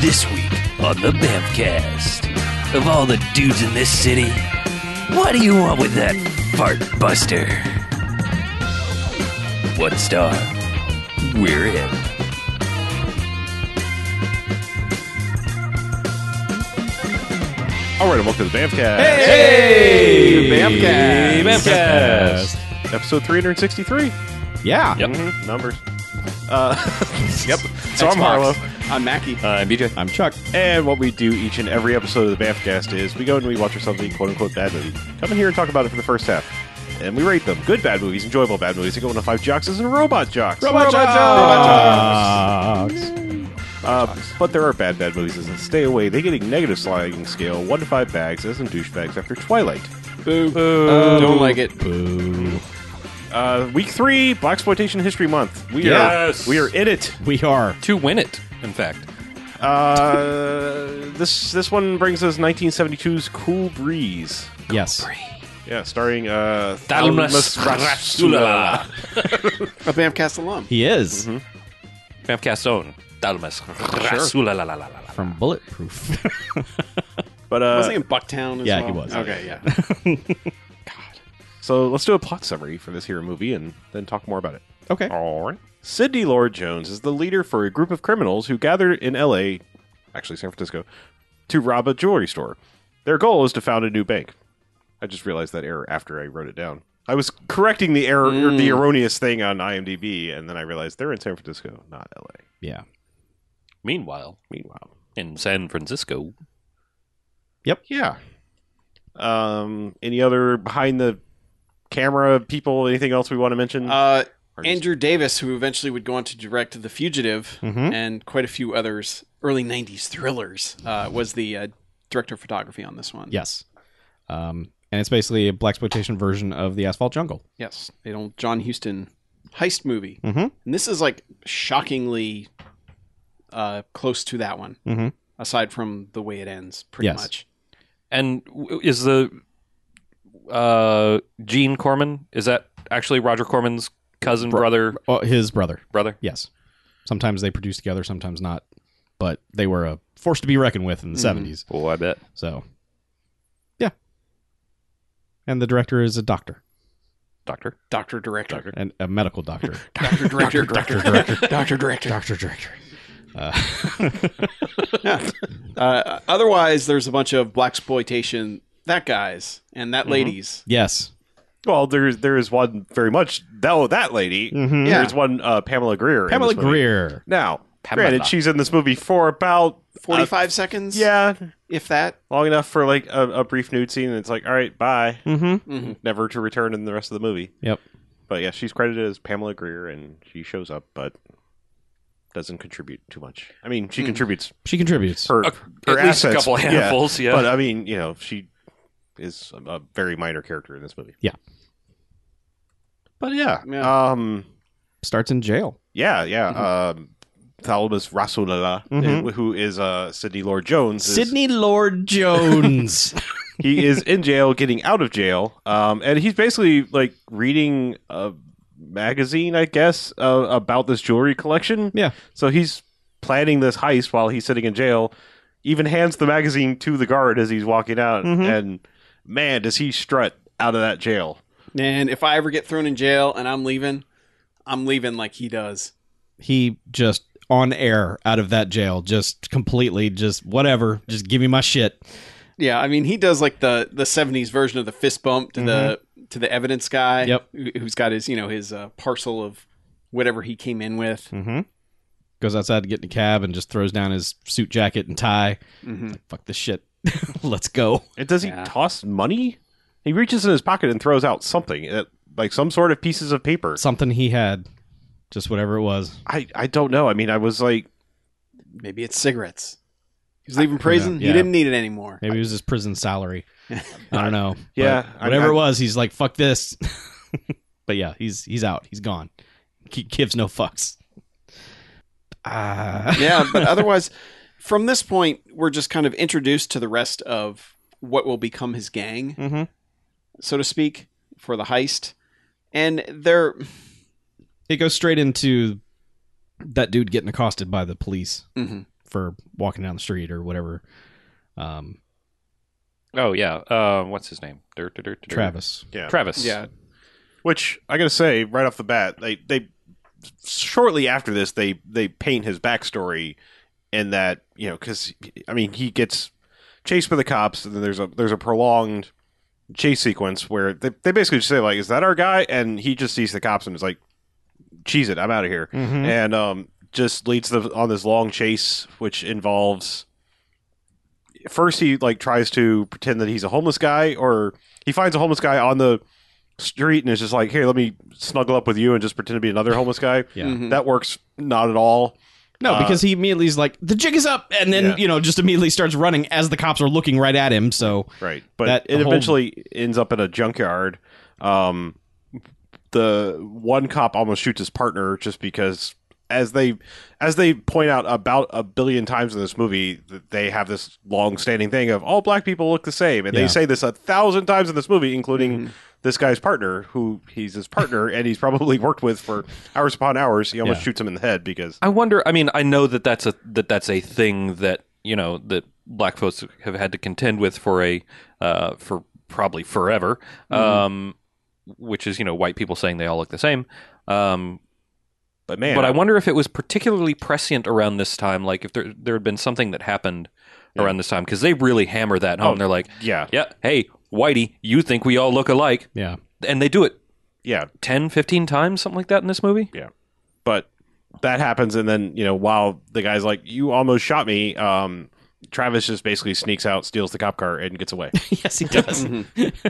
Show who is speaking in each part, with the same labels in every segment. Speaker 1: This week on the Bamcast. Of all the dudes in this city, what do you want with that fart buster? One star. We're in.
Speaker 2: All right, and welcome to the Bamcast.
Speaker 3: Hey! Bamcast.
Speaker 2: Episode 363.
Speaker 3: Yeah.
Speaker 2: Mhm, Numbers. Uh, yep. So I'm
Speaker 3: Xbox.
Speaker 2: Harlow.
Speaker 3: I'm Mackie.
Speaker 2: I'm BJ.
Speaker 3: I'm Chuck.
Speaker 2: And what we do each and every episode of the Bamfcast is we go and we watch ourselves a quote unquote bad movie. Come in here and talk about it for the first half. And we rate them. Good bad movies, enjoyable bad movies. We go into five jocks and robot jocks.
Speaker 3: Robot Jocks.
Speaker 2: Uh, but there are bad, bad movies. As in Stay Away, they get a negative sliding scale, one to five bags, as in douchebags after Twilight.
Speaker 3: Boo.
Speaker 4: Don't like it.
Speaker 3: Boo.
Speaker 2: Uh, week three, Black Exploitation History Month. We
Speaker 3: Yes.
Speaker 2: are we are in it.
Speaker 3: We are.
Speaker 4: To win it, in fact.
Speaker 2: Uh, this this one brings us 1972's Cool Breeze.
Speaker 3: Yes.
Speaker 2: Yeah, starring uh,
Speaker 4: Thalmas
Speaker 2: Thalmas Rasula.
Speaker 3: A Bamcast alum. He is.
Speaker 4: Bamcast own. Dalmas. Rasulalalala.
Speaker 5: from Bulletproof.
Speaker 2: But uh,
Speaker 3: Wasn't he in Bucktown as
Speaker 5: yeah,
Speaker 3: well?
Speaker 5: he was.
Speaker 3: Okay, yeah.
Speaker 2: so let's do a plot summary for this here movie and then talk more about it.
Speaker 5: okay.
Speaker 2: All right. Sidney Lord Jones is the leader for a group of criminals who gather in L.A., actually San Francisco, to rob a jewelry store. Their goal is to found a new bank. I just realized that error after I wrote it down. I was correcting the error, or the erroneous thing on IMDb, and then I realized they're in San Francisco, not L.A.
Speaker 5: Yeah.
Speaker 4: Meanwhile,
Speaker 2: Meanwhile,
Speaker 4: in San Francisco,
Speaker 2: yeah. Um, any other behind the camera people? Anything else we want to mention?
Speaker 3: Uh,
Speaker 2: Or just-
Speaker 3: Andrew Davis, who eventually would go on to direct The Fugitive
Speaker 5: Mm-hmm.
Speaker 3: and quite a few others, early 90s thrillers, uh, was the uh, director of photography on this one.
Speaker 5: Yes. Um, and it's basically a black exploitation version of the Asphalt Jungle.
Speaker 3: Yes. An old John Huston heist movie.
Speaker 5: Mhm.
Speaker 3: And this is like shockingly uh, close to that one,
Speaker 5: Mhm.
Speaker 3: aside from the way it ends, pretty
Speaker 5: Yes.
Speaker 3: much.
Speaker 4: and w- is the uh, Gene Corman is that actually Roger Corman's cousin, brother,
Speaker 5: Oh, his brother.
Speaker 4: brother?
Speaker 5: Yes. Sometimes they produce together, sometimes not. But they were a force to be reckoned with in the
Speaker 3: Mhm.
Speaker 5: 70s.
Speaker 4: Oh, I bet.
Speaker 5: So, yeah. And the director is a doctor,
Speaker 4: Doctor.
Speaker 3: Doctor Director. Doctor
Speaker 5: and a medical doctor.
Speaker 3: Director. Doctor Director. Doctor Director.
Speaker 5: doctor director.
Speaker 3: Yeah. Uh, otherwise, there's a bunch of black exploitation that guys and
Speaker 5: Mm-hmm.
Speaker 3: that ladies.
Speaker 5: Yes.
Speaker 2: well, there's there is one very much. Oh, that lady.
Speaker 3: Yeah.
Speaker 2: There's one uh, Pamela Greer. in
Speaker 5: Mm-hmm. Pamela
Speaker 2: this movie.
Speaker 5: Greer.
Speaker 2: Now,
Speaker 4: Pamela.
Speaker 2: granted, she's in this movie for about
Speaker 3: 45
Speaker 5: Uh,
Speaker 3: seconds?
Speaker 2: yeah,
Speaker 3: If that.
Speaker 2: long enough for like a, a brief nude scene. And it's like, all right, bye,
Speaker 5: Mm-hmm.
Speaker 2: never to return in the rest of the movie.
Speaker 5: Yep.
Speaker 2: But yeah, she's credited as Pamela Greer, and she shows up, but doesn't contribute too much. I mean, she contributes
Speaker 5: She contributes.
Speaker 2: her,
Speaker 4: A-
Speaker 2: her
Speaker 4: Hmm. at least a
Speaker 2: assets,
Speaker 4: couple
Speaker 2: yeah.
Speaker 4: handfuls, yeah.
Speaker 2: But uh, I mean, you know, she is a- a very minor character in this movie.
Speaker 5: Yeah.
Speaker 2: But yeah,
Speaker 3: Yeah.
Speaker 2: um,
Speaker 5: Starts in jail.
Speaker 2: yeah, yeah.
Speaker 5: Mm-hmm.
Speaker 2: Um, Thalamus Rasulala,
Speaker 5: Mhm.
Speaker 2: who is uh, Sidney Lord Jones. is-
Speaker 5: Sidney Lord Jones.
Speaker 2: he is in jail, getting out of jail, um, and he's basically like reading a magazine, I guess, uh, about this jewelry collection.
Speaker 5: yeah.
Speaker 2: So he's planning this heist while he's sitting in jail. Even hands the magazine to the guard as he's walking out, and man, does he strut out of that jail!
Speaker 3: And if I ever get thrown in jail and I'm leaving, I'm leaving like he does.
Speaker 5: he just on air out of that jail, just completely, just whatever, just give me my shit.
Speaker 3: Yeah, I mean, he does like the the '70s version of the fist bump to the to the evidence guy.
Speaker 5: Mm-hmm. Yep.
Speaker 3: who- who's got his you know his uh, parcel of whatever he came in with.
Speaker 5: Mm-hmm. Goes outside to get in a cab and just throws down his suit jacket and tie.
Speaker 3: Mhm.
Speaker 5: Fuck this shit. Let's go.
Speaker 2: And does
Speaker 3: Yeah.
Speaker 2: he toss money? He reaches in his pocket and throws out something, uh, like some sort of pieces of paper.
Speaker 5: Something he had, just whatever it was.
Speaker 2: I I don't know. I mean, I was like,
Speaker 3: Maybe it's cigarettes. He's leaving prison.
Speaker 5: Yeah.
Speaker 3: He didn't need it anymore.
Speaker 5: Maybe it was his prison salary. I don't know.
Speaker 2: Yeah,
Speaker 5: But
Speaker 2: I-
Speaker 5: whatever
Speaker 2: I-
Speaker 5: it was, he's like, fuck this. but yeah, he's he's out. He's gone. He gives no fucks. Ah.
Speaker 3: yeah, but otherwise, from this point, we're just kind of introduced to the rest of what will become his gang,
Speaker 5: Mhm.
Speaker 3: so to speak, for the heist. And they're
Speaker 5: it goes straight into that dude getting accosted by the police. for walking down the street or whatever. Um,
Speaker 4: Oh yeah. Um, what's his name? Dur, dur, dur, dur, dur.
Speaker 5: Travis.
Speaker 2: Yeah.
Speaker 4: Travis.
Speaker 3: Yeah,
Speaker 2: Which I gotta say, right off the bat, they they shortly after this they they paint his backstory in that you know because I mean he gets chased by the cops and then there's a there's a prolonged chase sequence where they they basically just say like is that our guy and he just sees the cops and is like cheese it I'm out of here and um just leads them on this long chase which involves first he like tries to pretend that he's a homeless guy or he finds a homeless guy on the street and is just like, "Here, let me snuggle up with you and just pretend to be another homeless guy."
Speaker 5: Yeah.
Speaker 3: Mhm.
Speaker 2: That works not at all.
Speaker 5: No,
Speaker 2: Uh,
Speaker 5: because he immediately is like, the jig is up, and then
Speaker 2: Yeah.
Speaker 5: you know just immediately starts running as the cops are looking right at him. So
Speaker 2: Right. But
Speaker 5: That
Speaker 2: it
Speaker 5: whole-
Speaker 2: eventually ends up in a junkyard. Um, the one cop almost shoots his partner just because as they as they point out about a billion times in this movie that they have this long standing thing of all black people look the same and
Speaker 5: Yeah.
Speaker 2: they say this a thousand times in this movie including this guy's partner who he's his partner and he's probably worked with for hours upon hours he almost
Speaker 5: Yeah.
Speaker 2: shoots him in the head because
Speaker 4: I wonder. I mean, I know that that's a that that's a thing that you know that black folks have had to contend with for a uh, for probably forever, um, which is you know white people saying they all look the same. Um,
Speaker 2: but man
Speaker 4: But I wonder if it was particularly prescient around this time, like if there there had been something that happened around this time because they really hammer that home.
Speaker 2: Oh,
Speaker 4: They're like,
Speaker 2: yeah
Speaker 4: yeah, hey, Whitey, you think we all look alike,
Speaker 5: yeah,
Speaker 4: and they do it
Speaker 2: yeah
Speaker 4: 10, 15 times, something like that in this movie.
Speaker 2: but that happens and then you know while the guy's like you almost shot me um travis just basically sneaks out steals the cop car and gets away
Speaker 5: yes, he does. and they're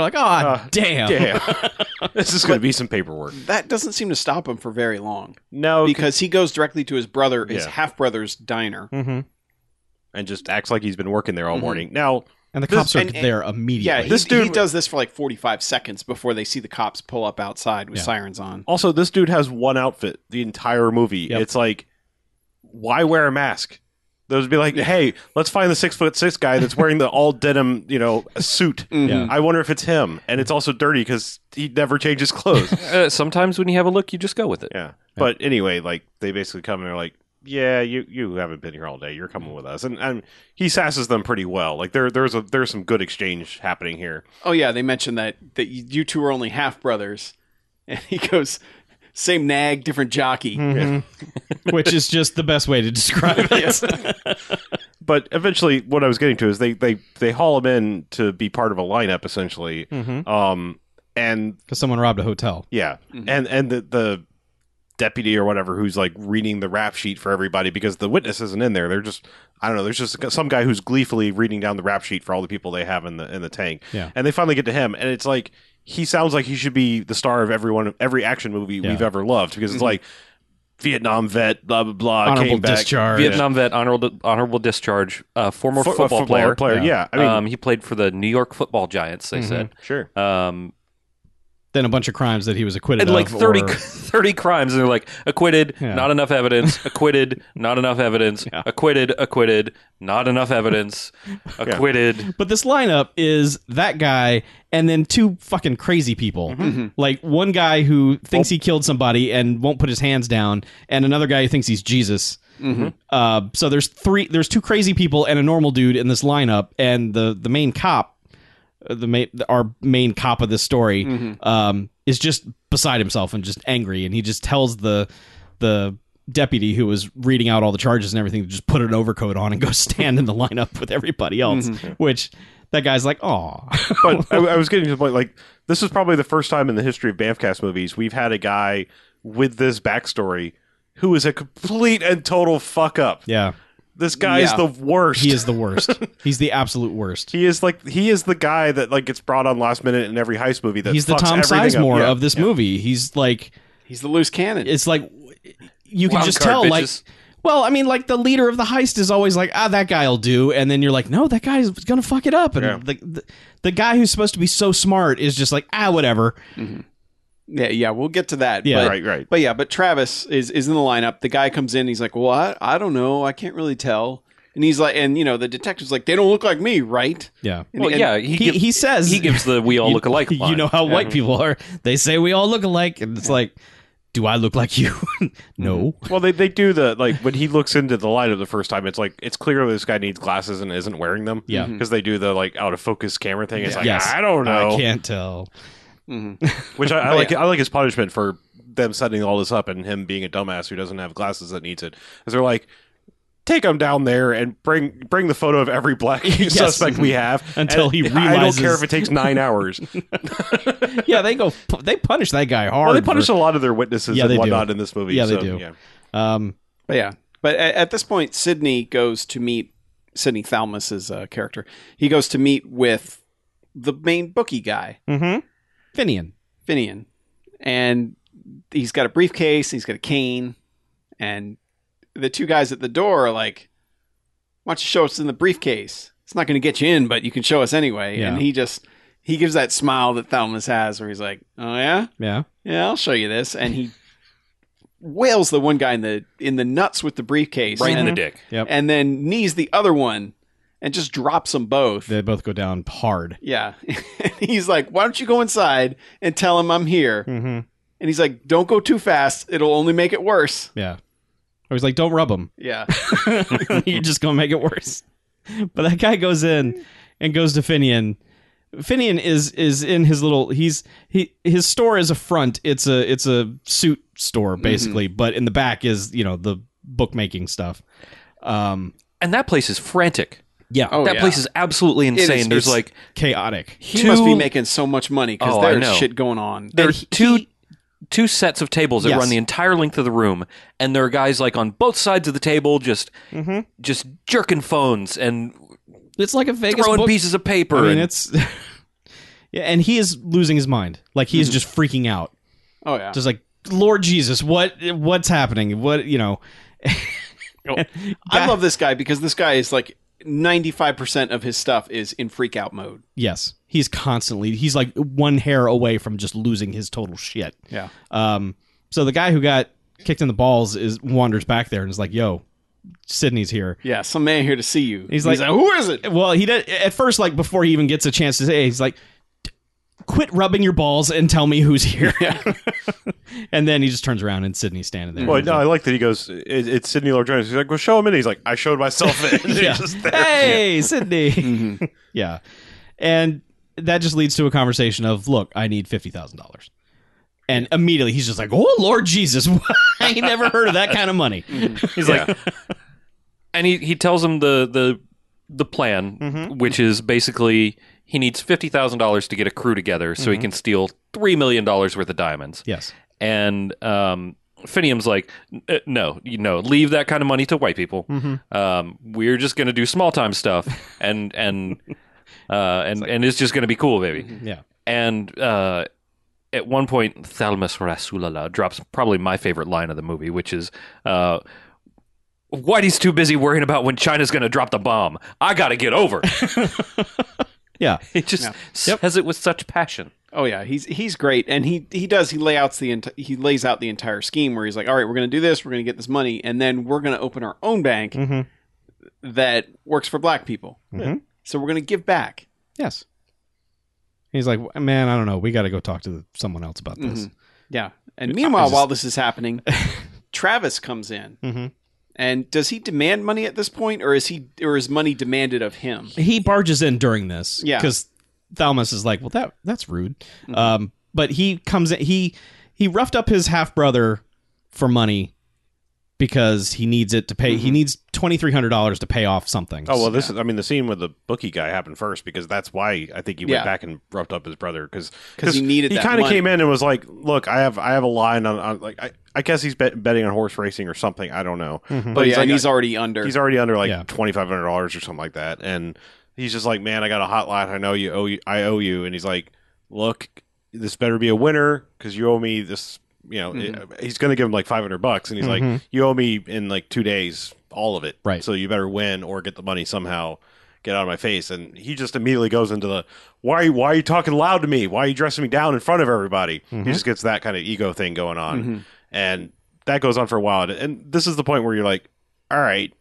Speaker 5: like, oh damn.
Speaker 2: Mm-hmm. damn this is going to be some paperwork
Speaker 3: that doesn't seem to stop him for very long
Speaker 2: no
Speaker 3: because he goes directly to his brother, his
Speaker 2: Yeah.
Speaker 3: half brother's diner.
Speaker 5: Mm-hmm.
Speaker 2: and just acts like he's been working there all
Speaker 3: Mhm. morning.
Speaker 2: morning now
Speaker 5: And the
Speaker 2: This-
Speaker 5: cops are
Speaker 3: and- and-
Speaker 5: there
Speaker 3: Yeah,
Speaker 5: immediately.
Speaker 3: he,
Speaker 2: This dude-
Speaker 3: he does this for like 45 seconds before they see the cops pull up outside with
Speaker 5: Yeah.
Speaker 3: sirens on.
Speaker 2: also this dude has one outfit the entire movie
Speaker 5: Yep.
Speaker 2: it's like why wear a mask those would be like hey let's find the six foot six guy that's wearing the all denim you know suit
Speaker 5: Yeah.
Speaker 2: i wonder if it's him and it's also dirty because he never changes clothes
Speaker 4: Uh, sometimes when you have a look, you just go with it.
Speaker 2: Yeah. But anyway, like they basically come and they're like, "Yeah, you you haven't been here all day. You're coming with us." And and he sasses them pretty well. Like there there's a there's some good exchange happening here.
Speaker 3: Oh yeah, they mentioned that that you you two are only half brothers, and he goes, "Same nag, different jockey."
Speaker 5: which is just the best way to describe it.
Speaker 2: But eventually, what I was getting to is they they they haul him in to be part of a lineup essentially. Um, and
Speaker 5: Because someone robbed a hotel.
Speaker 2: yeah,
Speaker 5: Mm-hmm.
Speaker 2: and and the the deputy or whatever who's like reading the rap sheet for everybody because the witness isn't in there. They're just I don't know. There's just some guy who's gleefully reading down the rap sheet for all the people they have in the in the tank.
Speaker 5: Yeah.
Speaker 2: And they finally get to him, and it's like he sounds like he should be the star of every one every action movie
Speaker 5: Yeah. Mm-hmm.
Speaker 2: we've ever loved because it's like Vietnam vet, blah blah blah,
Speaker 5: Honorable
Speaker 2: came back.
Speaker 5: discharge.
Speaker 4: Vietnam vet, honorable honorable discharge, uh, former
Speaker 2: Fo-
Speaker 4: football, player.
Speaker 2: player. Yeah. I mean, Mm-hmm.
Speaker 4: um, he played for the New York Football Giants. They
Speaker 2: sure.
Speaker 4: said, um,
Speaker 5: Then a bunch of crimes that he was acquitted
Speaker 4: and like
Speaker 5: of.
Speaker 4: 30,
Speaker 5: or-
Speaker 4: 30 crimes, and they're like acquitted,
Speaker 5: Yeah.
Speaker 4: not enough evidence, acquitted, not enough evidence, acquitted, acquitted, not enough evidence, acquitted.
Speaker 5: But this lineup is that guy and then two fucking crazy people. Like one guy who thinks he killed somebody and won't put his hands down, and another guy who thinks he's Jesus. Uh, so there's three, there's two crazy people and a normal dude in this lineup, and the the main cop, uh, the main our main cop of this story,
Speaker 2: Mm-hmm.
Speaker 5: um, is just beside himself and just angry, and he just tells the the deputy who was reading out all the charges and everything to just put an overcoat on and go stand in the lineup with everybody else,
Speaker 2: Mm-hmm.
Speaker 5: which. That guy's like, oh,
Speaker 2: but I, I was getting to the point like this is probably the first time in the history of Bamfcast movies we've had a guy with this backstory who is a complete and total fuck up.
Speaker 5: yeah.
Speaker 2: This guy is
Speaker 3: Yeah.
Speaker 2: the worst.
Speaker 5: He is the worst. He's the absolute worst.
Speaker 2: He is like he is the guy that like gets brought on last minute in every heist movie. That
Speaker 5: He's the
Speaker 2: fucks
Speaker 5: Tom
Speaker 2: everything up.
Speaker 5: Sizemore
Speaker 2: Yeah.
Speaker 5: of this movie. He's like,
Speaker 3: He's the loose cannon.
Speaker 5: it's like you can
Speaker 4: Wild
Speaker 5: just
Speaker 4: card
Speaker 5: tell, like,
Speaker 4: bitches.
Speaker 5: well, I mean, like the leader of the heist is always like, ah, that guy'll do, and then you're like, no, that guy's gonna fuck it up, and
Speaker 2: Yeah.
Speaker 5: the, the the guy who's supposed to be so smart is just like, ah, whatever.
Speaker 3: yeah, yeah, we'll get to that.
Speaker 5: Yeah.
Speaker 3: but,
Speaker 2: Right, right.
Speaker 3: But yeah, but Travis is is in the lineup. The guy comes in. He's like, "Well, I, I don't know. I can't really tell." And he's like, and you know, the detective's like, "They don't look like me, right?"
Speaker 5: Yeah,
Speaker 3: And-
Speaker 4: Well,
Speaker 3: and-
Speaker 4: yeah, he,
Speaker 5: he
Speaker 4: gives,
Speaker 5: he says
Speaker 4: he gives the we all
Speaker 5: you-
Speaker 4: look alike.
Speaker 5: You
Speaker 4: line.
Speaker 5: know how white people are; they say we all look alike, and it's like, do I look like you? no.
Speaker 2: Well, they, they do the like when he looks into the lineup the first time. It's like it's clear this guy needs glasses and isn't wearing them.
Speaker 5: Yeah.
Speaker 2: because they do the like out of focus camera thing. It's like
Speaker 5: Yes.
Speaker 2: I don't know,
Speaker 5: I can't tell.
Speaker 2: which I, I like. I like his punishment for them setting all this up and him being a dumbass who doesn't have glasses that needs it. Is they're like. Take him down there and bring bring the photo of every black
Speaker 5: Yes.
Speaker 2: suspect we have
Speaker 5: Until he
Speaker 2: And I don't care if
Speaker 5: realizes-
Speaker 2: it takes nine hours.
Speaker 5: Yeah, they go. They punish that guy hard.
Speaker 2: well, they punish
Speaker 5: for-
Speaker 2: a lot of their witnesses
Speaker 5: Yeah,
Speaker 2: and
Speaker 5: they do.
Speaker 2: whatnot in this movie.
Speaker 5: Yeah, they
Speaker 2: so,
Speaker 5: do.
Speaker 2: Yeah.
Speaker 5: um,
Speaker 3: But yeah, but at, at this point, Sydney goes to meet Sidney Thalmas's uh, character. He goes to meet with the main bookie guy,
Speaker 5: Finian.
Speaker 3: Finian, and he's got a briefcase. He's got a cane, and the two guys at the door are like, "Why don't you show us in the briefcase? It's not going to get you in, but you can show us anyway."
Speaker 5: Yeah.
Speaker 3: And he just he gives that smile that Thalmas has, where he's like, "Oh yeah."
Speaker 5: Yeah.
Speaker 3: Yeah, I'll show you this. And he wails the one guy in the in the nuts with the briefcase,
Speaker 4: right in
Speaker 3: and,
Speaker 4: the dick.
Speaker 5: Yep.
Speaker 3: and then knees the other one and just drops them both.
Speaker 5: They both go down hard.
Speaker 3: yeah, he's like, "Why don't you go inside and tell him I'm here?"
Speaker 2: Mm-hmm.
Speaker 5: Mhm.
Speaker 3: And he's like, "Don't go too fast; it'll only make it worse."
Speaker 5: Yeah. I was like, don't rub them.
Speaker 3: Yeah,
Speaker 5: You're just gonna make it worse. But that guy goes in and goes to Finian. Finian is is in his little he's he his store is a front. It's a it's a suit store basically, but in the back is you know the bookmaking stuff. Um,
Speaker 4: And that place is frantic.
Speaker 5: yeah,
Speaker 3: Oh,
Speaker 4: that
Speaker 3: yeah.
Speaker 4: place is absolutely
Speaker 3: is-
Speaker 4: insane.
Speaker 3: it's-
Speaker 4: There's like
Speaker 5: chaotic.
Speaker 3: he
Speaker 4: Two-
Speaker 3: must be making so much money because
Speaker 4: Oh, I
Speaker 3: there's
Speaker 4: know.
Speaker 3: shit going on.
Speaker 4: there are
Speaker 3: And he-
Speaker 4: two two sets of tables that
Speaker 5: Yes.
Speaker 4: run the entire length of the room, and there are guys like on both sides of the table just
Speaker 5: Mm-hmm.
Speaker 4: just jerking phones and
Speaker 5: It's like a Vegas
Speaker 4: throwing
Speaker 5: book.
Speaker 4: pieces of paper.
Speaker 5: I mean,
Speaker 4: and-
Speaker 5: it's yeah, and he is losing his mind. Like he is just freaking out.
Speaker 3: oh yeah,
Speaker 5: Just like Lord Jesus, what what's happening? What you know?
Speaker 3: I love this guy because this guy is like ninety five percent of his stuff is in freak out mode.
Speaker 5: Yes, he's constantly he's like one hair away from just losing his total shit.
Speaker 3: Yeah,
Speaker 5: Um, so the guy who got kicked in the balls is wanders back there and is like, "Yo, Sydney's here."
Speaker 3: yeah. Some man here to see you.
Speaker 5: He's like-
Speaker 3: "Who is it?"
Speaker 5: Well, he did at first, like before he even gets a chance to say, he's like, "Quit rubbing your balls and tell me who's here." and then he just turns around and Sydney's standing there.
Speaker 2: Well, no, I like that he goes. It, it's Sydney Lord Jones. He's like, well, show him in. He's like, I showed myself in.
Speaker 5: yeah.
Speaker 2: He's just there.
Speaker 5: Hey, Sydney.
Speaker 3: Mm-hmm.
Speaker 5: yeah, and that just leads to a conversation of, "Look, I need fifty thousand dollars." And immediately he's just like, "Oh Lord Jesus, I ain't never heard of that kind of money."
Speaker 2: Mm-hmm.
Speaker 4: He's like, and he, he tells him the the the plan, which is basically he needs fifty thousand dollars to get a crew together so he can steal three million dollars worth of diamonds.
Speaker 5: Yes.
Speaker 4: And um, Finian's like, "N- uh, no, you know, leave that kind of money to white people. Um, we're just going to do small time stuff, and and uh, and and it's just going to be cool, baby.
Speaker 5: Yeah.
Speaker 4: And uh, at one point, Thalmas Rasulala drops probably my favorite line of the movie, which is, uh, Whitey's too busy worrying about when China's going to drop the bomb. I got to get over. it."
Speaker 5: Yeah.
Speaker 4: He just says it with such passion.
Speaker 3: Oh yeah, he's he's great, and he he does he lay outs the enti- he lays out the entire scheme where he's like, all right, we're going to do this, we're going to get this money, and then we're going to open our own bank
Speaker 2: Mm-hmm.
Speaker 3: that works for black people. So we're going to give back.
Speaker 5: Yes. He's like, man, I don't know. We got to go talk to the- someone else about this.
Speaker 2: Mm-hmm.
Speaker 3: Yeah. And meanwhile, while this is happening, Travis comes in,
Speaker 5: Mhm.
Speaker 3: and does he demand money at this point, or is he or is money demanded of him?
Speaker 5: He barges in during this,
Speaker 3: Yeah.
Speaker 5: because Thalmas is like, well, that that's rude.
Speaker 2: Mm-hmm.
Speaker 5: Um, but he comes in. He he roughed up his half brother for money because he needs it to pay. He needs twenty three hundred dollars to pay off something.
Speaker 2: Mm-hmm. Oh well, this is. I mean, the scene with the bookie guy happened first because that's why I think he went
Speaker 3: Yeah.
Speaker 2: back and roughed up his brother because
Speaker 3: 'Cause he needed
Speaker 2: He
Speaker 3: that
Speaker 2: kind of
Speaker 3: money.
Speaker 2: came in and was like, "Look, I have I have a line on, on like I, I guess he's bet, betting on horse racing or something. I don't know, but
Speaker 3: But
Speaker 2: he's
Speaker 3: yeah,
Speaker 2: like,
Speaker 3: and he's
Speaker 2: I-
Speaker 3: already under.
Speaker 2: he's already under like
Speaker 5: Yeah.
Speaker 2: twenty five hundred dollars or something like that, and he's just like, "Man, I got a hot line. I know you owe you. I owe you." And he's like, "Look, this better be a winner because you owe me this." You know, it- he's going to give him like five hundred bucks, and he's like, "You owe me in like two days all of it,
Speaker 5: Mm-hmm. Right.
Speaker 2: So you better win or get the money somehow." Get out of my face! And he just immediately goes into the why? Why are you talking loud to me? Why are you dressing me down in front of everybody?
Speaker 5: Mm-hmm.
Speaker 2: He just gets that kind of ego thing going on, and that goes on for a while. And- And this is the point where you're like, "All right,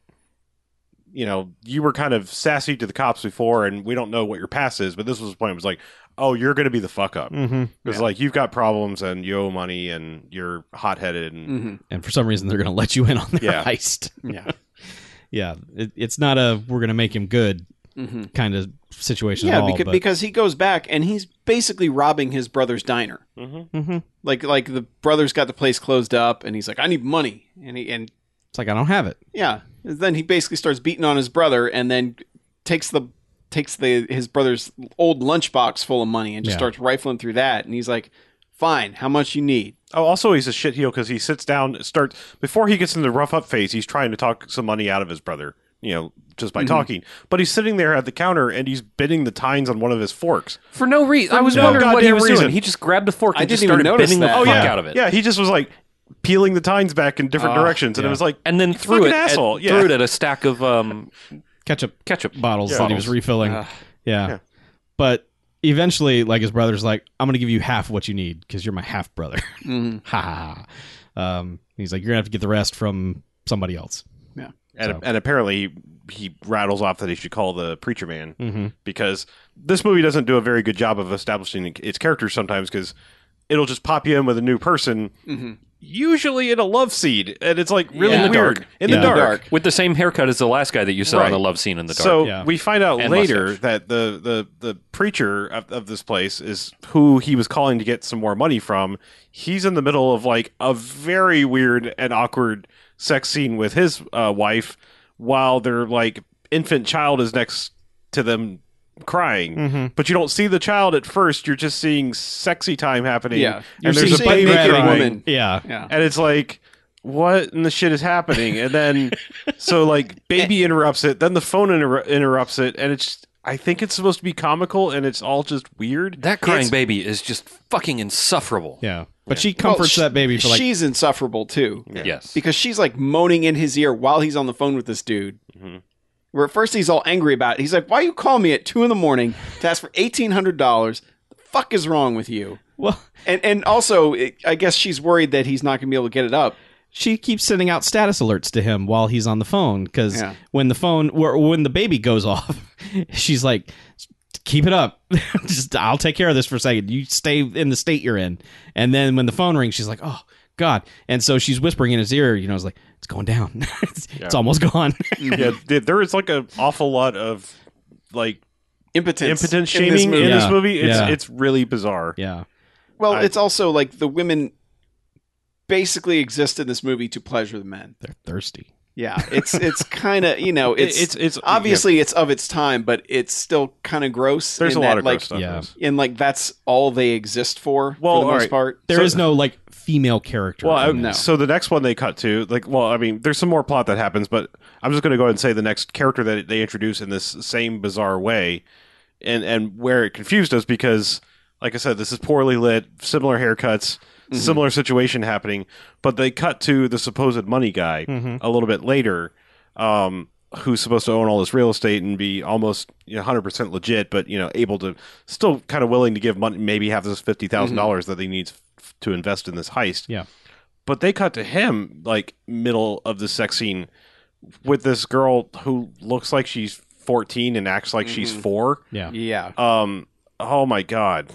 Speaker 2: you know, you were kind of sassy to the cops before, and we don't know what your past is, but this was the point. It was like, oh, you're going to be the fuck up.
Speaker 6: Mm-hmm.
Speaker 2: Because like you've got problems and you owe money and you're hot headed and
Speaker 4: Mm-hmm.
Speaker 3: Mhm.
Speaker 5: and for some reason they're going to let you in on their
Speaker 2: Yeah.
Speaker 5: heist.
Speaker 3: Yeah.
Speaker 5: yeah, it, it's not a we're going to make him good
Speaker 3: Mm-hmm.
Speaker 5: kind of situation.
Speaker 3: Yeah,
Speaker 5: at all,
Speaker 3: because,
Speaker 5: but-
Speaker 3: because he goes back and he's basically robbing his brother's diner.
Speaker 6: Mhm.
Speaker 3: Like like the brother's got the place closed up, and he's like, "I need money," and he and
Speaker 5: it's like I don't have it.
Speaker 3: yeah, then he basically starts beating on his brother, and then takes the takes the his brother's old lunchbox full of money and just
Speaker 5: Yeah.
Speaker 3: starts rifling through that, and he's like, "Fine, how much you need?"
Speaker 2: Oh, also he's a shit heel because he sits down, starts before he gets into the rough up phase. He's trying to talk some money out of his brother, you know, just
Speaker 4: Mm-hmm.
Speaker 2: by talking. But he's sitting there at the counter and he's bidding the tines on one of his forks.
Speaker 4: For no reason. I was
Speaker 2: no
Speaker 4: wondering what he
Speaker 2: goddamn
Speaker 4: was
Speaker 2: reason.
Speaker 4: doing. He just grabbed the fork
Speaker 3: I
Speaker 4: and just
Speaker 3: didn't even
Speaker 4: started
Speaker 3: notice
Speaker 4: bending the
Speaker 3: that.
Speaker 4: fuck
Speaker 3: Oh,
Speaker 2: yeah,
Speaker 4: out of it.
Speaker 2: Yeah, he just was like peeling the tines back in different
Speaker 3: Oh,
Speaker 2: directions, and it was like,
Speaker 4: And then
Speaker 2: "You
Speaker 4: threw
Speaker 2: fucking
Speaker 4: it, at,
Speaker 2: asshole. yeah.
Speaker 4: threw it at a stack of um,
Speaker 5: Ketchup
Speaker 4: ketchup.
Speaker 5: bottles
Speaker 2: Yeah.
Speaker 5: that he was refilling.
Speaker 3: Ugh.
Speaker 5: yeah.
Speaker 2: Yeah.
Speaker 5: but eventually, like his brother's like, I'm going to give you half what you need because you're my half brother.
Speaker 3: Mhm.
Speaker 5: ha ha. ha. Um, he's like, you're going to have to get the rest from somebody else.
Speaker 2: and,
Speaker 5: So.
Speaker 2: and apparently he, he rattles off that he should call the preacher man
Speaker 5: Mm-hmm.
Speaker 2: because this movie doesn't do a very good job of establishing its characters sometimes because it'll just pop you in with a new person,
Speaker 3: Mhm.
Speaker 2: usually in a love seed, and it's like really
Speaker 3: Yeah. In
Speaker 4: the
Speaker 2: weird
Speaker 4: dark.
Speaker 2: in the
Speaker 5: Yeah. In the
Speaker 2: dark.
Speaker 3: dark.
Speaker 4: With the same haircut as the last guy that you saw
Speaker 2: Right.
Speaker 4: in the love scene in the dark.
Speaker 2: So
Speaker 5: Yeah.
Speaker 2: we find out
Speaker 4: And
Speaker 2: later
Speaker 4: mustache.
Speaker 2: that the, the, the preacher of, of this place is who he was calling to get some more money from. He's in the middle of like a very weird and awkward sex scene with his uh, wife while their like infant child is next to them crying.
Speaker 3: Mm-hmm.
Speaker 6: Mhm.
Speaker 2: But you don't see the child at first. You're just seeing sexy time happening.
Speaker 3: Yeah. You're
Speaker 2: and there's a
Speaker 3: seeing
Speaker 2: butt
Speaker 3: naked
Speaker 2: naked
Speaker 3: crying.
Speaker 2: woman
Speaker 3: woman.
Speaker 5: Yeah.
Speaker 3: Yeah.
Speaker 2: and it's like what in the shit is happening and then so like baby interrupts it then the phone inter- interrupts it and it's i think it's supposed to be comical and it's all just weird
Speaker 4: that crying
Speaker 2: It's-
Speaker 4: baby is just fucking insufferable.
Speaker 5: Yeah. But she comforts
Speaker 3: Well,
Speaker 5: that baby for like,
Speaker 3: she's insufferable too.
Speaker 4: Yes.
Speaker 3: because she's like moaning in his ear while he's on the phone with this dude.
Speaker 5: Mm-hmm.
Speaker 2: Mhm.
Speaker 3: Where at first he's all angry about it. He's like, "Why you call me at two in the morning to ask for eighteen hundred dollars? The fuck is wrong with you?"
Speaker 5: well,
Speaker 3: And and also, it, I guess she's worried that he's not going to be able to get it up.
Speaker 5: she keeps sending out status alerts to him while he's on the phone because
Speaker 3: Yeah.
Speaker 5: when the phone wh- when the baby goes off she's like keep it up just i'll take care of this for a second you stay in the state you're in and then when the phone rings she's like oh god and so she's whispering in his ear you know it's like it's going down it's, it's almost gone
Speaker 2: yeah th- there is like an awful lot of like
Speaker 3: Impotence,
Speaker 2: impotence
Speaker 3: in this
Speaker 2: shaming
Speaker 3: movie.
Speaker 2: in this
Speaker 5: Yeah.
Speaker 2: movie it's
Speaker 5: Yeah.
Speaker 2: it's really bizarre
Speaker 5: yeah
Speaker 3: Well,
Speaker 2: I-
Speaker 3: it's also like the women basically exist in this movie to pleasure the men.
Speaker 5: they're thirsty
Speaker 3: Yeah, it's it's kind of you know
Speaker 2: It-
Speaker 3: it's
Speaker 2: it's it's
Speaker 3: obviously it's of its time, but it's still kind of gross.
Speaker 2: yeah, there's a
Speaker 3: in
Speaker 2: lot
Speaker 3: that,
Speaker 2: of
Speaker 3: like
Speaker 2: gross stuff in
Speaker 5: yeah.
Speaker 2: this.
Speaker 3: and like that's all they exist for
Speaker 2: Well,
Speaker 3: for the most
Speaker 2: alright.
Speaker 3: part.
Speaker 5: There is
Speaker 2: So-
Speaker 5: no like female character
Speaker 2: Well, I,
Speaker 5: in
Speaker 3: no.
Speaker 5: this.
Speaker 2: so the next one they cut to, like, well, I mean, there's some more plot that happens, but I'm just going to go ahead and say the next character that they introduce in this same bizarre way, and and where it confused us because, like I said, this is poorly lit, similar haircuts, similar situation happening, but they cut to the supposed money guy a little bit later, um, who's supposed to own all this real estate and be almost you know, 100% legit, but you know, able to still kind of willing to give money, maybe have this $50,000 dollars that he needs f- to invest in this heist but they cut to him like middle of the sex scene with this girl who looks like she's 14 and acts like she's 4
Speaker 5: yeah
Speaker 3: Yeah.
Speaker 2: um oh my god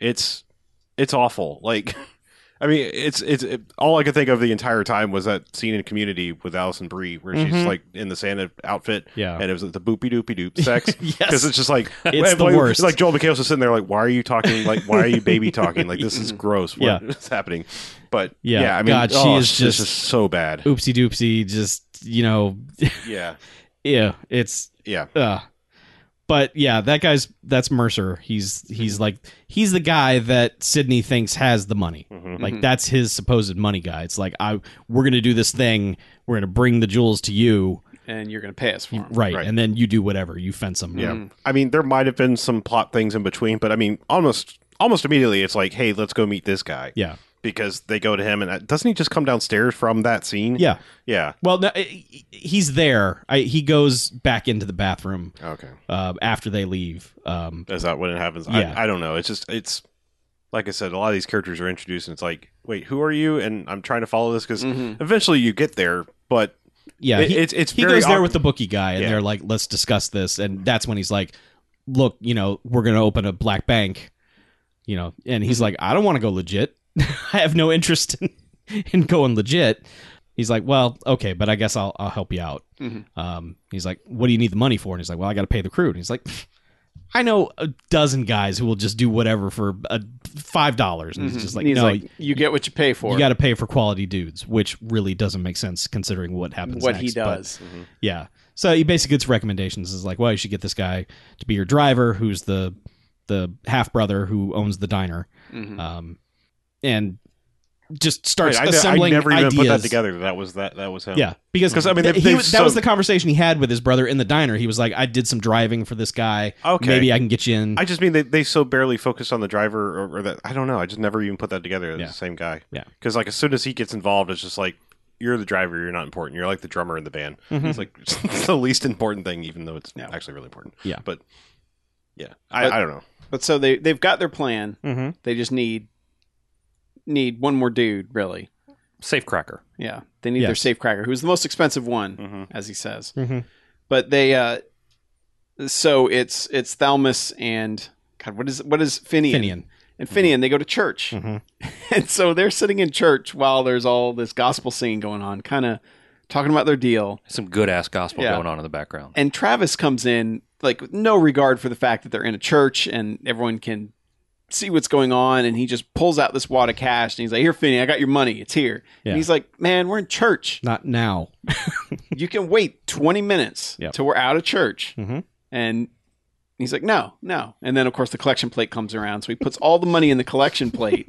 Speaker 2: it's it's awful like i mean it's it's it, all i could think of the entire time was that scene in community with allison brie where she's like in the santa outfit
Speaker 5: Yeah.
Speaker 2: and it was like the boopy doopy doop sex
Speaker 5: Yes.
Speaker 2: because it's just like
Speaker 5: It's the
Speaker 2: like,
Speaker 5: worst.
Speaker 2: like joel McHale's just sitting there like why are you talking like why are you baby talking like this is gross
Speaker 5: Yeah.
Speaker 2: what is happening but yeah,
Speaker 5: Yeah.
Speaker 2: i mean
Speaker 5: God, she
Speaker 2: oh,
Speaker 5: is
Speaker 2: this
Speaker 5: just-
Speaker 2: so bad
Speaker 5: oopsie doopsie just you know
Speaker 2: yeah
Speaker 5: yeah it's
Speaker 2: yeah
Speaker 5: Uh, but yeah, that guy's that's Mercer. He's he's like he's the guy that Sydney thinks has the money.
Speaker 2: Mm-hmm.
Speaker 5: Like that's his supposed money guy. It's like I we're gonna do this thing. We're gonna bring the jewels to you,
Speaker 3: and you're going to pay us for them.
Speaker 5: right?
Speaker 2: Right.
Speaker 5: And then you do whatever you fence them.
Speaker 2: Yeah. I mean, there might have been some plot things in between, but I mean, almost almost immediately, it's like, hey, let's go meet this guy.
Speaker 5: yeah,
Speaker 2: Because they go to him, and uh, doesn't he just come downstairs from that scene?
Speaker 5: yeah.
Speaker 2: Yeah.
Speaker 5: Well, no, he- he's there. I, he goes back into the bathroom
Speaker 2: Okay.
Speaker 5: uh, after they leave. Um,
Speaker 2: Is that when it happens?
Speaker 5: Yeah.
Speaker 2: I, I don't know. It's just, it's like I said, a lot of these characters are introduced, and it's like, wait, who are you? And I'm trying to follow this
Speaker 5: Mm-hmm.
Speaker 2: because eventually you get there, but
Speaker 5: yeah,
Speaker 2: it,
Speaker 5: he-
Speaker 2: it's, it's
Speaker 5: he
Speaker 2: very
Speaker 5: goes there
Speaker 2: awkward.
Speaker 5: with the bookie guy and
Speaker 2: Yeah.
Speaker 5: they're like let's discuss this and that's when he's like look, you know, we're going to open a black bank, you know, and he's like, I don't want to go legit. I have no interest in, in going legit. He's like, well, okay, but I guess I'll, I'll help you out.
Speaker 3: Mhm.
Speaker 5: Um, he's like, what do you need the money for? And he's like, well, I got to pay the crew. And he's like, I know a dozen guys who will just do whatever for a five dollars. And he's just like,
Speaker 3: And Mm-hmm. he's
Speaker 5: no,
Speaker 3: like, you get what you pay for.
Speaker 5: you got to pay for quality dudes, which really doesn't make sense considering what happens.
Speaker 3: what
Speaker 5: next,
Speaker 3: he
Speaker 5: but-
Speaker 3: does.
Speaker 5: yeah. So he basically gets recommendations. Is like, well, you should get this guy to be your driver, who's the the half brother who owns the diner,
Speaker 2: Mm-hmm. Uh,
Speaker 3: Mhm.
Speaker 5: um, and just
Speaker 2: Right,
Speaker 5: starts
Speaker 2: I, ne- I
Speaker 5: assembling
Speaker 2: never even
Speaker 5: ideas.
Speaker 2: put that together. That was that. That was him.
Speaker 5: Yeah, because
Speaker 2: 'Cause, I mean,
Speaker 5: th-
Speaker 2: they've-
Speaker 5: he,
Speaker 2: they've
Speaker 5: that
Speaker 2: so-
Speaker 5: was the conversation he had with his brother in the diner. He was like, "I did some driving for this guy.
Speaker 2: Okay.
Speaker 5: Maybe I can get you in."
Speaker 2: I just mean they, they so barely focus on the driver or, or that I don't know. I just never even put that together. It's
Speaker 5: Yeah.
Speaker 2: the same guy.
Speaker 5: Yeah.
Speaker 2: Because like as soon as he gets involved, it's just like you're the driver. You're not important. You're like the drummer in the band. It's like it's the least important thing, even though it's
Speaker 3: Yeah.
Speaker 2: actually really important.
Speaker 5: Mm-hmm. Yeah.
Speaker 2: But yeah, I,
Speaker 3: But-
Speaker 2: I don't know.
Speaker 3: But so they they've got their plan.
Speaker 2: Mhm.
Speaker 3: They just need need one more dude, really.
Speaker 4: Safecracker.
Speaker 3: Yeah, they need their
Speaker 5: Yes. Mm-hmm.
Speaker 3: safecracker, who's the most expensive one,
Speaker 2: Mhm.
Speaker 3: as he says.
Speaker 5: Mhm.
Speaker 3: But they, uh so it's it's Thalmus and God, what is what is Finian,
Speaker 5: Finian.
Speaker 3: and Finian?
Speaker 5: Mm-hmm.
Speaker 3: They go to church,
Speaker 5: Mhm.
Speaker 3: and so they're sitting in church while there's all this gospel singing going on, kind of talking about their deal.
Speaker 4: Some good ass gospel
Speaker 3: Yeah.
Speaker 4: going on in the background.
Speaker 3: And Travis comes in like with no regard for the fact that they're in a church and everyone can see what's going on, and he just pulls out this wad of cash and he's like, "Here, Finian, I got your money. It's here."
Speaker 5: Yeah.
Speaker 3: And he's like, "Man, we're in church."
Speaker 5: Not now.
Speaker 3: you can wait 20 minutes
Speaker 5: Yep.
Speaker 3: till we're out of church.
Speaker 5: Mhm.
Speaker 3: And he's like, no, no. And then, of course, the collection plate comes around. So he puts all the money in the collection plate.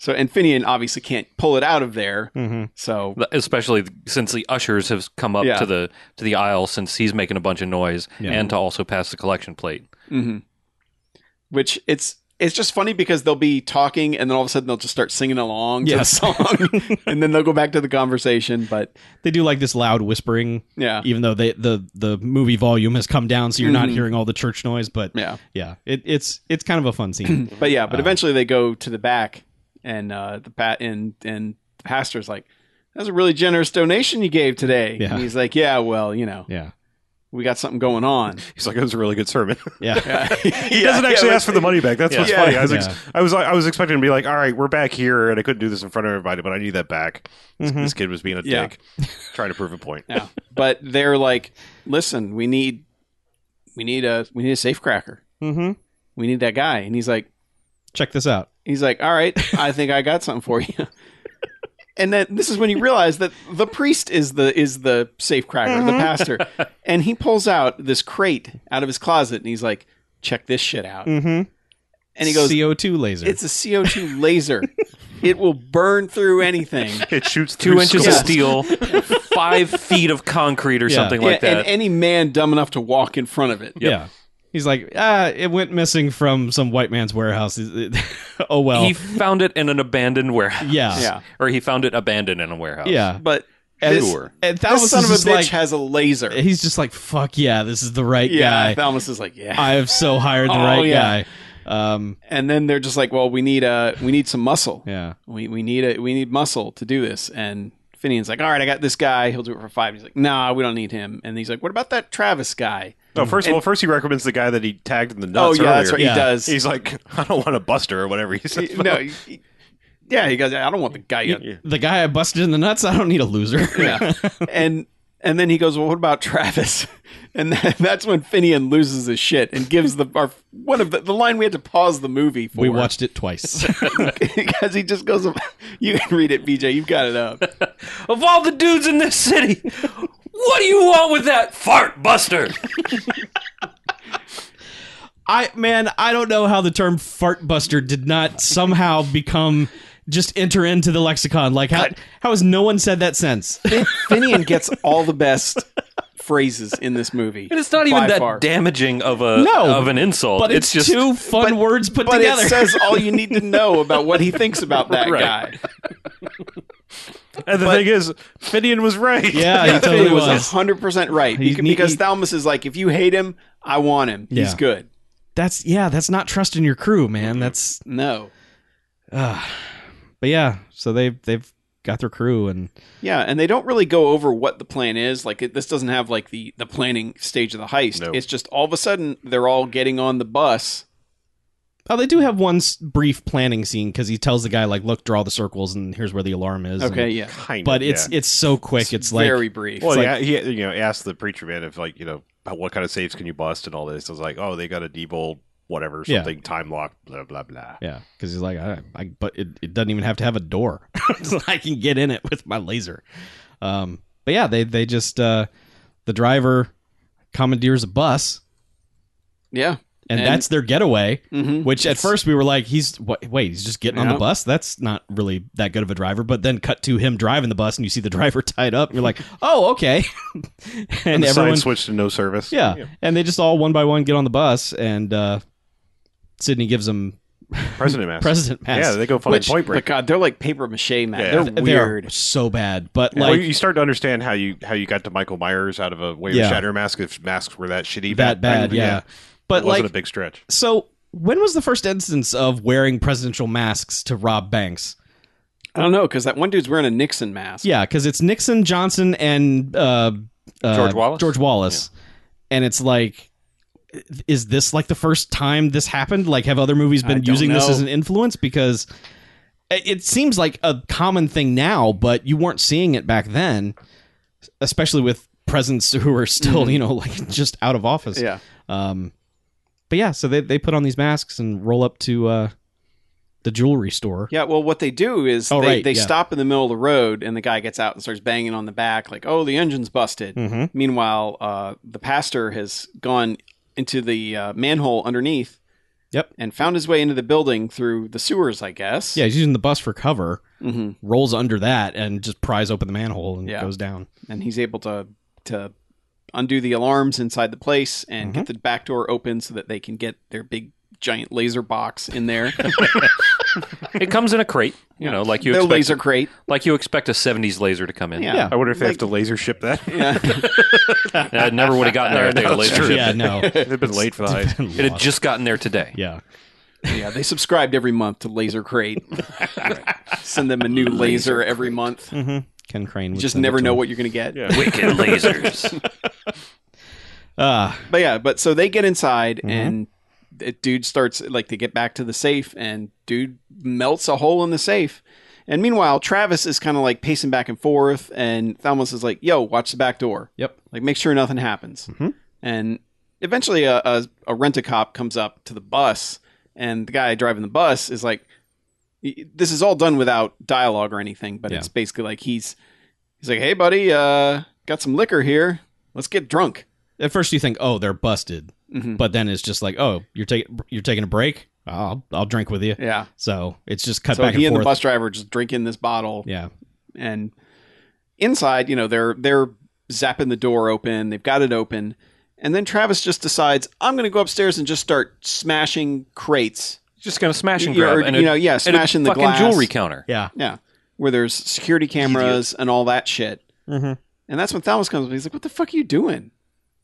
Speaker 3: so, and Finian obviously can't pull it out of there.
Speaker 2: Mm-hmm.
Speaker 5: Mhm.
Speaker 3: So,
Speaker 4: Especially since the ushers have come up
Speaker 3: Yeah.
Speaker 4: to the to the aisle since he's making a bunch of noise
Speaker 5: Yeah.
Speaker 4: and to also pass the collection plate.
Speaker 3: mhm. which it's, it's just funny because they'll be talking and then all of a sudden they'll just start singing along to the
Speaker 5: Yes.
Speaker 3: song and then they'll go back to the conversation. But
Speaker 5: They do like this loud whispering,
Speaker 3: yeah.
Speaker 5: even though they, the the movie volume has come down, so you're not
Speaker 2: Mm-hmm.
Speaker 3: Mhm.
Speaker 5: hearing all the church noise. But
Speaker 3: Yeah.
Speaker 5: yeah, it, it's it's kind of a fun scene.
Speaker 3: But yeah, but
Speaker 2: Uh,
Speaker 5: Um,
Speaker 3: eventually they go to the back, and uh, the pat and and the pastor's like, "That's a really generous donation you gave today."
Speaker 5: Yeah.
Speaker 3: And he's like, "Yeah, well, you know,
Speaker 5: yeah,
Speaker 3: we got something going on."
Speaker 2: He's like, it was a really good sermon.
Speaker 5: yeah.
Speaker 2: he doesn't actually ask for the money back. That's
Speaker 4: Yeah.
Speaker 2: what's
Speaker 3: Yeah.
Speaker 2: funny. I was, ex-
Speaker 5: Yeah.
Speaker 2: I was, I was expecting to be like, all right, we're back here, and I couldn't do this in front of everybody, but I need that back. This, this kid was being a
Speaker 3: Yeah.
Speaker 2: dick, trying to prove a point.
Speaker 3: Yeah. But they're like, "Listen, we need, we need a, we need a safecracker.
Speaker 5: Mm-hmm.
Speaker 3: We need that guy." And he's like,
Speaker 5: Check this out.
Speaker 3: "He's like, all right, I think I got something for you." And then this is when you realize that the priest is the is the safecracker, the pastor, and he pulls out this crate out of his closet, and he's like, "Check this shit out."
Speaker 5: Mm-hmm.
Speaker 3: And he goes,
Speaker 5: CO2 laser.
Speaker 3: It's a CO2 laser. it will burn through anything.
Speaker 2: It shoots
Speaker 4: Two
Speaker 2: through
Speaker 4: inches
Speaker 2: skulls.
Speaker 4: of steel, five feet of concrete or
Speaker 5: Yeah.
Speaker 4: something like
Speaker 3: Yeah,
Speaker 4: that.
Speaker 3: And any man dumb enough to walk in front of it.
Speaker 5: Yeah. He's like, ah, it went missing from some white man's warehouse. It- it- oh well.
Speaker 4: he found it in an abandoned warehouse.
Speaker 5: yeah.
Speaker 3: Yeah.
Speaker 4: Or he found it abandoned in a warehouse.
Speaker 5: Yeah.
Speaker 3: But
Speaker 5: And
Speaker 3: this,
Speaker 5: it's- And
Speaker 3: this
Speaker 5: Thalamus is
Speaker 3: son of a
Speaker 5: just
Speaker 3: bitch
Speaker 5: like,
Speaker 3: has a laser.
Speaker 5: he's just like, fuck yeah, this is the right
Speaker 3: yeah.
Speaker 5: guy.
Speaker 3: Thalamus is like, yeah.
Speaker 5: I have so hired the
Speaker 3: Oh,
Speaker 5: right
Speaker 3: yeah.
Speaker 5: guy. Um,
Speaker 3: and then they're just like, well, we need uh, we need some muscle.
Speaker 5: yeah.
Speaker 3: We, we need a we need muscle to do this. And Finian's like, all right, I got this guy. He'll do it for five. He's like, nah, we don't need him. And he's like, what about that Travis guy?
Speaker 2: No, first well, first he recommends the guy that he tagged in the
Speaker 3: oh
Speaker 2: nuts.
Speaker 3: yeah,
Speaker 2: earlier.
Speaker 3: that's right.
Speaker 5: Yeah.
Speaker 3: He does.
Speaker 2: He's like, I don't want a buster or whatever he says.
Speaker 3: He- no. he- he- yeah, he goes. I don't want the guy.
Speaker 5: The guy I busted in the nuts, I don't need a loser.
Speaker 3: yeah. and and then he goes, "Well, what about Travis?" And that, that's when Finian loses his shit and gives the our, one of the, the line we had to pause the movie for.
Speaker 5: we watched it twice.
Speaker 3: because he just goes. You can read it, BJ. You've got it up.
Speaker 4: Of all the dudes in this city, what do you want with that fart buster?
Speaker 5: I man, I don't know how the term fart buster did not somehow become just enter into the lexicon. Like how how has no one said that since?
Speaker 3: Finian gets all the best phrases in this movie.
Speaker 4: And it's not even
Speaker 3: by
Speaker 4: that
Speaker 3: far.
Speaker 4: damaging of a
Speaker 5: No,
Speaker 4: of an insult.
Speaker 5: But it's,
Speaker 4: just
Speaker 5: two fun words put
Speaker 3: But
Speaker 5: together.
Speaker 3: it says all you need to know about what he thinks about that guy.
Speaker 4: Right.
Speaker 2: And the thing is, Finian was right.
Speaker 5: yeah, Uh, he totally
Speaker 3: Finian
Speaker 5: was.
Speaker 3: was hundred percent right
Speaker 5: He-
Speaker 3: Beca- because
Speaker 5: he-
Speaker 3: Thalmus is like, if you hate him, I want him. He's
Speaker 5: Yeah.
Speaker 3: good.
Speaker 5: That's yeah, that's not trusting your crew, man. That's
Speaker 3: No,
Speaker 5: uh, but yeah, so they they've got their crew and
Speaker 3: Yeah, and they don't really go over what the plan is. Like it, this doesn't have like the the planning stage of the heist.
Speaker 2: No.
Speaker 3: It's just all of a sudden they're all getting on the bus.
Speaker 5: oh, they do have one s- brief planning scene because he tells the guy like, look, draw the circles and here's where the alarm is. and-
Speaker 3: Okay, yeah.
Speaker 2: Kind
Speaker 5: but
Speaker 2: of,
Speaker 5: it's
Speaker 2: yeah.
Speaker 5: it's so quick. It's, like
Speaker 3: very brief.
Speaker 2: well,
Speaker 5: like-
Speaker 2: yeah. He you know asked the preacher man if like you know "How- what kind of safes can you bust and all this. I was like, oh, they got a debolt, whatever,
Speaker 5: Yeah.
Speaker 2: something time lock, blah blah blah.
Speaker 5: yeah, because he's like, I, I but it, it doesn't even have to have a door. So I can get in it with my laser. Um, but yeah, they they just uh, the driver commandeers a bus
Speaker 3: yeah.
Speaker 5: and,
Speaker 3: And-
Speaker 5: that's their getaway.
Speaker 3: hmm
Speaker 5: Which at first we were like, he's wa- wait, he's just getting on the
Speaker 3: Yeah.
Speaker 5: bus. That's not really that good of a driver. But then cut to him driving the bus, and you see the driver tied up. And you're like, oh, okay. and
Speaker 2: And the sign
Speaker 5: everyone,
Speaker 2: switched to no service.
Speaker 5: yeah. and they just all one by one get on the bus, and uh, Sydney gives them
Speaker 2: President mask.
Speaker 5: president mask.
Speaker 2: Yeah, they go find
Speaker 3: Which,
Speaker 2: Point
Speaker 3: but
Speaker 2: Break.
Speaker 3: God, they're like paper mache, man.
Speaker 2: Yeah.
Speaker 3: They're
Speaker 5: Th- they are
Speaker 3: weird.
Speaker 5: so bad. But
Speaker 2: well,
Speaker 5: like
Speaker 2: you start to understand how you how you got to Michael Myers out of a way
Speaker 5: Yeah.
Speaker 2: of shatter mask if masks were that shitty.
Speaker 5: that bad, yeah. But
Speaker 2: it wasn't
Speaker 5: like,
Speaker 2: a big stretch.
Speaker 5: so when was the first instance of wearing presidential masks to rob banks?
Speaker 3: I don't know because that one dude's wearing a Nixon mask.
Speaker 5: Yeah, because it's Nixon, Johnson, and uh, uh,
Speaker 4: George Wallace?
Speaker 5: George Wallace, and it's like, is this like the first time this happened? Like, have other movies
Speaker 3: I
Speaker 5: been
Speaker 3: don't
Speaker 5: using this
Speaker 3: know.
Speaker 5: as an influence? Because it it seems like a common thing now, but you weren't seeing it back then, especially with presidents who are still, you know, like just out of office.
Speaker 3: Mm-hmm. Yeah.
Speaker 5: Um, but yeah, so they, they put on these masks and roll up to uh, the jewelry store.
Speaker 3: Yeah, well, what they do is
Speaker 5: Oh,
Speaker 3: they,
Speaker 5: right,
Speaker 3: they
Speaker 5: yeah.
Speaker 3: stop in the middle of the road, and the guy gets out and starts banging on the back, like, "Oh, the engine's busted."
Speaker 5: Mhm.
Speaker 3: Meanwhile, uh, the pastor has gone into the uh, manhole underneath.
Speaker 5: Yep.
Speaker 3: and found his way into the building through the sewers, I guess.
Speaker 5: Yeah, he's using the bus for cover,
Speaker 3: hmm
Speaker 5: rolls under that, and just pries open the manhole and
Speaker 3: Yeah.
Speaker 5: goes down.
Speaker 3: and he's able to to undo the alarms inside the place and
Speaker 5: Mm-hmm.
Speaker 3: get the back door open so that they can get their big giant laser box in there.
Speaker 4: It comes in a crate, you know, like you
Speaker 3: their
Speaker 4: expect,
Speaker 3: laser crate.
Speaker 4: like you expect a '70s laser to come in.
Speaker 3: Yeah.
Speaker 5: Yeah.
Speaker 2: I wonder if they
Speaker 3: Like-
Speaker 2: have to laser ship that.
Speaker 4: Yeah, I never would have gotten there if they had laser. shipped.
Speaker 5: Yeah, no.
Speaker 2: They've been late for the heist.
Speaker 4: It had just gotten there today.
Speaker 5: yeah.
Speaker 3: Yeah, they subscribed every month to Laser Crate. Send them a new laser, every month. You
Speaker 5: Ken Crane. would
Speaker 3: just
Speaker 5: send it
Speaker 3: never
Speaker 5: to
Speaker 3: know
Speaker 5: him.
Speaker 3: what you're going to get.
Speaker 2: Yeah.
Speaker 4: Wicked lasers.
Speaker 5: Ah,
Speaker 3: But yeah, but so they get inside
Speaker 5: Mm-hmm.
Speaker 3: and the dude starts like they get back to the safe and dude melts a hole in the safe. And meanwhile, Travis is kind of like pacing back and forth and Thalmos is like, "Yo, watch the back door.
Speaker 5: yep.
Speaker 3: Like make sure nothing happens."
Speaker 5: Mm-hmm.
Speaker 3: And eventually a, a, a rent-a-cop comes up to the bus and the guy driving the bus is like this is all done without dialogue or anything, but
Speaker 5: Yeah.
Speaker 3: it's basically like he's he's like, "Hey buddy, uh got some liquor here. Let's get drunk."
Speaker 5: At first you think, oh, they're busted,
Speaker 3: Mhm.
Speaker 5: but then it's just like, oh, you're taking you're taking a break. I'll I'll drink with you.
Speaker 3: Yeah.
Speaker 5: So it's just cut
Speaker 3: so
Speaker 5: back and
Speaker 3: he and
Speaker 5: forth.
Speaker 3: the bus driver just drinking this bottle
Speaker 5: yeah.
Speaker 3: and inside you know they're they're zapping the door open they've got it open and then travis just decides i'm going to go upstairs and just start smashing crates
Speaker 4: Just gonna smash and
Speaker 3: Yeah,
Speaker 4: grab,
Speaker 3: or,
Speaker 4: and
Speaker 3: you
Speaker 4: a-
Speaker 3: know yeah
Speaker 4: and a
Speaker 3: smashing the
Speaker 4: fucking
Speaker 3: glass
Speaker 4: jewelry counter.
Speaker 5: Yeah.
Speaker 3: yeah where there's security cameras and all that shit
Speaker 4: Mm-hmm.
Speaker 5: Mhm.
Speaker 3: and that's when Thalmos comes up he's like what the fuck are you doing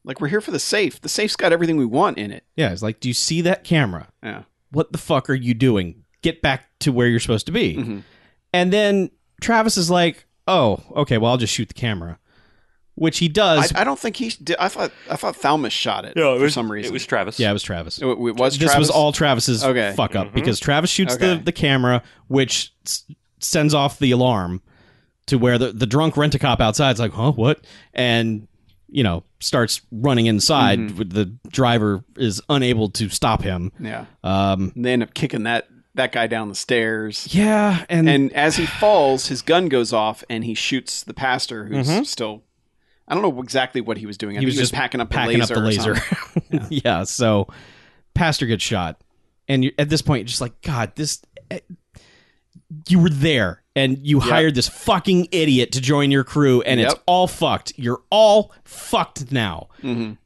Speaker 3: like we're here for the safe the safe's got everything we want in it
Speaker 5: Yeah. It's like, do you see that camera?
Speaker 3: yeah
Speaker 5: What the fuck are you doing? Get back to where you're supposed to be.
Speaker 3: Mhm.
Speaker 5: And then Travis is like, oh, okay, well, I'll just shoot the camera, which he
Speaker 3: I,
Speaker 5: does.
Speaker 3: I don't think he did i thought i thought Thalmos shot it for some reason
Speaker 4: It was Travis.
Speaker 5: yeah, it was Travis.
Speaker 3: it, w- it was
Speaker 5: this
Speaker 3: Travis?
Speaker 5: was all Travis's
Speaker 3: Okay. Mm-hmm.
Speaker 5: fuck up because Travis shoots
Speaker 3: Okay.
Speaker 5: the, the camera, which s- sends off the alarm to where the, the drunk rent a cop outside's like, huh, what? And, you know, starts running inside.
Speaker 3: Mm-hmm.
Speaker 5: with The driver is unable to stop him.
Speaker 3: yeah
Speaker 5: Um,
Speaker 3: and they end up kicking that that guy down the stairs.
Speaker 5: yeah. And,
Speaker 3: And as he falls, his gun goes off, and he shoots the pastor, who's
Speaker 4: Mm-hmm.
Speaker 3: still. I don't know exactly what he was doing. I
Speaker 5: he
Speaker 3: think
Speaker 5: was just
Speaker 3: packing up
Speaker 5: packing
Speaker 3: the laser.
Speaker 5: up the
Speaker 3: or
Speaker 5: laser.
Speaker 3: something.
Speaker 5: yeah. So, Pastor gets shot, and you, at this point, you're just like, God, this. eh, You were there, and you hired this fucking idiot to join your crew, and it's
Speaker 3: Yep.
Speaker 5: all fucked. You're all fucked now, and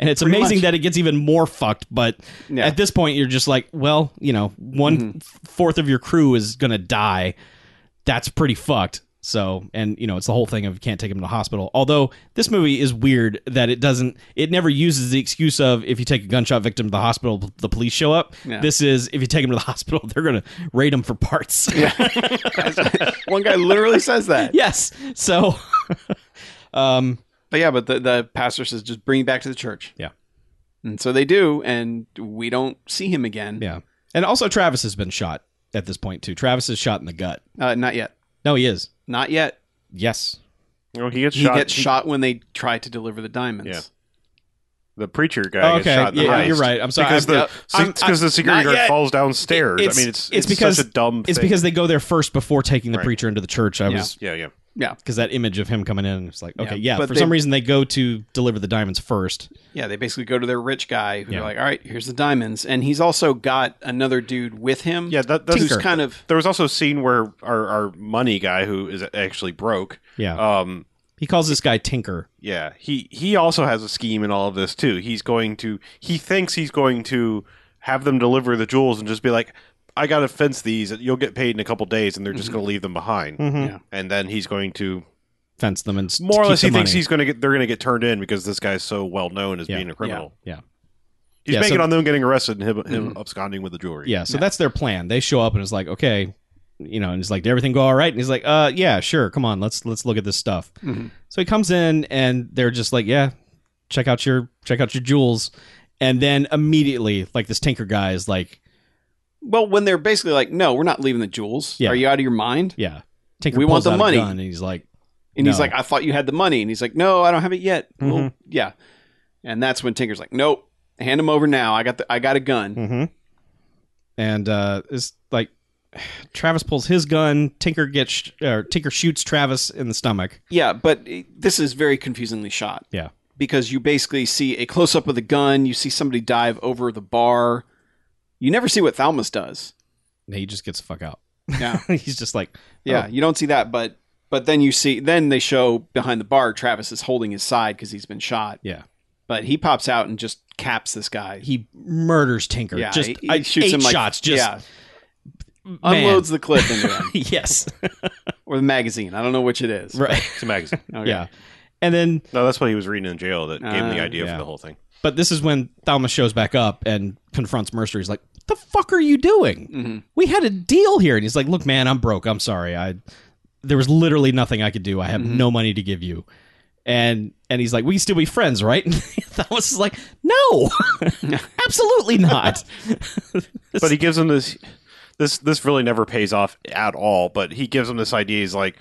Speaker 5: it's amazing
Speaker 3: Mm-hmm. much.
Speaker 5: that it gets even more fucked. But
Speaker 3: Yeah. Mm-hmm.
Speaker 5: at this point, you're just like, well, you know, one fourth of your crew is gonna die. That's pretty fucked. So, and you know, it's the whole thing of you can't take him to the hospital. Although this movie is weird that it doesn't, it never uses the excuse of if you take a gunshot victim to the hospital, the police show up.
Speaker 3: Yeah.
Speaker 5: This is if you take him to the hospital, they're going to raid him for parts.
Speaker 3: One guy literally says that.
Speaker 5: yes. So, um,
Speaker 3: But yeah, but the, the pastor says just bring him back to the church.
Speaker 5: Yeah.
Speaker 3: And so they do, and we don't see him again.
Speaker 5: yeah. And also, Travis has been shot at this point too. Travis is shot in the gut.
Speaker 3: Uh, not yet.
Speaker 5: No, he is.
Speaker 3: Not yet.
Speaker 5: Yes.
Speaker 2: Oh, he gets
Speaker 3: He
Speaker 2: shot.
Speaker 3: gets
Speaker 2: He-
Speaker 3: shot when they try to deliver the diamonds.
Speaker 2: Yeah. The preacher guy
Speaker 5: Oh,
Speaker 2: Oh, gets
Speaker 5: okay.
Speaker 2: shot. In the
Speaker 5: yeah,
Speaker 2: heist.
Speaker 5: you're right. I'm sorry.
Speaker 2: Because
Speaker 5: I'm-
Speaker 2: the
Speaker 3: I'm-
Speaker 2: because the security
Speaker 3: not
Speaker 2: guard
Speaker 3: yet.
Speaker 2: falls downstairs.
Speaker 5: It's-
Speaker 2: I mean, it's
Speaker 5: it's because-
Speaker 2: such a dumb.
Speaker 5: it's
Speaker 2: thing.
Speaker 5: because they go there first before taking the
Speaker 2: Right.
Speaker 5: preacher into the church. I
Speaker 3: Yeah.
Speaker 5: was
Speaker 2: yeah, yeah.
Speaker 5: because that image of him coming in it's like
Speaker 3: Yeah,
Speaker 5: okay yeah,
Speaker 3: but
Speaker 5: for
Speaker 3: they-
Speaker 5: some reason they go to deliver the diamonds first
Speaker 3: Yeah, they basically go to their rich guy who
Speaker 5: Yeah.
Speaker 3: are like, all right, here's the diamonds. And he's also got another dude with him.
Speaker 2: Yeah, that- that's-
Speaker 3: who's
Speaker 2: Tinker.
Speaker 3: kind of.
Speaker 2: There was also a scene where our, our money guy, who is actually broke,
Speaker 5: yeah
Speaker 2: um,
Speaker 5: he calls this guy tinker
Speaker 2: Yeah, he he also has a scheme in all of this too. He's going to he thinks he's going to have them deliver the jewels and just be like, "I got to fence these. You'll get paid in a couple days," and they're just going to leave them behind.
Speaker 3: Yeah.
Speaker 2: And then he's going to
Speaker 5: fence them and s-
Speaker 2: more or
Speaker 5: keep
Speaker 2: less
Speaker 5: the
Speaker 2: he thinks
Speaker 5: money.
Speaker 2: he's going to get they're going to get turned in because this guy's so well known as
Speaker 5: Yeah.
Speaker 2: being a criminal.
Speaker 5: yeah
Speaker 2: He's
Speaker 5: Yeah,
Speaker 2: making
Speaker 5: so- Mm-hmm.
Speaker 2: on them getting arrested and him, him absconding with the jewelry.
Speaker 5: yeah so that's their plan they show up and it's like okay you know and he's like did everything go all right and he's like uh yeah sure come on let's let's look at this stuff
Speaker 2: Mm-hmm.
Speaker 3: Mhm.
Speaker 5: so he comes in and they're just like yeah check out your check out your jewels and then immediately like this tinker guy is like
Speaker 3: Well, when they're basically like, no, we're not leaving the jewels.
Speaker 5: Yeah.
Speaker 3: Are you out of your mind?
Speaker 5: yeah tinker
Speaker 3: We
Speaker 5: pulls
Speaker 3: want the
Speaker 5: out a
Speaker 3: money.
Speaker 5: gun, and he's like
Speaker 3: And he's
Speaker 5: No. Mm-hmm.
Speaker 3: like, I thought you had the money. And he's like, No, I don't have it yet. Well, yeah. And that's when Tinker's like, Nope, hand him over now. I got the, I got a gun.
Speaker 5: Mm-hmm. And uh, it's like Travis pulls his gun. Tinker gets sh- or Tinker shoots Travis in the stomach.
Speaker 3: Yeah, but it- this is very confusingly shot.
Speaker 5: Yeah.
Speaker 3: Because you basically see a close up of the gun, you see somebody dive over the bar. You never see what Thalmas does.
Speaker 5: And he just gets the fuck out.
Speaker 3: Yeah.
Speaker 5: He's just like, oh,
Speaker 3: Yeah, you don't see that, but but then you see then they show behind the bar Travis is holding his side because he's been shot.
Speaker 5: Yeah.
Speaker 3: But he pops out and just caps this guy.
Speaker 5: he murders Tinker.
Speaker 3: yeah,
Speaker 5: just
Speaker 3: he, he
Speaker 5: I-
Speaker 3: shoots
Speaker 5: eight
Speaker 3: him like
Speaker 5: shots. Just
Speaker 3: yeah,
Speaker 5: man.
Speaker 3: unloads the clip into him.
Speaker 5: yes,
Speaker 3: or the magazine. I don't know which it is.
Speaker 5: right.
Speaker 4: It's a magazine.
Speaker 3: Okay.
Speaker 5: Yeah, and then
Speaker 2: No, that's what he was reading in jail that gave him the
Speaker 3: Ah,
Speaker 2: idea
Speaker 5: Uh, yeah.
Speaker 2: for the whole thing.
Speaker 5: but this is when Thalma shows back up and confronts Mercer. He's like, "The fuck are you doing?
Speaker 2: Mm-hmm.
Speaker 3: Mhm.
Speaker 5: We had a deal here." And he's like, "Look, man, I'm broke. I'm sorry. I there was literally nothing I could do. I have
Speaker 2: Mm-hmm.
Speaker 5: no money to give you." And and he's like, "We can still be friends, right?" And Thalma's is like, "No, absolutely not."
Speaker 2: but he gives him this this this really never pays off at all but he gives him this idea he's like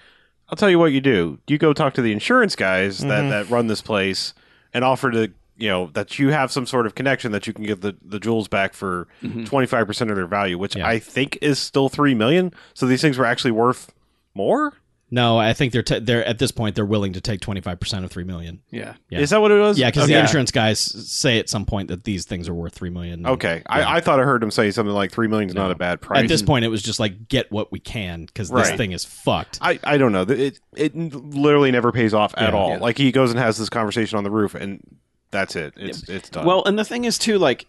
Speaker 2: i'll tell you what you do you go talk to the insurance guys
Speaker 5: Mm-hmm.
Speaker 2: that that run this place and offer to you know that you have some sort of connection that you can get the, the jewels back for 25% of their value which
Speaker 5: Mm-hmm. Yeah.
Speaker 2: i think is still 3 million so these things were actually worth more
Speaker 5: no, I think they're t- they're at this point they're willing to take twenty five percent of three million.
Speaker 3: Yeah.
Speaker 5: Yeah.
Speaker 2: is that what it was
Speaker 5: Yeah, because
Speaker 2: okay,
Speaker 5: the
Speaker 3: Yeah.
Speaker 5: insurance guys say at some point that these things are worth three million.
Speaker 2: okay. I, I thought i heard him say something like 3 million is not a bad price
Speaker 5: At this point, it was just like get what we can because
Speaker 2: Right.
Speaker 5: this thing is fucked.
Speaker 2: I, I don't know. It it literally never pays off at
Speaker 5: Yeah.
Speaker 2: all.
Speaker 3: Yeah.
Speaker 2: Like he goes and has this conversation on the roof, and that's it. It's it's done.
Speaker 3: Well, and the thing is too, like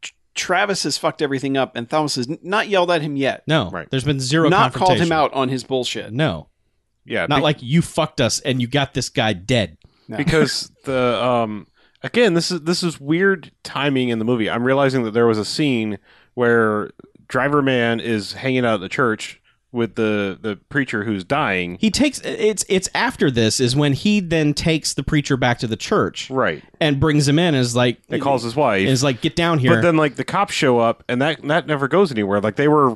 Speaker 3: Tr- Travis has fucked everything up, and Thomas has n- not yelled at him yet.
Speaker 5: No,
Speaker 2: Right.
Speaker 5: there's been zero.
Speaker 3: not called him
Speaker 5: confrontation.
Speaker 3: out on his bullshit.
Speaker 5: No,
Speaker 2: yeah,
Speaker 5: not
Speaker 2: be-
Speaker 5: like you fucked us and you got this guy dead.
Speaker 2: because the um again this is this is weird timing in the movie. I'm realizing that there was a scene where Driver Man is hanging out at the church with the the preacher who's dying.
Speaker 5: He takes it's it's after this is when he then takes the preacher back to the church
Speaker 2: right,
Speaker 5: and brings him in and is like
Speaker 2: and calls his wife.
Speaker 5: and is like get down here.
Speaker 2: but then like the cops show up, and that that never goes anywhere. Like they were. uh,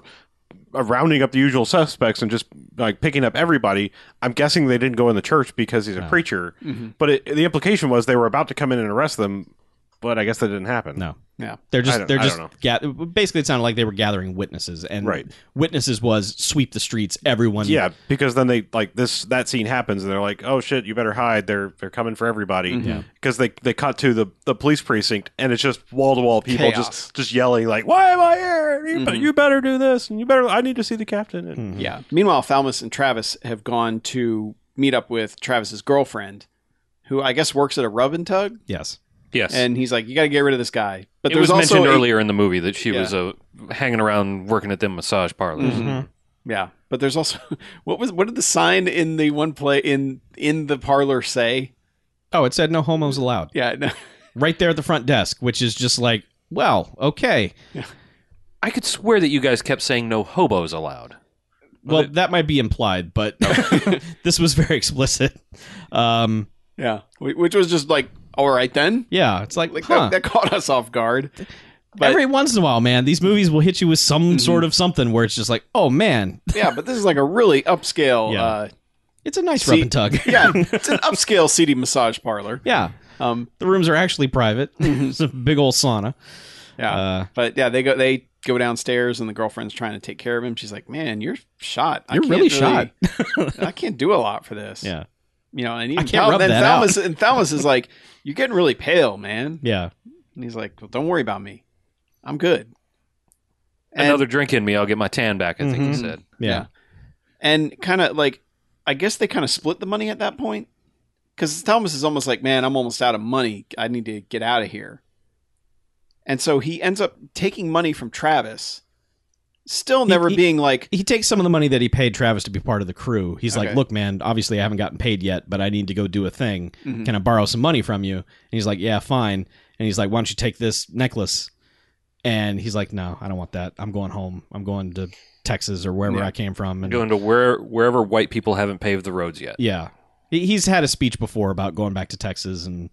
Speaker 2: Rounding up the usual suspects and just like picking up everybody. I'm guessing they didn't go in the church because he's a preacher. But it, the implication was they were about to come in and arrest them, but I guess that didn't happen.
Speaker 5: no,
Speaker 3: Yeah.
Speaker 5: they're
Speaker 2: I
Speaker 5: just
Speaker 2: don't-
Speaker 5: they're
Speaker 2: I
Speaker 5: just
Speaker 2: don't know.
Speaker 5: gather, basically it sounded like they were gathering witnesses and
Speaker 2: Right.
Speaker 5: witnesses was sweep the streets everyone
Speaker 2: Yeah, because then they like this that scene happens and they're like, "Oh shit, you better hide. They're they're coming for everybody." Because they they cut to the the police precinct and it's just wall to wall people
Speaker 3: Chaos.
Speaker 2: just just yelling like, "Why am I here? You, be- you better do this and you better I need to see the captain." And
Speaker 5: Mm-hmm.
Speaker 3: Yeah. Meanwhile, Thalmas and Travis have gone to meet up with Travis's girlfriend, who I guess works at a rub and tug,
Speaker 5: yes
Speaker 4: Yes.
Speaker 3: and he's like, "You got to get rid of this guy." But
Speaker 4: it
Speaker 3: there's
Speaker 4: was
Speaker 3: also
Speaker 4: mentioned
Speaker 3: a- Mm-hmm.
Speaker 4: earlier in the movie that she was uh, hanging around working at them massage parlors.
Speaker 3: Yeah, but there's also what was what did the sign in the one play in in the parlor say?
Speaker 5: Oh, it said no homos allowed.
Speaker 3: Yeah, no,
Speaker 5: Right there at the front desk, which is just like, well, okay.
Speaker 4: I could swear that you guys kept saying no hobos allowed.
Speaker 5: Well, that might be implied, but this was very explicit. Um,
Speaker 3: yeah, Wh- which was just like, all right then,
Speaker 5: yeah, it's like,
Speaker 3: like
Speaker 5: huh.
Speaker 3: that, that caught us off guard. but- Mm-hmm.
Speaker 5: every once in a while, man, these movies will hit you with some sort of something where it's just like, oh man,
Speaker 3: Yeah, but this is like a really upscale.
Speaker 5: Yeah.
Speaker 3: Uh,
Speaker 5: it's a nice
Speaker 3: See-
Speaker 5: rub and tug.
Speaker 3: yeah, it's an upscale seedy massage parlor.
Speaker 5: yeah,
Speaker 3: Um,
Speaker 5: the rooms are actually private. it's a big old sauna.
Speaker 3: Mm-hmm. yeah,
Speaker 5: Uh,
Speaker 3: but yeah, they go they go downstairs and the girlfriend's trying to take care of him. She's like, "Man, you're shot. I
Speaker 5: You're
Speaker 3: can't
Speaker 5: really shot."
Speaker 3: I can't do a lot for this.
Speaker 5: Yeah,
Speaker 3: you know, and even
Speaker 5: can't
Speaker 3: Thal-
Speaker 5: rub
Speaker 3: then
Speaker 5: that
Speaker 3: Thalmas and Thalmas is like, "You're getting really pale, man."
Speaker 5: yeah.
Speaker 3: And he's like, well, "Don't worry about me. I'm good." And- Mm-hmm.
Speaker 4: Another drink in me, I'll get my tan back. I think he
Speaker 5: Mhm.
Speaker 4: said.
Speaker 5: Yeah.
Speaker 3: and kind of like i guess they kind of split the money at that point because thomas is almost like man i'm almost out of money i need to get out of here and so he ends up taking money from travis still never
Speaker 5: he-
Speaker 3: being like
Speaker 5: He takes some of the money that he paid Travis to be part of the crew. He's
Speaker 3: Okay.
Speaker 5: like, "Look, man, obviously I haven't gotten paid yet, but I need to go do a thing.
Speaker 3: Mhm.
Speaker 5: Can I borrow some money from you?" And he's like, "Yeah, fine." And he's like, "Why don't you take this necklace?" And he's like, "No, I don't want that. I'm going home. I'm going to Texas or wherever
Speaker 3: Yeah.
Speaker 5: I came from." And
Speaker 4: Going to where wherever white people haven't paved the roads yet.
Speaker 5: Yeah. He- He's had a speech before about going back to Texas and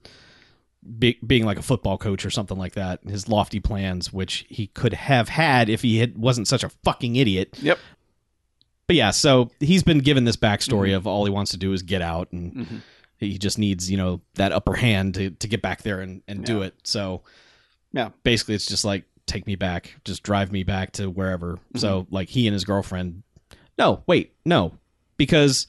Speaker 5: be, being like a football coach or something like that. His lofty plans, which he could have had if he had, wasn't such a fucking idiot.
Speaker 3: Yep.
Speaker 5: But yeah, so he's been given this backstory of all he wants to do is get out and
Speaker 3: Mhm.
Speaker 5: he just needs, you know, that upper hand to, to get back there and, and do it. So
Speaker 3: Yeah.
Speaker 5: basically it's just like, take me back, just drive me back to wherever. So like he and his girlfriend, no, wait, no, because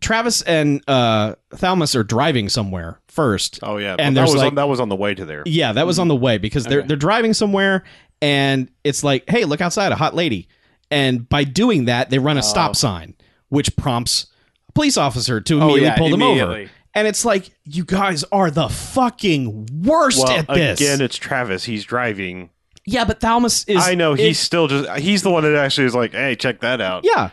Speaker 5: Travis and uh, Thalmas are driving somewhere first.
Speaker 2: Oh yeah,
Speaker 5: And
Speaker 2: that
Speaker 5: there's
Speaker 2: was
Speaker 5: like-
Speaker 2: on, that was on the way to there.
Speaker 5: Yeah, that was on the way because they're
Speaker 3: Okay.
Speaker 5: they're driving somewhere, and it's like, hey, look outside, a hot lady. And by doing that, they run a
Speaker 3: Oh.
Speaker 5: stop sign, which prompts a police officer to
Speaker 3: oh
Speaker 5: immediately
Speaker 3: yeah
Speaker 5: pull them over.
Speaker 3: immediately.
Speaker 5: And it's like, you guys are the fucking worst
Speaker 2: Well,
Speaker 5: at this.
Speaker 2: again, it's Travis. He's driving.
Speaker 5: yeah, but Thalmas is.
Speaker 2: I know he's
Speaker 5: is-
Speaker 2: still just. He's the one that actually is like, "Hey, check that out."
Speaker 5: Yeah.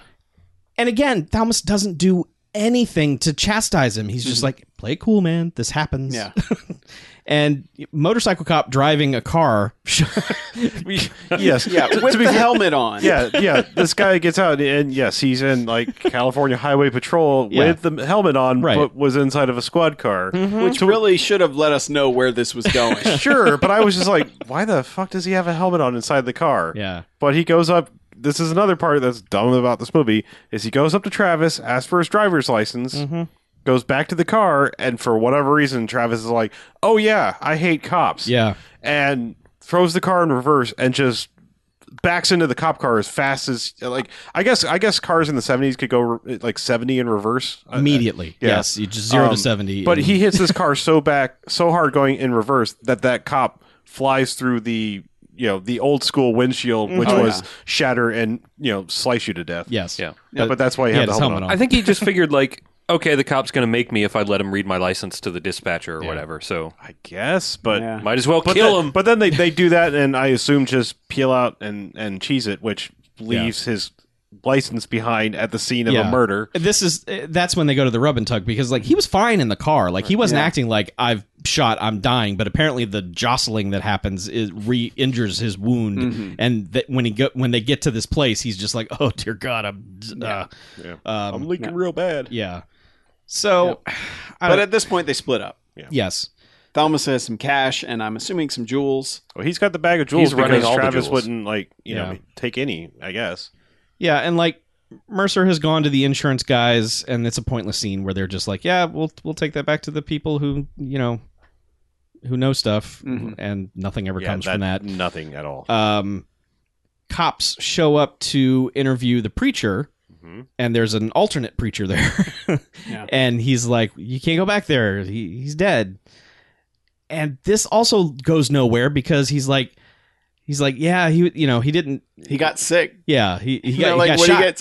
Speaker 5: And again, Thalmas doesn't do anything to chastise him. He's just like, play it cool, man. This happens.
Speaker 3: Mm-hmm. Yeah.
Speaker 5: and motorcycle cop driving a car.
Speaker 2: Yes.
Speaker 3: yeah
Speaker 2: To-
Speaker 3: with
Speaker 2: to
Speaker 3: the
Speaker 2: be fair-
Speaker 3: helmet on
Speaker 2: yeah, yeah. This guy gets out, and yes, he's in like California Highway Patrol
Speaker 5: Yeah.
Speaker 2: with the helmet on,
Speaker 5: Right. Mm-hmm.
Speaker 2: but was inside of a squad car.
Speaker 3: which really should have let us know where this was going
Speaker 2: Sure, but I was just like, why the fuck does he have a helmet on inside the car?
Speaker 5: yeah.
Speaker 2: But he goes up. This is another part that's dumb about this movie is he goes up to Travis, asks for his driver's license,
Speaker 5: Mm-hmm.
Speaker 2: goes back to the car, and for whatever reason, Travis is like, "Oh yeah, I hate cops."
Speaker 5: Yeah.
Speaker 2: and throws the car in reverse and just backs into the cop car as fast as like I guess I guess cars in the 70s could go uh, like 70 in reverse I- I-
Speaker 5: Immediately.
Speaker 2: Uh, yeah.
Speaker 5: Yes. You just zero
Speaker 2: Um,
Speaker 5: to 70.
Speaker 2: But
Speaker 5: and-
Speaker 2: he hits this car so back so hard going in reverse that that cop flies through the you know the old school windshield which
Speaker 3: Oh,
Speaker 2: was
Speaker 3: yeah.
Speaker 2: shatter and you know slice you to death.
Speaker 5: Yes.
Speaker 4: Yeah.
Speaker 2: But, but that's why he
Speaker 5: He
Speaker 2: had
Speaker 5: had
Speaker 2: the
Speaker 5: his
Speaker 2: helmet,
Speaker 5: helmet
Speaker 2: on.
Speaker 5: on.
Speaker 4: I think he just figured like, okay, the cop's going to make me if I let him read my license to the dispatcher or whatever. So
Speaker 2: I guess, but
Speaker 3: Yeah.
Speaker 4: might as well
Speaker 2: but
Speaker 4: kill
Speaker 2: then,
Speaker 4: him.
Speaker 2: But then they, they do that, and I assume just peel out and and cheese it, which leaves his license behind at the scene of
Speaker 5: Yeah.
Speaker 2: a murder.
Speaker 5: This is uh, that's when they go to the rub and tug because like he was fine in the car like he wasn't
Speaker 3: Yeah.
Speaker 5: acting like I've shot I'm dying but apparently the jostling that happens is re injures his wound
Speaker 2: Mm-hmm.
Speaker 5: and that when he go, when they get to this place he's just like oh dear God I'm uh,
Speaker 2: Yeah.
Speaker 5: um,
Speaker 2: I'm leaking real bad.
Speaker 5: yeah so I
Speaker 3: but
Speaker 5: don't-
Speaker 3: at this point they split up
Speaker 5: yes
Speaker 3: Thalmas has some cash and i'm assuming some jewels
Speaker 2: Well, he's got the bag of jewels
Speaker 4: He's running
Speaker 2: because
Speaker 4: all the
Speaker 2: Travis
Speaker 4: jewels.
Speaker 2: wouldn't like you know
Speaker 5: Yeah.
Speaker 2: take any. I guess.
Speaker 5: yeah and like Mercer has gone to the insurance guys and it's a pointless scene where they're just like yeah we'll we'll take that back to the people who you know who know stuff
Speaker 3: Mhm.
Speaker 5: and nothing ever
Speaker 2: Yeah,
Speaker 5: comes from that
Speaker 2: nothing at all.
Speaker 5: um, cops show up to interview the preacher,
Speaker 2: Mhm.
Speaker 5: and there's an alternate preacher there,
Speaker 3: Yeah.
Speaker 5: and he's like, "You can't go back there. He, he's dead." And this also goes nowhere because he's like, he's like, "Yeah, he, you know, he didn't.
Speaker 3: he got sick
Speaker 5: Yeah, he, he
Speaker 3: They're
Speaker 5: got,
Speaker 3: like,
Speaker 5: he got
Speaker 3: what
Speaker 5: shot."
Speaker 3: did he get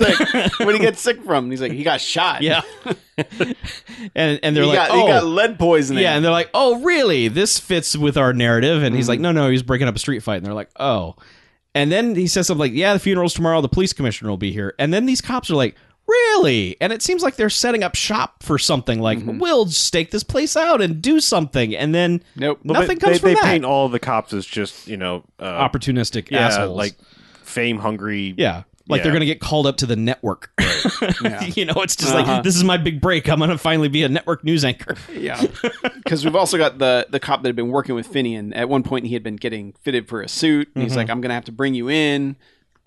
Speaker 3: sick? what did he get sick from? And he's like, he got shot.
Speaker 5: yeah, and and
Speaker 3: He,
Speaker 5: they're like,
Speaker 3: got,
Speaker 5: "Oh."
Speaker 3: he got lead poisoning.
Speaker 5: yeah, and they're like,
Speaker 2: Mm-hmm.
Speaker 5: "Oh, really? This fits with our narrative." And he's like, "No, no, he was breaking up a street fight." And they're like, "Oh," And then he says something like, "Yeah, the funeral's tomorrow. The police commissioner will be here." And then these cops are like, "Really?" And it seems like they're setting up shop for something. Like,
Speaker 2: Mm-hmm.
Speaker 5: we'll stake this place out and do something. And then
Speaker 3: Nope.
Speaker 2: Well,
Speaker 5: nothing
Speaker 2: but
Speaker 5: comes
Speaker 2: they,
Speaker 5: from
Speaker 2: they
Speaker 5: that.
Speaker 2: paint all the cops as just you know uh,
Speaker 5: Opportunistic
Speaker 2: yeah,
Speaker 5: assholes.
Speaker 2: like fame hungry.
Speaker 5: yeah. Like
Speaker 2: Yeah.
Speaker 5: they're gonna get called up to the network.
Speaker 3: Yeah.
Speaker 5: you know, it's just
Speaker 3: Uh-huh.
Speaker 5: like this is my big break. I'm gonna finally be a network news anchor.
Speaker 3: Yeah, because we've also got the the cop that had been working with Finian. At one point, he had been getting fitted for a suit, and he's like, "I'm gonna have to bring you in."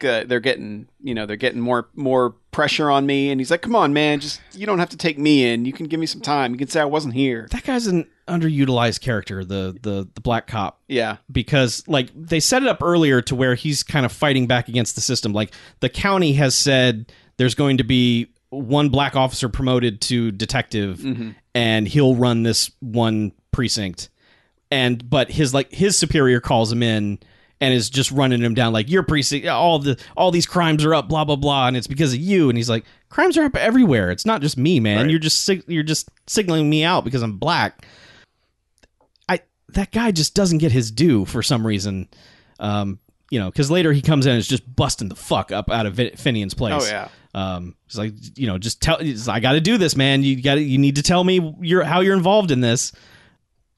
Speaker 3: Uh, They're getting, you know, they're getting more more pressure on me, and he's like, "Come on, man, just you don't have to take me in. You can give me some time. You can say I wasn't here."
Speaker 5: That guy's an underutilized character, the the the black cop.
Speaker 3: Yeah,
Speaker 5: because like they set it up earlier to where he's kind of fighting back against the system like the county has said there's going to be one black officer promoted to detective and he'll run this one precinct and but his like his superior calls him in and is just running him down like your precinct all the all these crimes are up blah blah blah and it's because of you and he's like crimes are up everywhere it's not just me man you're just sig- you're just signaling me out because I'm black I that guy just doesn't get his due for some reason. Um, you know, because later he comes in and is just busting the fuck up out of Vin- Finian's place.
Speaker 3: Oh, yeah.
Speaker 5: Um, he's like, you know, just tell. he's like, I got to do this, man. You got to You need to tell me your how you're involved in this.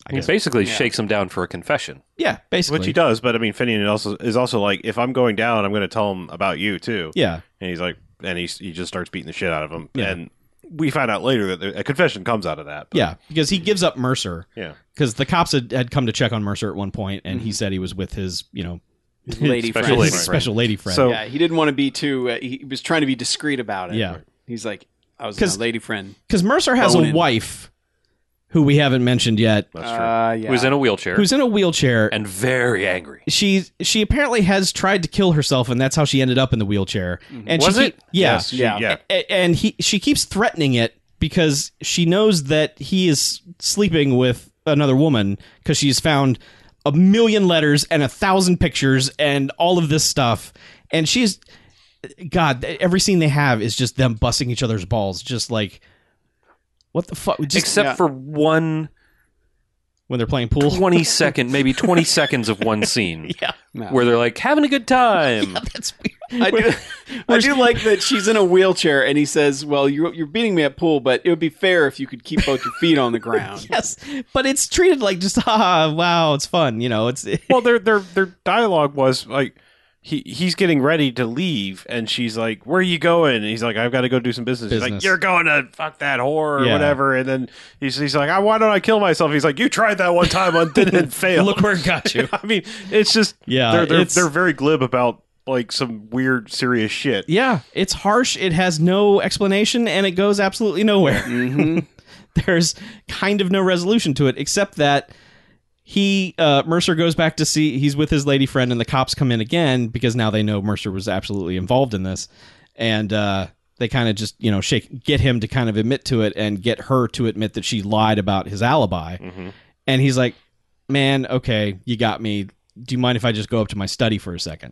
Speaker 4: He basically shakes him down for a confession.
Speaker 5: Yeah, basically.
Speaker 2: Which he does, but I mean, Finian also is also like, if I'm going down, I'm going to tell him about you too.
Speaker 5: Yeah,
Speaker 2: and he's like, and he he just starts beating the shit out of him.
Speaker 5: Yeah.
Speaker 2: And we find out later that a confession comes out of that. but-
Speaker 5: yeah, because he gives up Mercer
Speaker 2: yeah.
Speaker 5: because the cops had, had come to check on Mercer at one point, and he said he was with his, you know,
Speaker 3: lady
Speaker 4: Special
Speaker 3: friend.
Speaker 4: lady
Speaker 5: his
Speaker 4: friend.
Speaker 5: special lady friend.
Speaker 2: So
Speaker 3: Yeah, he didn't want to be too. Uh, he he was trying to be discreet about it.
Speaker 5: Yeah.
Speaker 3: he's like, "I was
Speaker 5: 'Cause-
Speaker 3: a lady friend."
Speaker 5: because Mercer has
Speaker 3: Bonin.
Speaker 5: a wife who we haven't mentioned yet,
Speaker 2: that's true.
Speaker 3: Uh, yeah,
Speaker 4: He was in a wheelchair
Speaker 5: who's in a wheelchair
Speaker 4: and very angry.
Speaker 5: she she apparently has tried to kill herself and that's how she ended up in the wheelchair and
Speaker 4: Mm-hmm. Was
Speaker 5: she
Speaker 4: it?
Speaker 5: keep- yeah
Speaker 2: Yes, she-
Speaker 3: yeah.
Speaker 2: yeah.
Speaker 5: A- and he she keeps threatening it because she knows that he is sleeping with another woman because she's found a million letters and a thousand pictures and all of this stuff and she's god every scene they have is just them busting each other's balls just like what the fuck just
Speaker 4: Except
Speaker 3: yeah.
Speaker 4: for one
Speaker 5: when they're playing pool
Speaker 4: 20 second, maybe 20 seconds of one scene
Speaker 5: yeah
Speaker 3: Yeah.
Speaker 4: where they're like having a good time.
Speaker 5: that's weird
Speaker 3: I do, I do like that she's in a wheelchair and he says, Well, you're, you're beating me at pool, but it would be fair if you could keep both your feet on the ground.
Speaker 5: yes but it's treated like just ah wow it's fun you know it's
Speaker 2: well, their their their dialogue was like. He, he's getting ready to leave, and she's like, "Where are you going?" And he's like, "I've got to go do some business." He's like,
Speaker 5: Business.
Speaker 2: "You're going to fuck that whore or
Speaker 5: Yeah.
Speaker 2: whatever." And then he's, he's like, "I why don't I kill myself?" He's like, "You tried that one time and didn't fail."
Speaker 5: look where it got you
Speaker 2: I mean, it's just
Speaker 5: Yeah,
Speaker 2: They're they're,
Speaker 5: it's-
Speaker 2: they're very glib about like some weird serious shit.
Speaker 5: yeah it's harsh it has no explanation and it goes absolutely nowhere there's kind of no resolution to it except that he uh, mercer goes back to see he's with his lady friend and the cops come in again because now they know mercer was absolutely involved in this and uh, they kind of just you know shake get him to kind of admit to it and get her to admit that she lied about his alibi and he's like man okay you got me do you mind if i just go up to my study for a 2nd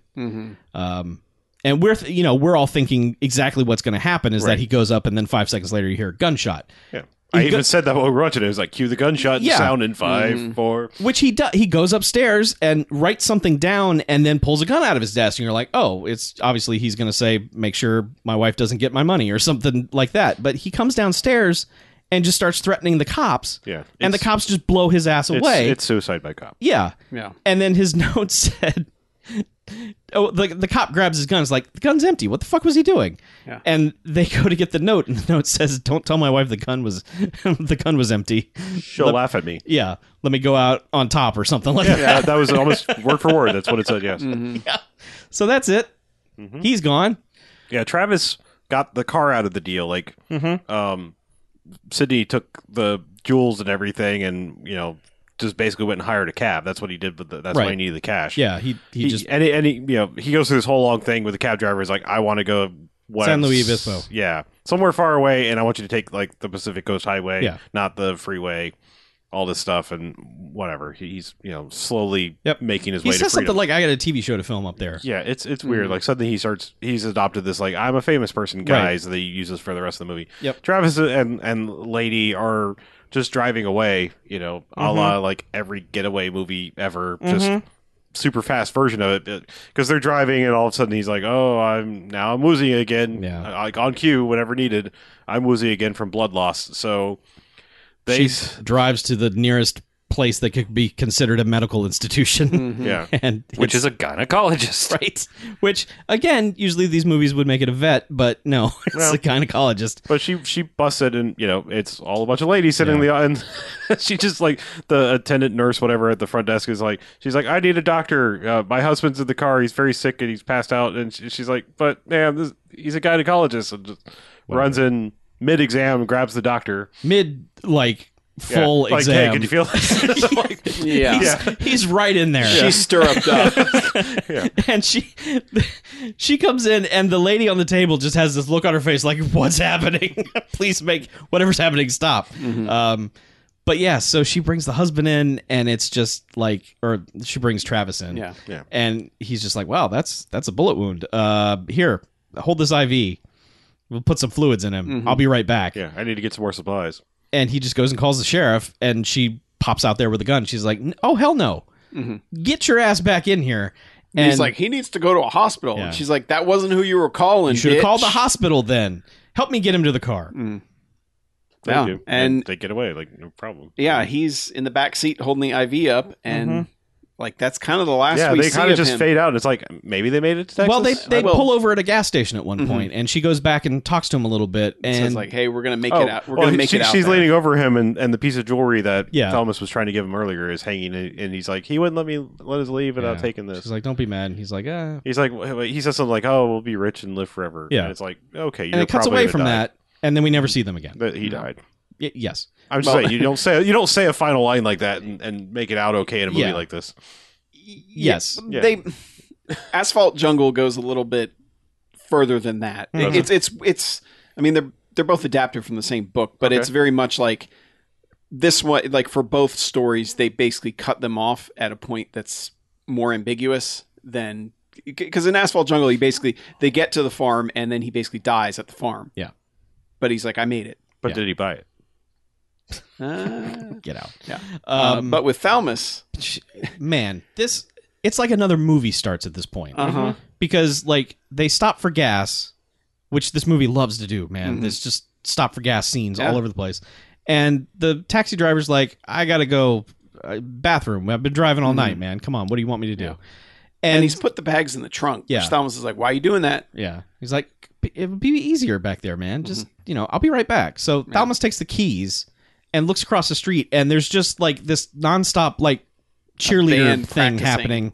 Speaker 5: um, and we're th- you know we're all thinking exactly what's going to happen is
Speaker 2: Right.
Speaker 5: that he goes up and then five seconds later you hear a gunshot
Speaker 2: Yeah. I
Speaker 5: He
Speaker 2: even
Speaker 5: go-
Speaker 2: said that while we were watching it. It was like, cue the gunshot
Speaker 5: Yeah.
Speaker 2: sound in five, four.
Speaker 5: which he does. He goes upstairs and writes something down, and then pulls a gun out of his desk. And you're like, oh, it's obviously he's going to say, make sure my wife doesn't get my money or something like that. But he comes downstairs and just starts threatening the cops.
Speaker 2: Yeah.
Speaker 5: and the
Speaker 2: It's-
Speaker 5: cops just blow his ass
Speaker 2: It's,
Speaker 5: away.
Speaker 2: it's suicide by cop.
Speaker 5: yeah,
Speaker 3: Yeah.
Speaker 5: and then his note said. Oh, the, the cop grabs his gun. It's like the gun's empty. What the fuck was he doing?
Speaker 3: Yeah.
Speaker 5: And they go to get the note, and the note says, "Don't tell my wife the gun was the gun was empty."
Speaker 2: She'll laugh at me.
Speaker 5: Yeah, let me go out on top or something like that.
Speaker 2: Yeah, that was almost word for word. That's what it said. Yes.
Speaker 5: So that's it.
Speaker 2: Mm-hmm.
Speaker 5: He's gone.
Speaker 2: Yeah. Travis got the car out of the deal. Like,
Speaker 5: Mm-hmm.
Speaker 2: um, Sydney took the jewels and everything, and you know, just basically went and hired a cab. That's what he did. But that's why he
Speaker 5: Right.
Speaker 2: needed the cash.
Speaker 5: Yeah, he he,
Speaker 2: He,
Speaker 5: just
Speaker 2: and he, and he, you know, he goes through this whole long thing with the cab driver. Is like, I want to go. What,
Speaker 5: San Luis Obispo.
Speaker 2: Yeah, somewhere far away, and I want you to take like the Pacific Coast Highway,
Speaker 5: Yeah.
Speaker 2: not the freeway. All this stuff and whatever. He- He's you know slowly
Speaker 5: Yep.
Speaker 2: making his
Speaker 5: he
Speaker 2: way to
Speaker 5: says
Speaker 2: freedom.
Speaker 5: something like, "I got a TV show to film up there." Hmm.
Speaker 2: Yeah, it's it's weird. Like suddenly he starts he's adopted this like I'm a famous person guys that he uses for the rest of the movie.
Speaker 5: Yep.
Speaker 2: Travis and and Lady are
Speaker 5: Mm-hmm.
Speaker 2: just driving away, you know, a la like every getaway movie ever. Just super fast version of it because they're driving and all of a sudden he's like, "Oh, I'm now I'm woozy again."
Speaker 5: Yeah.
Speaker 2: Like on cue whenever needed. I'm woozy again from blood loss. So they
Speaker 5: She drives to the nearest place that could be considered a medical institution,
Speaker 2: yeah.
Speaker 5: and
Speaker 4: which
Speaker 5: it's-
Speaker 4: is a gynecologist.
Speaker 5: right. Which again, usually these movies would make it a vet, but no, it's
Speaker 2: Well-
Speaker 5: a gynecologist.
Speaker 2: But she she busted and you know it's all a bunch of ladies sitting in the and she just like the attendant nurse whatever at the front desk is like she's like I need a doctor uh, my husband's in the car he's very sick and he's passed out and she, she's like but man this, he's a gynecologist and just runs in mid exam grabs the doctor
Speaker 5: Mid like
Speaker 2: Yeah.
Speaker 5: full
Speaker 2: like hey
Speaker 5: exam.
Speaker 2: can you feel this? like,
Speaker 3: Yeah.
Speaker 5: he's, he's right in there.
Speaker 3: She's stirruped up.
Speaker 5: and she she comes in and the lady on the table just has this look on her face like what's happening please make whatever's happening stop
Speaker 2: Mm-hmm.
Speaker 5: um but yeah so she brings the husband in and it's just like or she brings travis in
Speaker 3: Yeah.
Speaker 2: Yeah.
Speaker 5: and he's just like wow that's that's a bullet wound uh here hold this iv we'll put some fluids in him i'll be right back
Speaker 2: Mm-hmm. yeah I need to get some more supplies
Speaker 5: and he just goes and calls the sheriff and she pops out there with a gun she's like oh hell no
Speaker 2: Mm-hmm.
Speaker 5: get your ass back in here
Speaker 3: And he's like, he needs to go to a hospital.
Speaker 5: Yeah.
Speaker 3: And she's like, that wasn't who you were calling.
Speaker 5: You should have
Speaker 3: bitch." Mm.
Speaker 5: called the hospital then. Help me get him to the car.
Speaker 2: They
Speaker 3: Yeah.
Speaker 2: do.
Speaker 3: And-
Speaker 2: they get away like no problem
Speaker 3: Yeah, he's in the back seat holding the IV up, and like that's kind of the last.
Speaker 2: Mm-hmm. yeah
Speaker 3: we
Speaker 2: they
Speaker 3: see
Speaker 2: kind of
Speaker 3: of
Speaker 2: just
Speaker 3: him.
Speaker 2: fade out it's like maybe they made it to Texas Mm-hmm.
Speaker 5: Well, they they
Speaker 3: Well-
Speaker 5: pull over at a gas station at one point, and she goes back and talks to him a little bit,
Speaker 3: So
Speaker 5: and
Speaker 3: it's like, hey, we're gonna make it out. We're
Speaker 2: Oh, well,
Speaker 3: gonna make
Speaker 2: she-
Speaker 3: it out.
Speaker 2: She's
Speaker 3: there.
Speaker 2: leaning over him, and, and the piece of jewelry that
Speaker 5: Yeah.
Speaker 2: Thomas was trying to give him earlier is hanging, and and he's like, he wouldn't let me let us leave without
Speaker 5: Yeah.
Speaker 2: taking this.
Speaker 5: she's like, "Don't be mad." And he's like, "Ah."
Speaker 2: he's like, wh- he says something like, "Oh, we'll be rich and live forever."
Speaker 5: Yeah.
Speaker 2: and it's like, okay, you're
Speaker 5: And it cuts
Speaker 2: probably
Speaker 5: away
Speaker 2: gonna
Speaker 5: from
Speaker 2: die.
Speaker 5: that, and then we never see them again.
Speaker 2: That he died.
Speaker 5: Y- yes,
Speaker 2: I'm just
Speaker 3: Well-
Speaker 2: saying you don't say you don't say a final line like that and, and make it out okay in a movie
Speaker 5: Yeah.
Speaker 2: like this.
Speaker 5: yes,
Speaker 2: Yeah.
Speaker 3: They Asphalt Jungle goes a little bit further than that. It- It's it's it's. I mean, they're they're both adapted from the same book, but it's very much like this one. Like for both stories, they basically cut them off at a point that's more ambiguous than because in Asphalt Jungle, he basically they get to the farm and then he basically dies at the farm.
Speaker 5: Yeah.
Speaker 3: but he's like, I made it.
Speaker 2: But
Speaker 5: Yeah.
Speaker 2: did he buy it?
Speaker 3: Uh,
Speaker 5: get out.
Speaker 3: Yeah. uh,
Speaker 5: um,
Speaker 3: but with Thalmus,
Speaker 5: sh- man, this it's like another movie starts at this point
Speaker 3: uh-huh.
Speaker 5: because like they stop for gas, which this movie loves to do. Man,
Speaker 3: Mhm.
Speaker 5: there's just stop for gas scenes
Speaker 3: Yeah.
Speaker 5: all over the place, and the taxi driver's like, "I gotta go." uh, Bathroom. I've been driving all night, man. Come on. What do you want me to do?
Speaker 3: Mm-hmm. and he's put the bags in the trunk.
Speaker 5: Yeah.
Speaker 3: which Thalmus is like, "Why are you doing that?"
Speaker 5: Yeah. He's like, it would be easier back there, man.
Speaker 4: Mm-hmm.
Speaker 5: Just, you know, I'll be right back. So Thalmus takes the keys and looks across the street, and there's just like this nonstop, like, cheerleader thing
Speaker 3: band practicing.
Speaker 5: happening.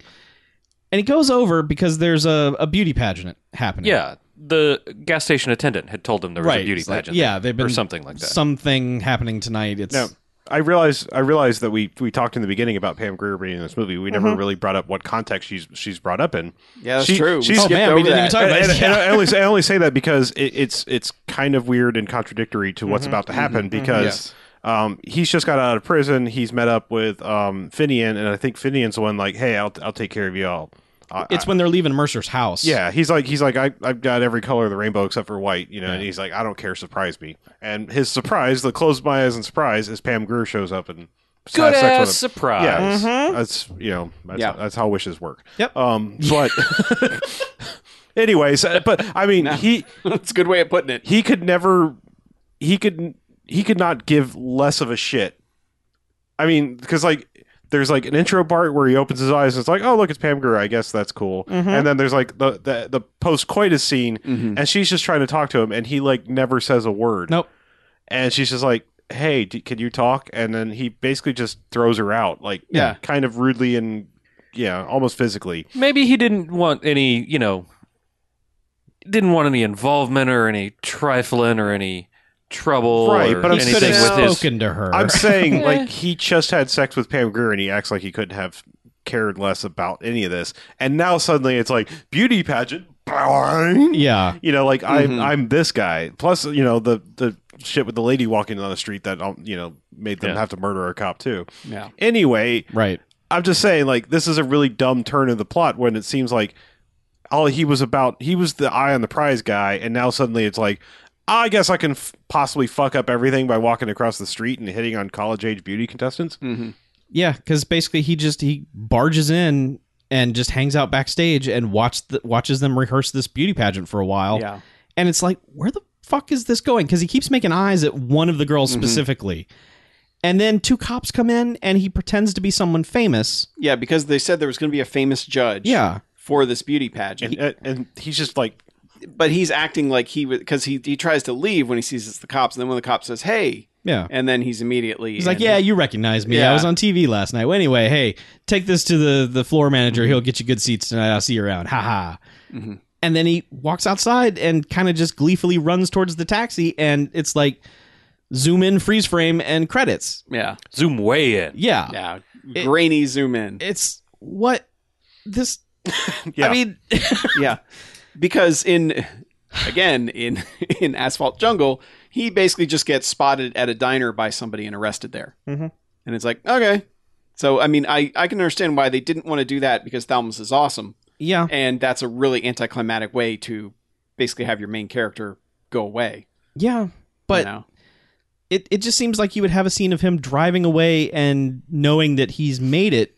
Speaker 5: And he goes over because there's a, a beauty pageant happening.
Speaker 4: Yeah, the gas station attendant had told them there was
Speaker 5: Right.
Speaker 4: a beauty
Speaker 5: It's like,
Speaker 4: pageant.
Speaker 5: yeah,
Speaker 4: there,
Speaker 5: they've been
Speaker 4: or something like that.
Speaker 5: Something happening tonight. It's
Speaker 2: No. I realize I realize that we we talked in the beginning about Pam Grier being in this movie. We never really brought up what context she's she's brought up in.
Speaker 3: Mm-hmm. Yeah, that's
Speaker 2: She-
Speaker 3: true.
Speaker 2: she's-
Speaker 5: Oh,
Speaker 3: skipped
Speaker 5: man, we
Speaker 3: over
Speaker 5: didn't even
Speaker 3: that.
Speaker 5: talk about
Speaker 2: and,
Speaker 5: it.
Speaker 2: and- and I, only say, I only say that because it, it's it's kind of weird and contradictory to what's about to happen because
Speaker 3: Yes.
Speaker 2: um, he's just got out of prison. He's met up with um, Finian, and I think Finian's the one like, "Hey, I'll I'll take care of you all." I-
Speaker 4: uh,
Speaker 5: It's when they're leaving Mercer's house.
Speaker 2: yeah, he's like he's like I I've got every color of the rainbow except for white, you know. And he's like, I don't care, surprise me. And his surprise, the closed my eyes and surprise, is Pam Grier shows up and
Speaker 4: Good
Speaker 2: has sex with
Speaker 4: ass
Speaker 2: him.
Speaker 4: surprise.
Speaker 2: Yeah, Mm-hmm. it's- that's you know that's,
Speaker 3: Yeah.
Speaker 2: that's how wishes work.
Speaker 5: Mm-hmm. Yep.
Speaker 2: Um, but anyways, uh, but I mean he
Speaker 3: That's a good way of putting it.
Speaker 2: he could never he could he could not give less of a shit. I mean, because like there's like an intro part where he opens his eyes and it's like, oh look, it's Pam Grier. I guess that's cool.
Speaker 5: Mm-hmm.
Speaker 2: And then there's like the the, the post coitus scene, and she's just trying to talk to him, and he like never says a word.
Speaker 5: Nope.
Speaker 2: And she's just like, hey, d- can you talk? And then he basically just throws her out, like
Speaker 3: Yeah.
Speaker 2: kind of rudely and yeah, almost physically.
Speaker 4: Maybe he didn't want any, you know, didn't want any involvement or any trifling or any trouble
Speaker 2: Right,
Speaker 4: or
Speaker 2: but I'm
Speaker 5: He could
Speaker 4: anything
Speaker 5: have
Speaker 2: saying-
Speaker 4: with his.
Speaker 5: spoken to her.
Speaker 2: I'm saying like he just had sex with Pam Grier and he acts like he couldn't have cared less about any of this. And now suddenly it's like beauty pageant. boing.
Speaker 5: yeah.
Speaker 2: You know, like I'm I'm this guy. Plus, you know, the the shit with the lady walking down the street that um, you know made them
Speaker 4: Yeah.
Speaker 2: have to murder a cop too.
Speaker 3: Yeah.
Speaker 2: Anyway,
Speaker 5: Right.
Speaker 2: I'm just saying like this is a really dumb turn of the plot when it seems like all he was about he was the eye on the prize guy and now suddenly it's like I guess I can f- possibly fuck up everything by walking across the street and hitting
Speaker 3: Mm-hmm.
Speaker 2: on college age beauty contestants.
Speaker 5: Yeah. Because basically he just, he barges in and just hangs out backstage and watch the, watches them rehearse this beauty pageant for a while.
Speaker 3: Yeah.
Speaker 5: And it's like, where the fuck is this going? Because he keeps making eyes at one of the girls specifically. And then two cops come in and he pretends to be someone famous.
Speaker 3: Yeah, because they said there was going to be a famous judge.
Speaker 5: Yeah.
Speaker 3: For this beauty pageant,
Speaker 2: And, uh, and he's just like,
Speaker 3: but he's acting like he was because he he tries to leave when he sees it's the cops, and then when the cop says, "Hey,"
Speaker 5: Yeah.
Speaker 3: and then he's immediately
Speaker 5: He's like,
Speaker 3: in.
Speaker 5: yeah, you recognize me. I
Speaker 3: Yeah.
Speaker 5: was on TV last night. Well, anyway, hey, take this to the the floor manager. He'll get you good seats tonight. I'll see you around. Ha ha.
Speaker 3: Mm-hmm.
Speaker 5: And then he walks outside and kind of just gleefully runs towards the taxi, and it's like zoom in, freeze frame, and credits.
Speaker 3: yeah,
Speaker 4: Zoom way in.
Speaker 5: Yeah,
Speaker 3: yeah,
Speaker 5: Uh, It-
Speaker 3: grainy zoom in,
Speaker 5: it's what this.
Speaker 2: Yeah.
Speaker 5: I mean,
Speaker 3: yeah, because in again in in Asphalt Jungle, he basically just gets spotted at a diner by somebody and arrested there,
Speaker 5: Mm-hmm.
Speaker 2: Mhm.
Speaker 3: and it's like okay. So I mean, I I can understand why they didn't want to do that because Thalmus is awesome,
Speaker 5: yeah,
Speaker 3: and that's a really anticlimactic way to basically have your main character go away.
Speaker 5: yeah,
Speaker 3: you
Speaker 5: but
Speaker 3: know?
Speaker 5: it it just seems like you would have a scene of him driving away and knowing that he's made it.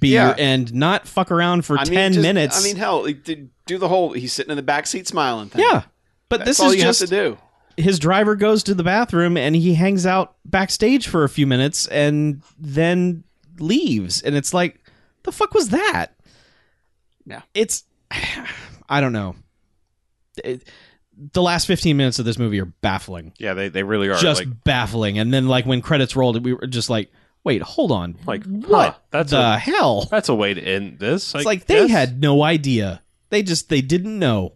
Speaker 5: Beer
Speaker 3: Yeah.
Speaker 5: and not fuck around for
Speaker 3: I mean,
Speaker 5: ten
Speaker 3: just-
Speaker 5: minutes.
Speaker 3: I mean, hell, he did- do the whole he's sitting in the back seat smiling thing.
Speaker 5: yeah, but
Speaker 3: That's
Speaker 5: this
Speaker 3: all
Speaker 5: is
Speaker 3: you
Speaker 5: just
Speaker 3: have to do.
Speaker 5: his driver goes to the bathroom and he hangs out backstage for a few minutes and then leaves and it's like the fuck was that
Speaker 3: Yeah.
Speaker 5: it's i don't know It- the last 15 minutes of this movie are baffling
Speaker 2: yeah, they, they really are.
Speaker 5: just
Speaker 2: like,
Speaker 5: baffling and then like when credits rolled we were just like wait hold on
Speaker 2: like
Speaker 5: what
Speaker 2: huh, that's
Speaker 5: the
Speaker 2: a
Speaker 5: hell
Speaker 2: that's a way to end this.
Speaker 5: it's
Speaker 2: I
Speaker 5: like they
Speaker 2: guess.
Speaker 5: had no idea they just they didn't know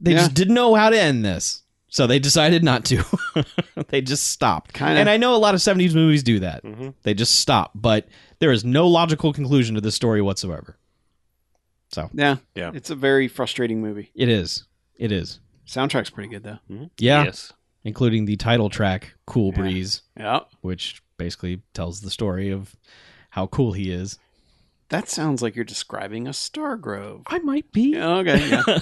Speaker 5: they
Speaker 3: Yeah.
Speaker 5: just didn't know how to end this so they decided not to they just stopped
Speaker 3: Kinda.
Speaker 5: and i know a lot of 70s movies do that
Speaker 2: Mhm.
Speaker 5: they just stop but there is no logical conclusion to this story whatsoever
Speaker 3: Yeah,
Speaker 2: Yeah.
Speaker 3: It's a very frustrating movie.
Speaker 5: it is it is
Speaker 3: Soundtrack's pretty good though.
Speaker 5: yeah
Speaker 4: Yes.
Speaker 5: including the title track cool
Speaker 3: Yeah.
Speaker 5: breeze
Speaker 3: Yeah,
Speaker 5: which basically tells the story of how cool he is
Speaker 3: that sounds like you're describing a Stargrove.
Speaker 5: i might be
Speaker 3: Yeah, okay. Yeah.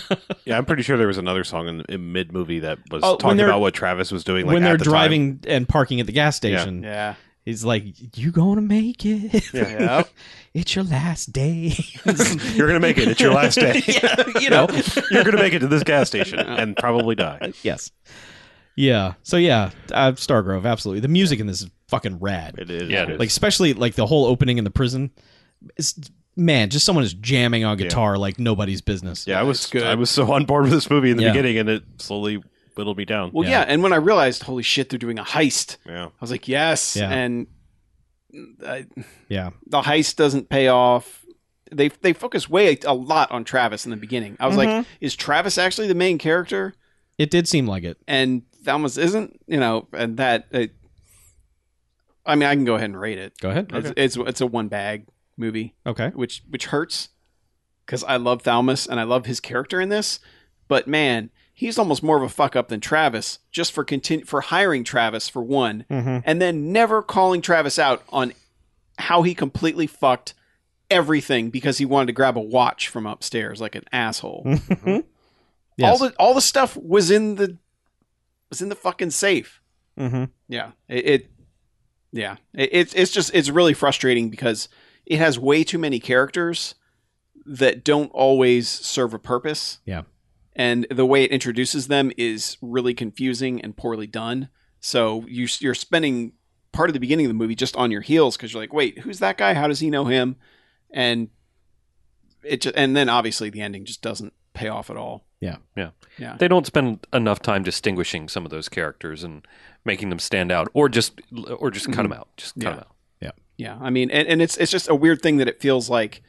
Speaker 2: Yeah, I'm pretty sure there was another song in, in mid movie that was
Speaker 5: Oh, when
Speaker 2: talking
Speaker 5: they're-
Speaker 2: about what Travis was doing. Like
Speaker 5: when
Speaker 2: at
Speaker 5: they're
Speaker 2: the time.
Speaker 5: driving and parking at the gas station
Speaker 3: yeah.
Speaker 5: he's like you gonna make it
Speaker 3: yeah.
Speaker 5: it's your last day.
Speaker 2: you're gonna make it. It's your last day.
Speaker 5: you know.
Speaker 2: you're gonna make it to this gas station and probably die.
Speaker 5: yes. Yeah. So yeah, uh, Stargrove, absolutely. The music in this is fucking rad.
Speaker 2: It is.
Speaker 4: Yeah, it is.
Speaker 5: Like especially like the whole opening in the prison. It's, man, just someone is jamming on guitar like nobody's business.
Speaker 2: Yeah, I was
Speaker 3: good.
Speaker 2: I was so on board with this movie in the
Speaker 5: Yeah.
Speaker 2: beginning, and it slowly whittled me down.
Speaker 3: Well, yeah. And when I realized, holy shit, they're doing a heist,
Speaker 2: Yeah,
Speaker 3: I was like, yes.
Speaker 5: Yeah.
Speaker 3: And I,
Speaker 5: Yeah.
Speaker 3: the heist doesn't pay off. They they focus way a lot on Travis in the beginning. I was like, is Travis actually the main character?
Speaker 5: It did seem like it.
Speaker 3: And Thalmas isn't. You know, and that. It, I mean, I can go ahead and rate it.
Speaker 5: Go ahead. Okay.
Speaker 3: It's, it's it's a one bag movie.
Speaker 5: Okay.
Speaker 3: which which hurts because I love Thalmus and I love his character in this, but man, he's almost more of a fuck up than Travis just for continu- for hiring Travis for one, and then never calling Travis out on how he completely fucked everything because he wanted to grab a watch from upstairs like an asshole.
Speaker 5: Yes.
Speaker 3: All the all the stuff was in the was in the fucking safe.
Speaker 5: Mhm.
Speaker 3: Yeah, it, it yeah, it, it's it's just it's really frustrating because it has way too many characters that don't always serve a purpose.
Speaker 5: Yeah.
Speaker 3: and the way it introduces them is really confusing and poorly done. So you you're spending part of the beginning of the movie just on your heels because you're like, wait, who's that guy? How does he know him? And it just, and then obviously the ending just doesn't pay off at all.
Speaker 4: They don't spend enough time distinguishing some of those characters and making them stand out, or just or just cut them out. Just cut
Speaker 3: Yeah.
Speaker 4: them out.
Speaker 3: Yeah, I mean, and, and it's it's just a weird thing that it feels like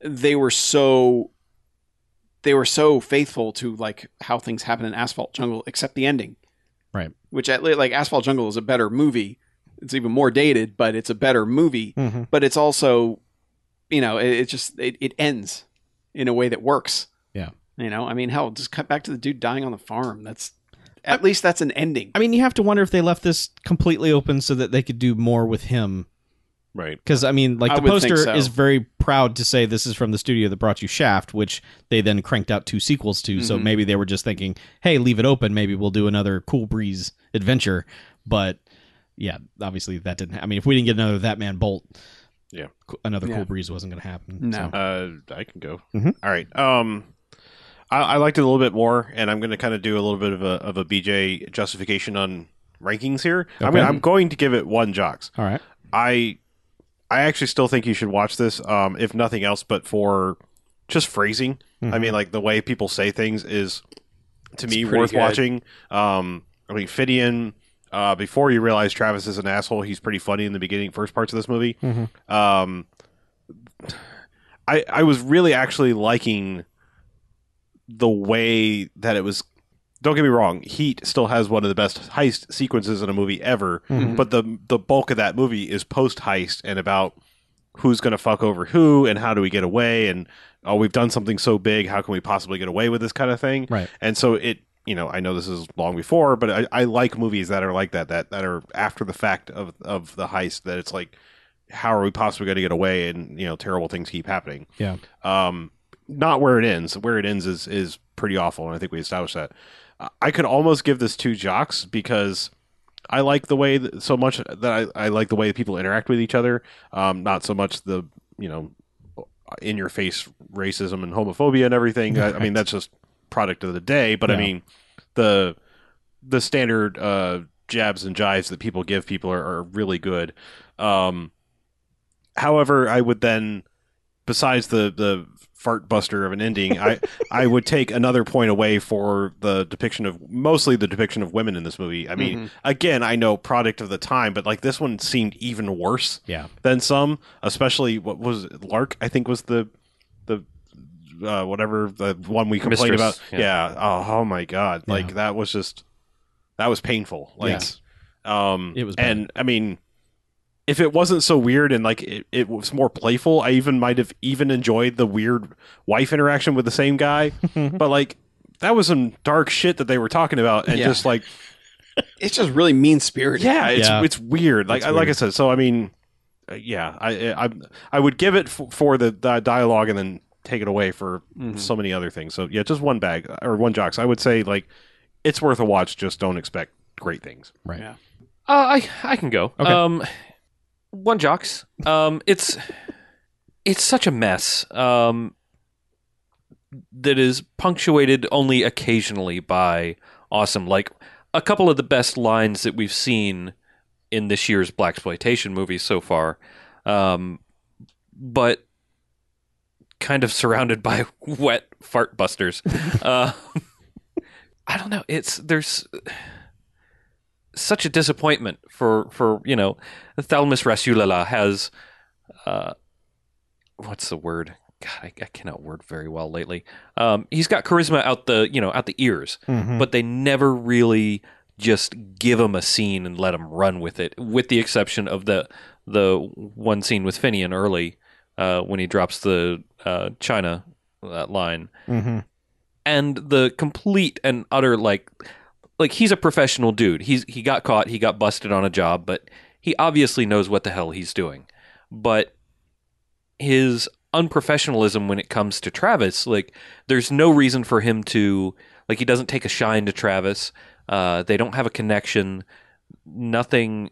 Speaker 3: they were so they were so faithful to like how things happen in Asphalt Jungle, except the ending,
Speaker 5: Right.
Speaker 3: Which at le- like Asphalt Jungle is a better movie. It's even more dated, but it's a better movie.
Speaker 5: Mhm.
Speaker 3: But it's also, you know, it, it just it, it ends in a way that works.
Speaker 5: Yeah.
Speaker 3: you know, I mean, hell, just cut back to the dude dying on the farm. That's at least that's an ending.
Speaker 5: I mean, you have to wonder if they left this completely open so that they could do more with him.
Speaker 2: right.
Speaker 5: Because I mean, like
Speaker 3: I
Speaker 5: the
Speaker 3: would think
Speaker 5: poster
Speaker 3: so.
Speaker 5: is very proud to say this is from the studio that brought you Shaft, which they then cranked out two sequels to. So
Speaker 3: Mhm.
Speaker 5: maybe they were just thinking, "Hey, leave it open. Maybe we'll do another Cool Breeze adventure." But yeah, obviously that didn't. I mean, if we didn't get another That Man Bolt,
Speaker 2: Yeah.
Speaker 5: co- another
Speaker 3: Yeah.
Speaker 5: cool breeze wasn't going to happen.
Speaker 3: No.
Speaker 5: so.
Speaker 2: Uh, I can go.
Speaker 5: Mhm.
Speaker 2: All right. Um, I, I liked it a little bit more, and I'm going to kind of do a little bit of a of a BJ justification on rankings here. I'm
Speaker 5: Okay.
Speaker 2: gonna, I'm going to give it one jocks.
Speaker 5: all right.
Speaker 2: I I actually still think you should watch this, um, if nothing else, but for just phrasing. I mean, like the way people say things is to me
Speaker 3: Mm-hmm. pretty
Speaker 2: worth
Speaker 3: good.
Speaker 2: watching. Um, I mean, Fidian. Uh, before you realize Travis is an asshole, he's pretty funny in the beginning, first parts of this movie.
Speaker 3: Mm-hmm.
Speaker 2: Um, I I was really actually liking the way that it was. Don't get me wrong, Heat still has one of the best heist sequences in a movie ever,
Speaker 5: Mhm.
Speaker 2: but the the bulk of that movie is post heist and about who's going to fuck over who and how do we get away and oh we've done something so big how can we possibly get away with this kind of thing
Speaker 5: Right.
Speaker 2: and so it you know i know this is long before but i, I like movies that are like that that that are after the fact of of the heist that it's like how are we possibly going to get away and you know terrible things keep happening
Speaker 5: Yeah.
Speaker 2: um not where it ends where it ends is is pretty awful and i think we established that I- i could almost give this two jocks because i like the way that, so much that I, I like the way people interact with each other um not so much the you know in your face racism and homophobia and everything I, I mean that's just product of the day but i
Speaker 5: Yeah.
Speaker 2: mean the the standard uh jabs and jives that people give people are, are really good um however i would then besides the the fart buster of an ending i i would take another point away for the depiction of mostly the depiction of women in this movie i mean again i know product of the time but like this one seemed even worse
Speaker 5: Yeah.
Speaker 2: than some especially what was it, lark i think was the the uh, whatever the one we complained
Speaker 4: Mistress,
Speaker 2: about yeah. Oh, oh my god like that was just that was painful like um
Speaker 5: It was
Speaker 2: and i mean if it wasn't so weird and like it, it was more playful, I even might have even enjoyed the weird wife interaction with the same guy. but like that was some dark shit that they were talking about, and
Speaker 3: Yeah.
Speaker 2: just like
Speaker 3: It's just really mean spirited.
Speaker 2: yeah, it's
Speaker 5: Yeah.
Speaker 2: it's weird. Like
Speaker 5: It's
Speaker 2: I like I
Speaker 5: weird.
Speaker 2: said, so I mean, uh, yeah, I I I'm- I would give it f- for the, the dialogue and then take it away for so many other things. So yeah, just one bag or one jocks. I would say like it's worth a watch. Just don't expect great things.
Speaker 5: Right.
Speaker 3: Yeah.
Speaker 4: Uh, I I can go.
Speaker 5: Okay.
Speaker 4: Um, one jocks. Um, it's it's such a mess. Um, that is punctuated only occasionally by awesome. Like a couple of the best lines that we've seen in this year's black exploitation movies so far. Um, but kind of surrounded by wet fart busters. uh, I don't know. It's there's such a disappointment for for you know Thalmus Rasulala has uh what's the word god I, I cannot word very well lately um he's got charisma out the you know out the ears
Speaker 5: Hmm.
Speaker 2: Mm-hmm.
Speaker 4: but they never really just give him a scene and let him run with it with the exception of the the one scene with Finian early uh when he drops the uh China uh, line
Speaker 2: Mm-hmm.
Speaker 4: and the complete and utter like like he's a professional dude. He's he got caught, he got busted on a job, but he obviously knows what the hell he's doing. But his unprofessionalism when it comes to Travis, like there's no reason for him to like he doesn't take a shine to Travis. Uh, they don't have a connection. Nothing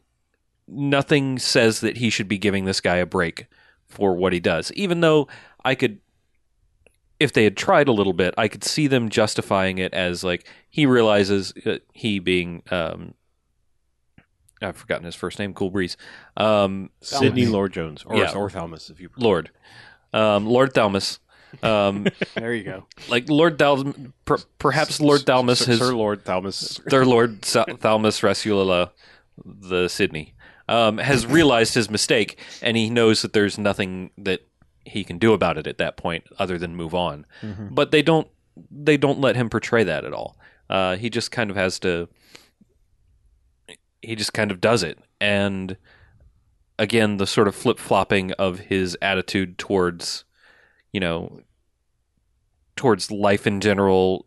Speaker 4: nothing says that he should be giving this guy a break for what he does. Even though I could if they had tried a little bit, I could see them justifying it as like he realizes uh, he being um, I've forgotten his first name, Cool Breeze, um,
Speaker 2: Sydney Lord Jones or
Speaker 4: Yeah.
Speaker 2: or Thalmus, if you prefer.
Speaker 4: Lord, um, Lord Thalmus, um,
Speaker 3: There you go.
Speaker 4: like Lord Thalmus, per- perhaps Lord Thalmus
Speaker 2: Sir,
Speaker 4: has
Speaker 2: Sir Lord Thalmus.
Speaker 4: their Lord Sa- Thalmus Rasulala, the Sydney, um, has realized his mistake, and he knows that there's nothing that he can do about it at that point other than move on. But they don't they don't let him portray that at all. Uh, he just kind of has to. He just kind of does it, and again, the sort of flip flopping of his attitude towards, you know, towards life in general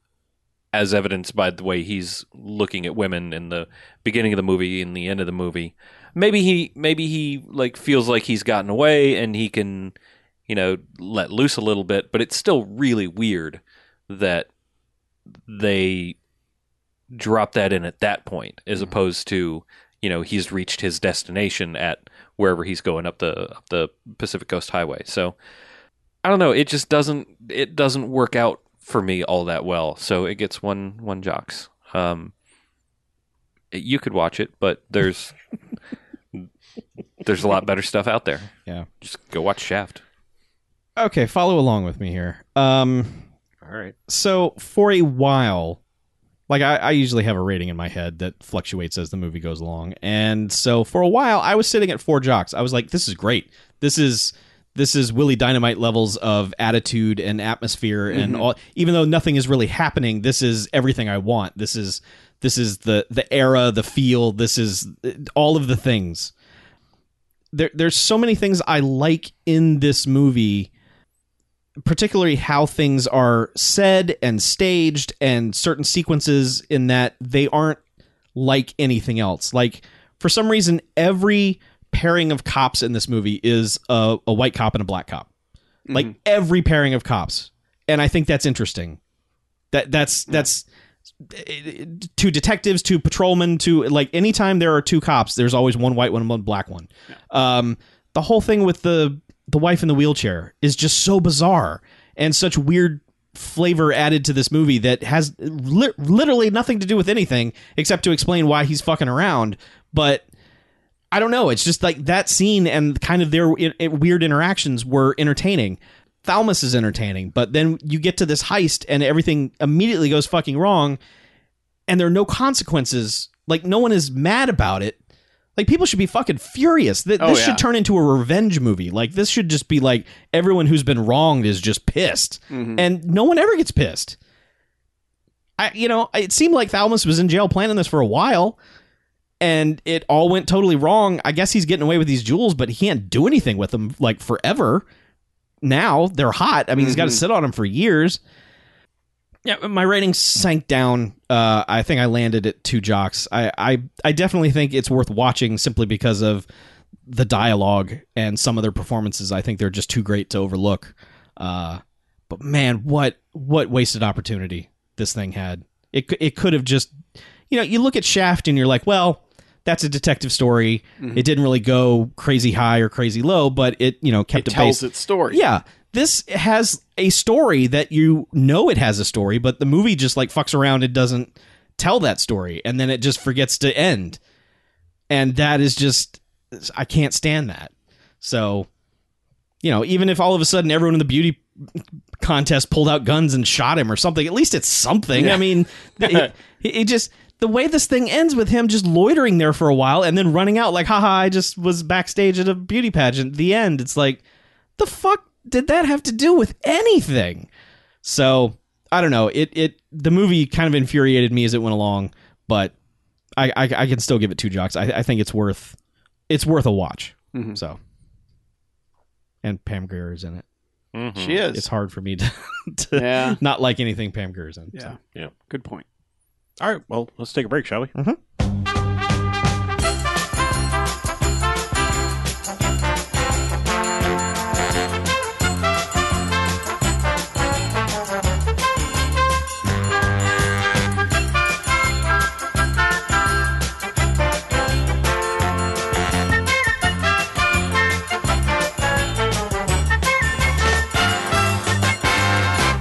Speaker 4: as evidenced by the way he's looking at women in the beginning of the movie and the end of the movie. Maybe he maybe he like feels like he's gotten away and he can, you know, let loose a little bit, but it's still really weird that they drop that in at that point as opposed to, you know he's reached his destination at wherever he's going up the up the Pacific Coast Highway. So I don't know. It just doesn't it doesn't work out for me all that well. So it gets one one jocks. Um, it- you could watch it, but there's there's a lot better stuff out there.
Speaker 5: Yeah.
Speaker 4: just go watch Shaft.
Speaker 5: Okay, follow along with me here. Um,
Speaker 2: All right.
Speaker 5: so for a while like I, I usually have a rating in my head that fluctuates as the movie goes along and so for a while i was sitting at four jocks i was like this is great this is this is willie dynamite levels of attitude and atmosphere
Speaker 2: Mm-hmm.
Speaker 5: and all even though nothing is really happening this is everything i want this is this is the the era the feel this is uh, all of the things there, there's so many things i like in this movie particularly how things are said and staged and certain sequences in that they aren't like anything else. Like for some reason every pairing of cops in this movie is a, a white cop and a black cop. Like every pairing of cops. And I think that's interesting. That that's that's eh, two detectives, two patrolmen, two like anytime there are two cops, there's always one white one and one black one. Um, the whole thing with the the wife in the wheelchair is just so bizarre and such weird flavor added to this movie that has li- literally nothing to do with anything except to explain why he's fucking around. But I don't know. It's just like that scene and kind of their i i- weird interactions were entertaining. Thalmus is entertaining, but then you get to this heist and everything immediately goes fucking wrong, and there are no consequences. Like no one is mad about it. Like people should be fucking furious. Th-
Speaker 3: Oh,
Speaker 5: this
Speaker 3: yeah.
Speaker 5: should turn into a revenge movie. Like this should just be like everyone who's been wronged is just pissed,
Speaker 3: Mm-hmm.
Speaker 5: and no one ever gets pissed. I, you know, it seemed like Thalmus was in jail planning this for a while and it all went totally wrong. I guess he's getting away with these jewels, but he can't do anything with them like forever. Now they're hot. I mean, he's got to sit on them for years. Yeah, my rating sank down. Uh, I think I landed at two jocks. I, I, I definitely think it's worth watching simply because of the dialogue and some of their performances. I think they're just too great to overlook. Uh, but man, what what wasted opportunity this thing had. It cou- it could have just, you know, you look at Shaft and you're like, well, that's a detective story.
Speaker 3: Mm-hmm.
Speaker 5: It didn't really go crazy high or crazy low, but it you know kept
Speaker 3: It
Speaker 5: a
Speaker 3: tells
Speaker 5: base.
Speaker 3: its story.
Speaker 5: Yeah. This has a story that you know it has a story, but the movie just like fucks around and doesn't tell that story and then it just forgets to end. And that is just I can't stand that. So, you know, even if all of a sudden everyone in the beauty contest pulled out guns and shot him or something, at least it's something. I mean, it, it just the way this thing ends with him just loitering there for a while and then running out like, haha, I just was backstage at a beauty pageant. The end. It's like, the fuck did that have to do with anything? So I don't know. It it the movie kind of infuriated me as it went along, but I I, I can still give it two jocks. I, I think it's worth it's worth a watch.
Speaker 4: Mm-hmm.
Speaker 3: Mhm.
Speaker 5: So and Pam Grier is in it.
Speaker 4: Mhm.
Speaker 2: Hmm.
Speaker 3: She is.
Speaker 5: It's hard for me to, to
Speaker 3: Yeah.
Speaker 5: not like anything Pam Grier is in. so.
Speaker 3: Yeah.
Speaker 2: Yeah.
Speaker 3: Good point.
Speaker 2: All right. Well, let's take a break, shall we?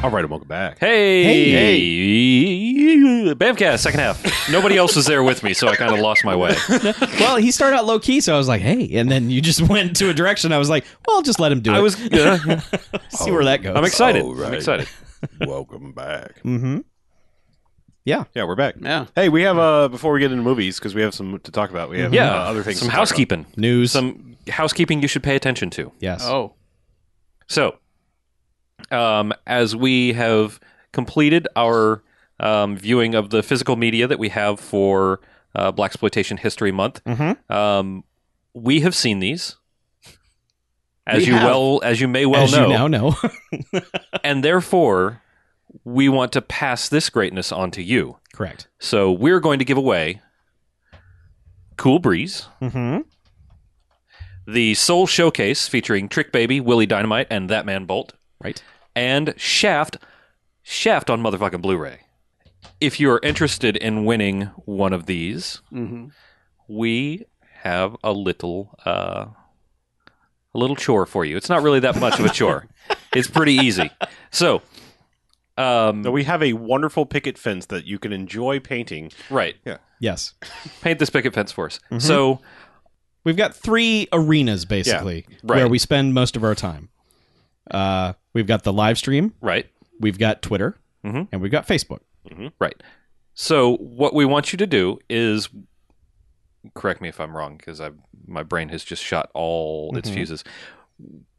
Speaker 2: All right, and welcome back.
Speaker 4: Hey, hey, Bamcast second half. Nobody else was there with me, so I kind of lost my way.
Speaker 5: Well, he started out low key, so I was like, "Hey," and then you just went to a direction. I was like, "Well, just let him do it."
Speaker 4: I was. yeah,
Speaker 5: see where that goes.
Speaker 4: I'm excited.
Speaker 6: All
Speaker 4: I'm
Speaker 6: right.
Speaker 4: excited.
Speaker 6: Welcome back.
Speaker 5: Mm-hmm.
Speaker 2: Yeah, we're back.
Speaker 3: Yeah.
Speaker 2: Hey, we have uh before we get into movies because we have some to talk about. We have
Speaker 4: Yeah,
Speaker 2: uh, other things.
Speaker 4: Some
Speaker 2: to talk about.
Speaker 4: housekeeping.
Speaker 5: News.
Speaker 4: Some housekeeping you should pay attention to.
Speaker 5: yes.
Speaker 3: Oh.
Speaker 4: So, um, as we have completed our um, viewing of the physical media that we have for uh, Black Exploitation History Month, um, we have seen these, as
Speaker 3: We
Speaker 4: you
Speaker 3: have.
Speaker 4: well as you may well
Speaker 5: As
Speaker 4: know,
Speaker 5: you now know.
Speaker 4: and therefore we want to pass this greatness on to you.
Speaker 5: Correct.
Speaker 4: So we're going to give away Cool Breeze,
Speaker 5: Mm-hmm.
Speaker 4: the Soul Showcase featuring Trick Baby, Willie Dynamite, and That Man Bolt.
Speaker 5: Right.
Speaker 4: and Shaft, Shaft on
Speaker 2: Mm-hmm.
Speaker 4: motherfucking Blu-ray. If you are interested in winning one of these,
Speaker 3: Mhm.
Speaker 4: we have a little uh, a little chore for you. It's not really that much of a chore. It's pretty easy. So, um,
Speaker 2: No, we have a wonderful picket fence that you can enjoy painting.
Speaker 4: right,
Speaker 5: Yes.
Speaker 4: paint this picket fence for us. So,
Speaker 5: We've got three arenas basically
Speaker 4: right.
Speaker 5: where we spend most of our time. Uh, we've got the live stream,
Speaker 4: right,
Speaker 5: we've got Twitter,
Speaker 4: Mhm.
Speaker 5: and we've got Facebook.
Speaker 4: right. So, what we want you to do is correct me if I'm wrong because I my brain has just shot all its
Speaker 5: Mm-hmm.
Speaker 4: fuses.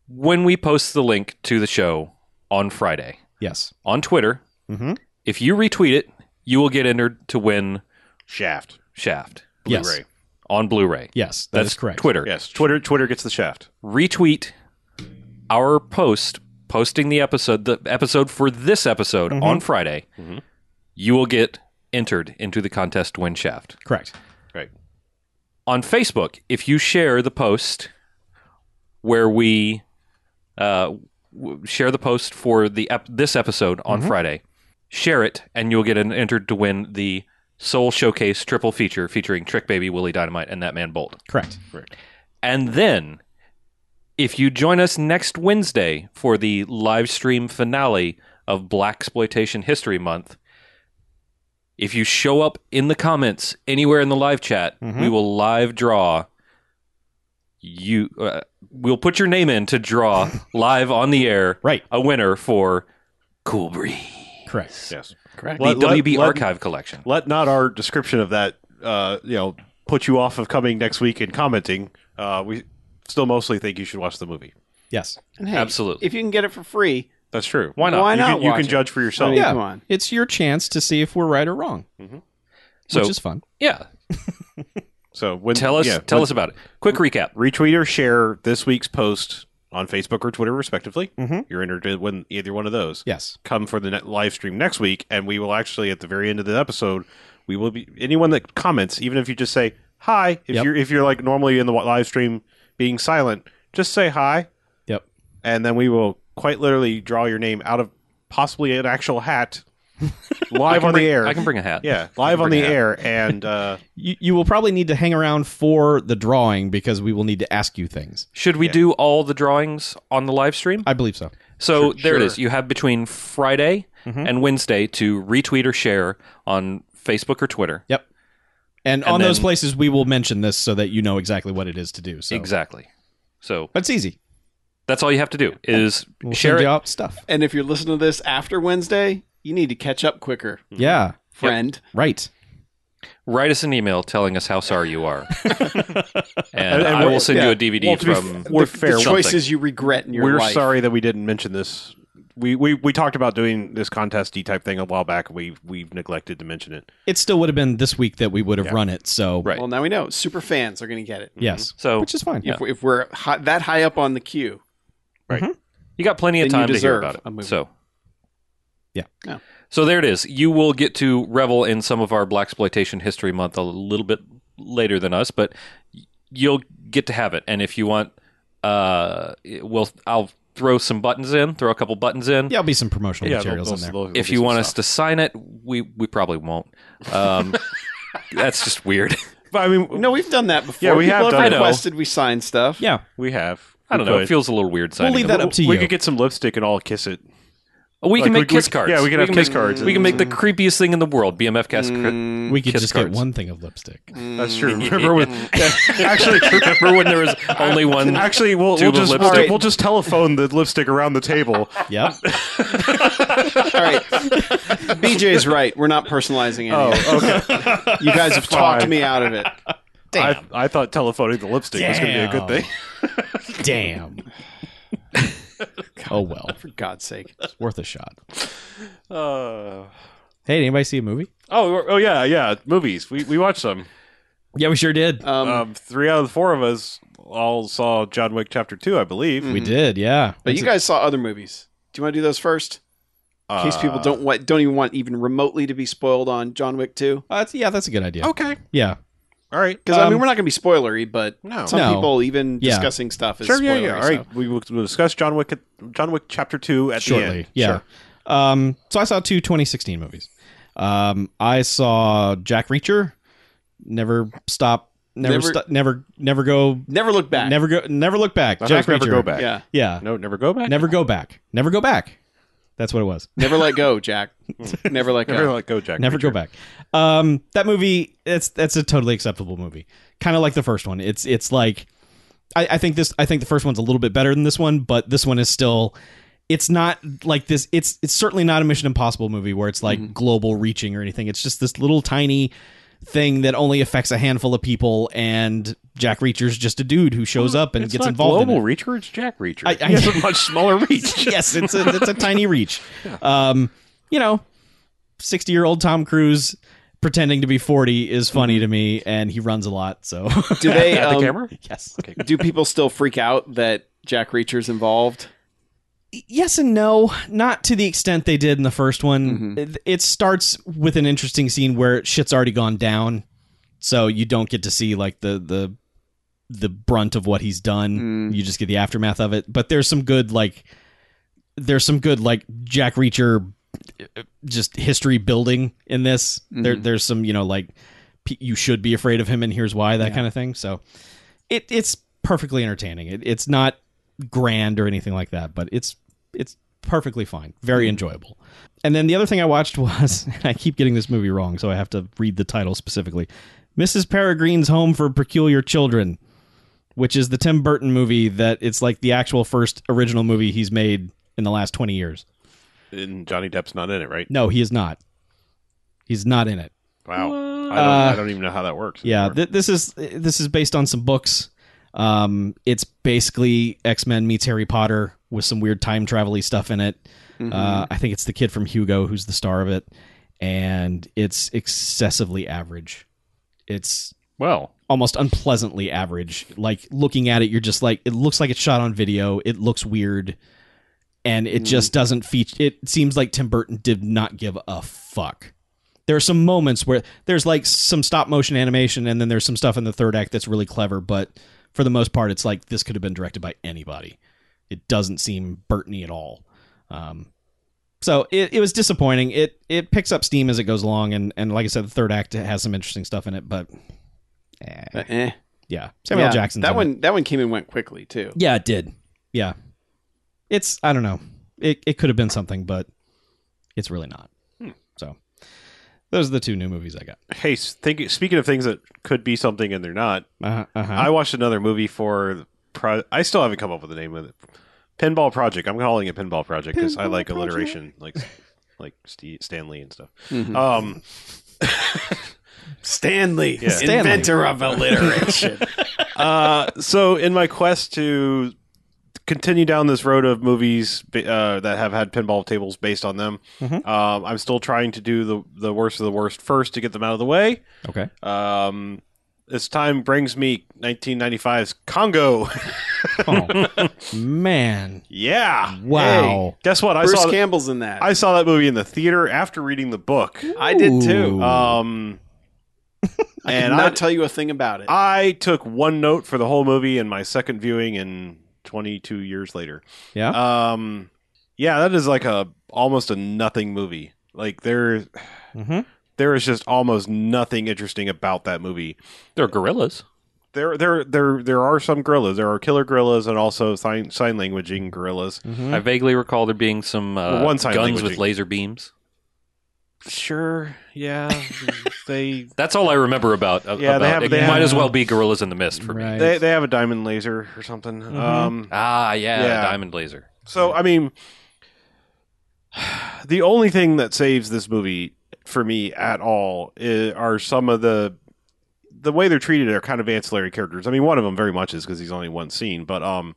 Speaker 4: When we post the link to the show on Friday
Speaker 5: Yes.
Speaker 4: on Twitter,
Speaker 5: Mm-hmm.
Speaker 4: if you retweet it, you will get entered to win
Speaker 2: Shaft.
Speaker 4: Shaft
Speaker 5: Yes.
Speaker 4: on Blu-ray.
Speaker 5: Yes.
Speaker 4: That's
Speaker 5: That's correct.
Speaker 4: Twitter.
Speaker 2: Yes. Twitter Twitter gets the shaft.
Speaker 4: retweet our post posting the episode the episode for this episode
Speaker 5: Mm-hmm.
Speaker 4: on friday you will get entered into the contest to win shaft
Speaker 5: Correct.
Speaker 2: Right.
Speaker 4: on facebook if you share the post where we uh, w- share the post for the ep- this episode on friday share it and you'll get an entered to win the soul showcase triple feature featuring trick baby willie dynamite and that man bolt
Speaker 5: Correct.
Speaker 4: and then, if you join us next Wednesday for the live stream finale of Black Exploitation History Month, if you show up in the comments anywhere in the live chat,
Speaker 2: Mm-hmm.
Speaker 4: we will live draw you. Uh, we'll put your name in to draw live on the air
Speaker 5: Right.
Speaker 4: a winner for Cool Breeze,
Speaker 5: Correct.
Speaker 2: Yes.
Speaker 3: Correct.
Speaker 4: the
Speaker 2: Let- let-
Speaker 4: WB
Speaker 2: let-
Speaker 4: Archive Collection.
Speaker 2: Let not our description of that uh, you know, put you off of coming next week and commenting. Uh, we still mostly think you should watch the movie.
Speaker 5: Yes.
Speaker 3: And hey,
Speaker 4: Absolutely.
Speaker 3: If you can get it for free,
Speaker 2: That's true.
Speaker 4: Why not?
Speaker 3: Why
Speaker 2: you
Speaker 3: not
Speaker 2: can, you
Speaker 3: watch
Speaker 2: can
Speaker 3: it?
Speaker 2: judge for
Speaker 3: I
Speaker 2: yourself.
Speaker 3: mean,
Speaker 5: yeah.
Speaker 3: come on.
Speaker 5: It's your chance to see if we're right or wrong,
Speaker 4: Mm-hmm. So,
Speaker 5: which is fun.
Speaker 4: yeah,
Speaker 2: So when
Speaker 4: tell us
Speaker 2: yeah,
Speaker 4: tell
Speaker 2: when-
Speaker 4: us about it. Quick recap.
Speaker 2: retweet or share this week's post on Facebook or Twitter respectively.
Speaker 4: Mm-hmm.
Speaker 2: You're entered to win either one of those.
Speaker 5: Yes.
Speaker 2: come for the net live stream next week, and we will actually at the very end of the episode, we will be anyone that comments, even if you just say hi, if
Speaker 5: Yep.
Speaker 2: you're if you're like normally in the w- live stream being silent, just say hi,
Speaker 5: Yep.
Speaker 2: and then we will quite literally draw your name out of possibly an actual hat live on the air.
Speaker 4: I can bring a hat.
Speaker 2: yeah, live on
Speaker 4: bring
Speaker 2: the
Speaker 4: a hat.
Speaker 2: air, and uh,
Speaker 5: You, you will probably need to hang around for the drawing because we will need to ask you things.
Speaker 4: Should we do all the drawings on the live stream?
Speaker 5: I believe so.
Speaker 4: So there it is. You have between Friday
Speaker 2: Mm-hmm.
Speaker 4: and Wednesday to retweet or share on Facebook or Twitter.
Speaker 5: Yep. And, on those
Speaker 4: then-
Speaker 5: places, we will mention this so that you know exactly what it is to do. So
Speaker 4: Exactly. So
Speaker 5: But it's easy.
Speaker 4: that's all you have to do is
Speaker 5: We'll
Speaker 4: share
Speaker 5: send you
Speaker 4: it.
Speaker 5: out stuff.
Speaker 3: And if you're listening to this after Wednesday, you need to catch up quicker,
Speaker 4: Mm-hmm.
Speaker 5: Yeah.
Speaker 3: friend.
Speaker 5: Right.
Speaker 4: Write us an email telling us how sorry you are, and,
Speaker 2: And- and
Speaker 4: I will
Speaker 2: we'll-
Speaker 4: send you
Speaker 3: yeah.
Speaker 4: a DVD
Speaker 2: Well, to be
Speaker 4: from.
Speaker 2: f- we're
Speaker 3: the,
Speaker 2: fair.
Speaker 3: the
Speaker 4: Something.
Speaker 3: choices you regret in your
Speaker 2: we're
Speaker 3: life.
Speaker 2: sorry that we didn't mention this. We, we, we talked about doing this contesty type thing a while back. We we've neglected to mention it.
Speaker 5: It still would have been this week that we would have run it. So
Speaker 4: Right. Mm-hmm.
Speaker 3: Well, now we know. Super fans are going to get it.
Speaker 5: yes.
Speaker 4: So-
Speaker 5: which is fine.
Speaker 4: Yeah.
Speaker 3: If, we- if we're hi- that high up on the queue,
Speaker 4: You got plenty of
Speaker 3: Then you
Speaker 4: time to hear
Speaker 3: deserve
Speaker 4: about
Speaker 3: a
Speaker 4: it.
Speaker 3: movie.
Speaker 4: So,
Speaker 5: Yeah.
Speaker 3: Yeah.
Speaker 4: So there it is. You will get to revel in some of our Black Exploitation History Month a little bit later than us, but y- you'll get to have it. And if you want, uh, it- we'll I'll throw some buttons in, throw a couple buttons in.
Speaker 5: There'll be some promotional
Speaker 2: Yeah,
Speaker 5: materials
Speaker 2: they'll-
Speaker 5: in there.
Speaker 2: they'll- they'll
Speaker 4: If
Speaker 2: do
Speaker 4: you
Speaker 2: some
Speaker 4: want
Speaker 2: stuff.
Speaker 4: us to sign it, we we probably won't. Um, that's just weird.
Speaker 2: But, I mean,
Speaker 3: no, we've done that before.
Speaker 2: Yeah, we
Speaker 3: People
Speaker 2: have done it.
Speaker 3: requested we sign stuff.
Speaker 5: yeah.
Speaker 2: we have.
Speaker 4: I don't know. It
Speaker 2: But-
Speaker 4: feels a little weird signing.
Speaker 5: We'll leave
Speaker 4: them.
Speaker 5: that up to you.
Speaker 2: We could get some lipstick and all kiss it.
Speaker 4: We
Speaker 2: Like,
Speaker 4: can make
Speaker 2: we- we-
Speaker 4: kiss cards.
Speaker 2: yeah, we can have kiss
Speaker 4: make-
Speaker 2: cards. Mm.
Speaker 4: We can make the creepiest thing in the world. BMF cast. cr-
Speaker 5: we could
Speaker 4: kiss
Speaker 5: just
Speaker 4: cards.
Speaker 5: get one thing of lipstick.
Speaker 2: That's true. Remember when? actually, remember when there was
Speaker 4: only one.
Speaker 2: Actually, we'll, we'll
Speaker 4: Tube of
Speaker 2: just
Speaker 4: lipstick.
Speaker 2: all right, we'll just telephone the lipstick around the table.
Speaker 5: Yep.
Speaker 3: All right. BJ's right. We're not personalizing anything.
Speaker 2: okay.
Speaker 3: you guys have
Speaker 2: Oh. Fine.
Speaker 3: talked me out of it.
Speaker 2: I, I thought telephoning the lipstick was going to be a good
Speaker 5: Damn.
Speaker 2: thing.
Speaker 5: Damn. oh well,
Speaker 3: For God's sake.
Speaker 5: it's worth a shot.
Speaker 2: Uh,
Speaker 5: Hey, did anybody see a movie?
Speaker 2: oh, oh yeah, yeah. Movies. We we watched some.
Speaker 5: Yeah, we sure did.
Speaker 3: Um,
Speaker 2: Um, three out of the four of us all saw John Wick Chapter Two, I believe.
Speaker 5: we did. Yeah.
Speaker 3: but
Speaker 5: It's
Speaker 3: you
Speaker 5: a-
Speaker 3: guys saw other movies. Do you want to do those first? In case
Speaker 2: Uh,
Speaker 3: people don't want, don't even want even remotely to be spoiled on John Wick 2.
Speaker 5: Uh, that's- yeah, that's a good idea.
Speaker 2: Okay.
Speaker 5: Yeah.
Speaker 2: All right.
Speaker 3: Because I mean,
Speaker 5: Um,
Speaker 3: we're not going to be spoilery, but
Speaker 2: No.
Speaker 3: some
Speaker 5: No.
Speaker 3: people even
Speaker 5: Yeah.
Speaker 3: discussing stuff is
Speaker 2: Sure. Yeah.
Speaker 3: spoilery.
Speaker 2: Yeah. All
Speaker 3: so-
Speaker 2: right. We will we'll discuss John Wick. John Wick Chapter Two at the
Speaker 5: Shortly.
Speaker 2: end.
Speaker 5: Yeah.
Speaker 2: Sure.
Speaker 5: Um. So I saw two 2016 movies. Um. I saw Jack Reacher. Never stop never,
Speaker 3: Never-
Speaker 5: never, never, never go,
Speaker 3: Never look back.
Speaker 5: never go, never look back.
Speaker 2: I thought it
Speaker 5: Jack
Speaker 2: was never
Speaker 5: Reacher.
Speaker 2: go back.
Speaker 3: Yeah.
Speaker 5: Yeah,
Speaker 2: No, never go back.
Speaker 5: never go back. Never go back. That's what it was.
Speaker 3: Never let go, Jack. Never let go.
Speaker 2: Never let go, Jack.
Speaker 5: Never
Speaker 2: Reacher.
Speaker 5: go back. Um, that movie, that's that's a totally acceptable movie. Kind of like the first one. It's it's like, I, I think this. I think the first one's a little bit better than this one, but this one is still. It's not like this. It's it's certainly not a Mission Impossible movie where it's
Speaker 2: Mm-hmm.
Speaker 5: like global reaching or anything. It's just this little tiny thing that only affects a handful of people, and Jack Reacher's just a dude who shows up and
Speaker 2: It's
Speaker 5: gets
Speaker 2: not
Speaker 5: involved. in it.
Speaker 2: Global Reacher. It's Jack Reacher.
Speaker 5: I- I-
Speaker 2: he has a much smaller reach.
Speaker 5: yes, it's a, it's a tiny reach. Um, you know, sixty year old Tom Cruise pretending to be forty is funny to me, and he runs a lot. So
Speaker 3: Do they?
Speaker 2: At the
Speaker 3: um,
Speaker 2: camera.
Speaker 5: yes,
Speaker 3: do people still freak out that Jack Reacher's involved?
Speaker 5: yes and no, not to the extent they did in the first one. It, it starts with an interesting scene where shit's already gone down, so you don't get to see like the the the brunt of what he's done. You just get the aftermath of it. But there's some good like there's some good like Jack Reacher uh, just history building in this. There there's some you know like p- you should be afraid of him and here's why that kind of thing. So it it's perfectly entertaining. It, it's not grand or anything like that, but it's it's perfectly fine, very enjoyable. And then the other thing I watched was, and I keep getting this movie wrong, so I have to read the title specifically. Mrs. Peregrine's Home for Peculiar Children, which is the Tim Burton movie that it's like the actual first original movie he's made in the last 20 years.
Speaker 2: And Johnny Depp's not in it, right?
Speaker 5: No, he is not. He's not in it.
Speaker 2: Wow. I, don't,
Speaker 5: Uh,
Speaker 2: I don't even know how that works.
Speaker 5: Yeah, th- this is this is based on some books. Um, it's basically X Men meets Harry Potter with some weird time travel stuff in it.
Speaker 2: Mm-hmm.
Speaker 3: Mm-hmm.
Speaker 5: Uh, I think it's the kid from Hugo who's the star of it, and it's excessively average. It's
Speaker 4: Well,
Speaker 5: almost unpleasantly average. Like looking at it, you're just like, it looks like it's shot on video. It looks weird, and
Speaker 3: Hmm.
Speaker 5: it just doesn't feature. It seems like Tim Burton did not give a fuck. There are some moments where there's like some stop motion animation, and then there's some stuff in the third act that's really clever. But for the most part, it's like this could have been directed by anybody. It doesn't seem Burtony at all. Um, so it, it was disappointing. It it picks up steam as it goes along, and, and like I said, the third act has some interesting stuff in it, but
Speaker 3: Uh, eh.
Speaker 5: yeah, Samuel
Speaker 3: Yeah,
Speaker 5: Jackson.
Speaker 3: That one. That one came and went quickly too.
Speaker 5: Yeah, it did. Yeah, it's I don't know. It it could have been something, but it's really not.
Speaker 2: Hmm.
Speaker 5: So those are the two new movies I got.
Speaker 2: Hey, s- think, speaking of things that could be something and they're not,
Speaker 5: Uh-huh,
Speaker 2: I watched another movie for. the Pro- I still haven't come up with the name of it. Pinball Project. I'm calling it Pinball Project because I like alliteration, like like St- Stanley and stuff. Um,
Speaker 3: Stanley,
Speaker 2: Yeah.
Speaker 5: Stanley.
Speaker 3: inventor of alliteration.
Speaker 2: uh, so in my quest to continue down this road of movies uh, that have had pinball tables based on them, um, I'm still trying to do the the worst of the worst first to get them out of the way.
Speaker 5: Okay.
Speaker 2: Um, this time brings me 1995's Congo. Oh.
Speaker 5: Man,
Speaker 2: yeah.
Speaker 5: wow.
Speaker 2: Guess what? I
Speaker 3: Bruce
Speaker 2: saw.
Speaker 3: Campbell's in that.
Speaker 2: I saw that movie in the theater after reading the book.
Speaker 3: I did too.
Speaker 5: Ooh.
Speaker 2: Um,
Speaker 3: I
Speaker 2: and
Speaker 3: cannot
Speaker 2: I-
Speaker 3: tell you a thing about it.
Speaker 2: I took one note for the whole movie in my second viewing in 22 years later.
Speaker 5: Yeah.
Speaker 2: Um, yeah, that is like a almost a nothing movie. Like there,
Speaker 5: Mhm.
Speaker 2: there is just almost nothing interesting about that movie.
Speaker 4: they're gorillas.
Speaker 2: There, there, there, there are some gorillas. There are killer gorillas and also sign sign languaging gorillas.
Speaker 5: mm-hmm.
Speaker 4: I vaguely recall there being some uh,
Speaker 2: Hmm. Well, one sign
Speaker 4: guns
Speaker 2: languaging.
Speaker 4: with laser beams.
Speaker 2: Sure, yeah, they
Speaker 4: That's all I remember about. uh,
Speaker 2: Yeah, they
Speaker 4: about-
Speaker 2: have-
Speaker 4: It
Speaker 2: they have-
Speaker 4: might as well be gorillas in the mist for me.
Speaker 5: right.
Speaker 2: they they have a diamond laser or something. Um,
Speaker 4: Ah, yeah,
Speaker 2: Yeah.
Speaker 4: diamond laser.
Speaker 2: So I mean, the only thing that saves this movie for me at all i are some of the the way they're treated are kind of ancillary characters. I mean, one of them very much is because he's only one scene, but um,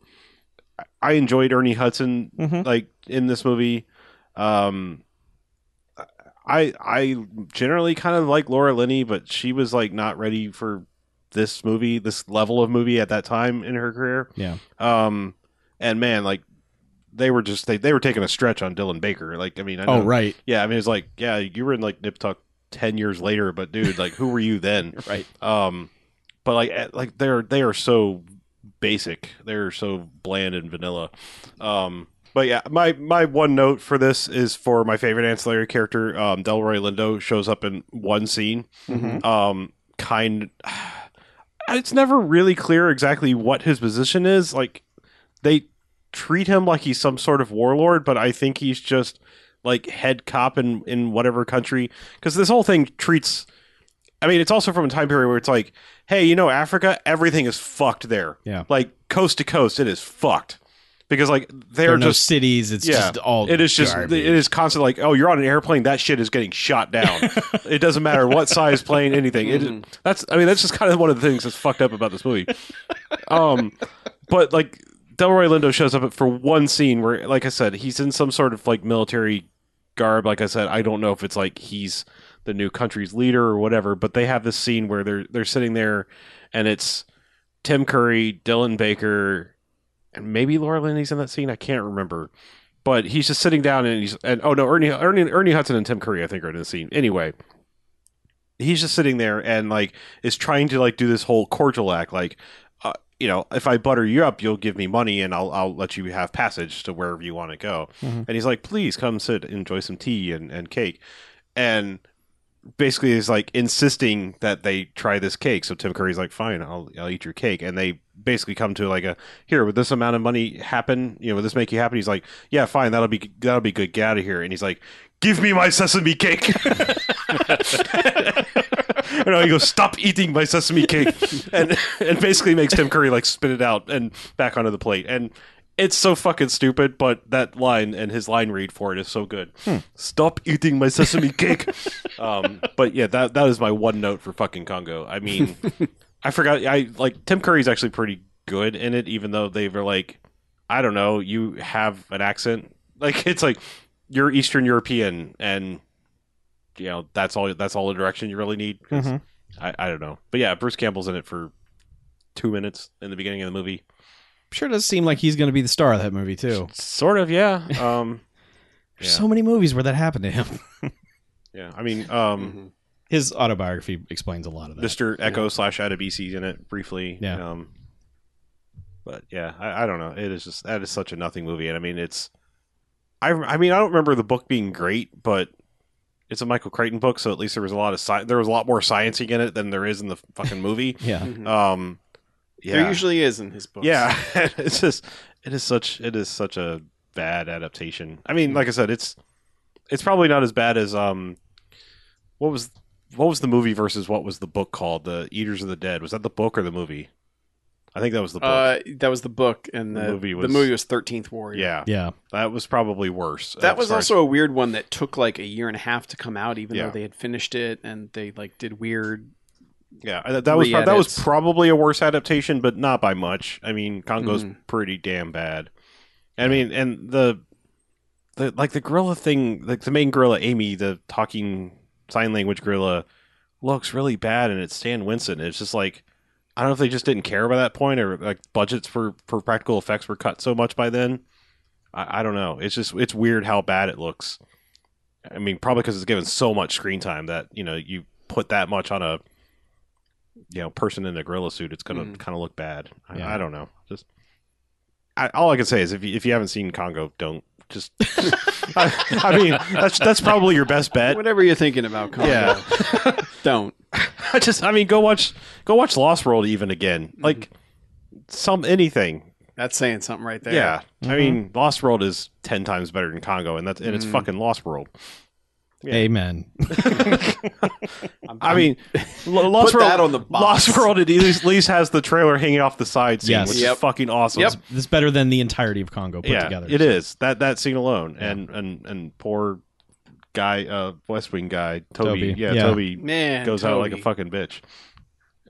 Speaker 2: I- I enjoyed Ernie Hudson
Speaker 5: Mhm.
Speaker 2: like in this movie. Um, I I generally kind of like Laura Linney, but she was like not ready for this movie, this level of movie at that time in her career.
Speaker 5: Yeah.
Speaker 2: Um, and man, like they were just they, they were taking a stretch on Dylan Baker. Like I mean, I know,
Speaker 5: oh right,
Speaker 2: yeah, I mean it's like yeah, you were in like Nip Tuck ten years later, but dude, like who were you then?
Speaker 5: right.
Speaker 2: Um, but like eh, like they're they are so basic, they're so bland and vanilla. Um, but yeah, my my one note for this is for my favorite ancillary character, um, Mm-hmm.
Speaker 3: Mm-hmm.
Speaker 2: Delroy Lindo shows up in one scene. Um, kind. it's never really clear exactly what his position is. Like they treat him like he's some sort of warlord, but I think he's just like head cop in in whatever country because this whole thing treats. I mean, it's also from a time period where it's like, hey, you know, Africa, everything is fucked there.
Speaker 5: Yeah.
Speaker 2: like coast to coast, it is fucked because like
Speaker 5: There
Speaker 2: they're
Speaker 5: are no
Speaker 2: just
Speaker 5: cities. It's
Speaker 2: yeah.
Speaker 5: just all.
Speaker 2: it is just
Speaker 5: garbage.
Speaker 2: it is constant like oh you're on an airplane that shit is getting shot down it doesn't matter what size plane anything It-
Speaker 5: Mm-hmm.
Speaker 2: that's i mean that's just kind of one of the things that's fucked up about this movie um but like delroy lindo shows up for one scene where like i said he's in some sort of like military garb like i said i don't know if it's like he's the new country's leader or whatever but they have this scene where they're they're sitting there and it's tim curry dylan baker and maybe laura linney's in that scene i can't remember but he's just sitting down and he's and oh no ernie ernie, ernie hudson and tim curry i think are in the scene anyway he's just sitting there and like is trying to like do this whole cordial act like uh, you know if i butter you up you'll give me money and i'll, I'll let you have passage to wherever you want to go and he's like please come sit enjoy some tea and, and cake and basically is like insisting that they try this cake so tim curry's like fine i'll, I'll eat your cake and they basically come to like a here would this amount of money happen you know would this make you happy he's like yeah fine that'll be that'll be good get out of here and he's like give me my sesame cake and I go, "Stop eating my sesame cake," and and basically makes Tim Curry like spit it out and back onto the plate. And it's so fucking stupid, but that line and his line read for it is so good. Stop eating my sesame cake. um, but yeah, that that is my one note for fucking Congo. I mean, I forgot. I like Tim Curry's actually pretty good in it, even though they were like, I don't know, you have an accent. Like it's like you're Eastern European and you know that's all that's all the direction you really need 'cause
Speaker 5: Mhm.
Speaker 2: I, I don't know but yeah bruce campbell's in it for two minutes in the beginning of the movie
Speaker 5: sure does seem like he's going to be the star of that movie too.
Speaker 2: sort of yeah um
Speaker 5: There's so many movies where that happened to him.
Speaker 2: yeah i mean um
Speaker 5: His autobiography explains a lot of that.
Speaker 2: mr echo slash adabisi's in it briefly
Speaker 5: Yeah.
Speaker 2: um but yeah I, I don't know it is just that is such a nothing movie and i mean it's i i mean i don't remember the book being great but it's a michael crichton book so at least there was a lot of sci- there was a lot more sciencing in it than there is in the fucking movie
Speaker 5: yeah.
Speaker 2: um yeah
Speaker 3: There usually is in his books.
Speaker 2: Yeah, it's just it is such it is such a bad adaptation. I
Speaker 3: Mm.
Speaker 2: mean, like I said, it's it's probably not as bad as um what was what was the movie versus what was the book called? The Eaters of the Dead. Was that the book or the movie? I think that was the book.
Speaker 3: Uh, that was the book, and the, the movie was, Thirteenth Warrior.
Speaker 2: yeah,
Speaker 5: Yeah.
Speaker 2: that was probably worse.
Speaker 3: Uh, that
Speaker 2: as
Speaker 3: was
Speaker 2: far as-
Speaker 3: also a weird one that took like a year and a half to come out, even
Speaker 2: Yeah.
Speaker 3: though they had finished it and they like did weird.
Speaker 2: yeah. uh, That, that was prob- that was
Speaker 3: re-edits.
Speaker 2: probably a worse adaptation, but not by much. I mean, Congo's
Speaker 3: Mhm.
Speaker 2: pretty damn bad. I mean, and the the like the gorilla thing, like the main gorilla, Amy, the talking sign language gorilla, looks really bad, and it's Stan Winston. It's just like I don't know if they just didn't care by that point, or like budgets for for practical effects were cut so much by then. I, I don't know. It's just it's weird how bad it looks. I mean, probably because it's given so much screen time that you know you put that much on a you know person in a gorilla suit, it's gonna
Speaker 3: Mhm.
Speaker 2: kind of look bad. I,
Speaker 5: Yeah.
Speaker 2: I don't know. Just I, all I can say is if you, if you haven't seen Congo, don't just. I, I mean, that's that's probably your best bet.
Speaker 3: Whatever you're thinking about, Congo,
Speaker 2: Yeah.
Speaker 3: don't.
Speaker 2: I just I mean, go watch go watch Lost World even again. Like some anything.
Speaker 3: That's saying something right there.
Speaker 2: Yeah, I mean, Lost World is ten times better than Congo, and that's and
Speaker 3: Mm.
Speaker 2: it's fucking Lost World.
Speaker 5: Amen.
Speaker 2: I mean, Lo- Lost
Speaker 3: Put
Speaker 2: World
Speaker 3: that on the box.
Speaker 2: Lost World at least, at least has the trailer hanging off the side scene,
Speaker 5: Yes.
Speaker 2: which
Speaker 3: Yep.
Speaker 2: is fucking awesome.
Speaker 3: Yep.
Speaker 5: It's better than the entirety of Congo put
Speaker 2: yeah,
Speaker 5: together.
Speaker 2: it is that that scene alone, and and and poor guy, uh, West Wing guy, Toby.
Speaker 5: Toby,
Speaker 2: Yeah,
Speaker 5: yeah.
Speaker 2: Toby
Speaker 3: Man,
Speaker 2: goes out like a
Speaker 3: Toby.
Speaker 2: fucking bitch.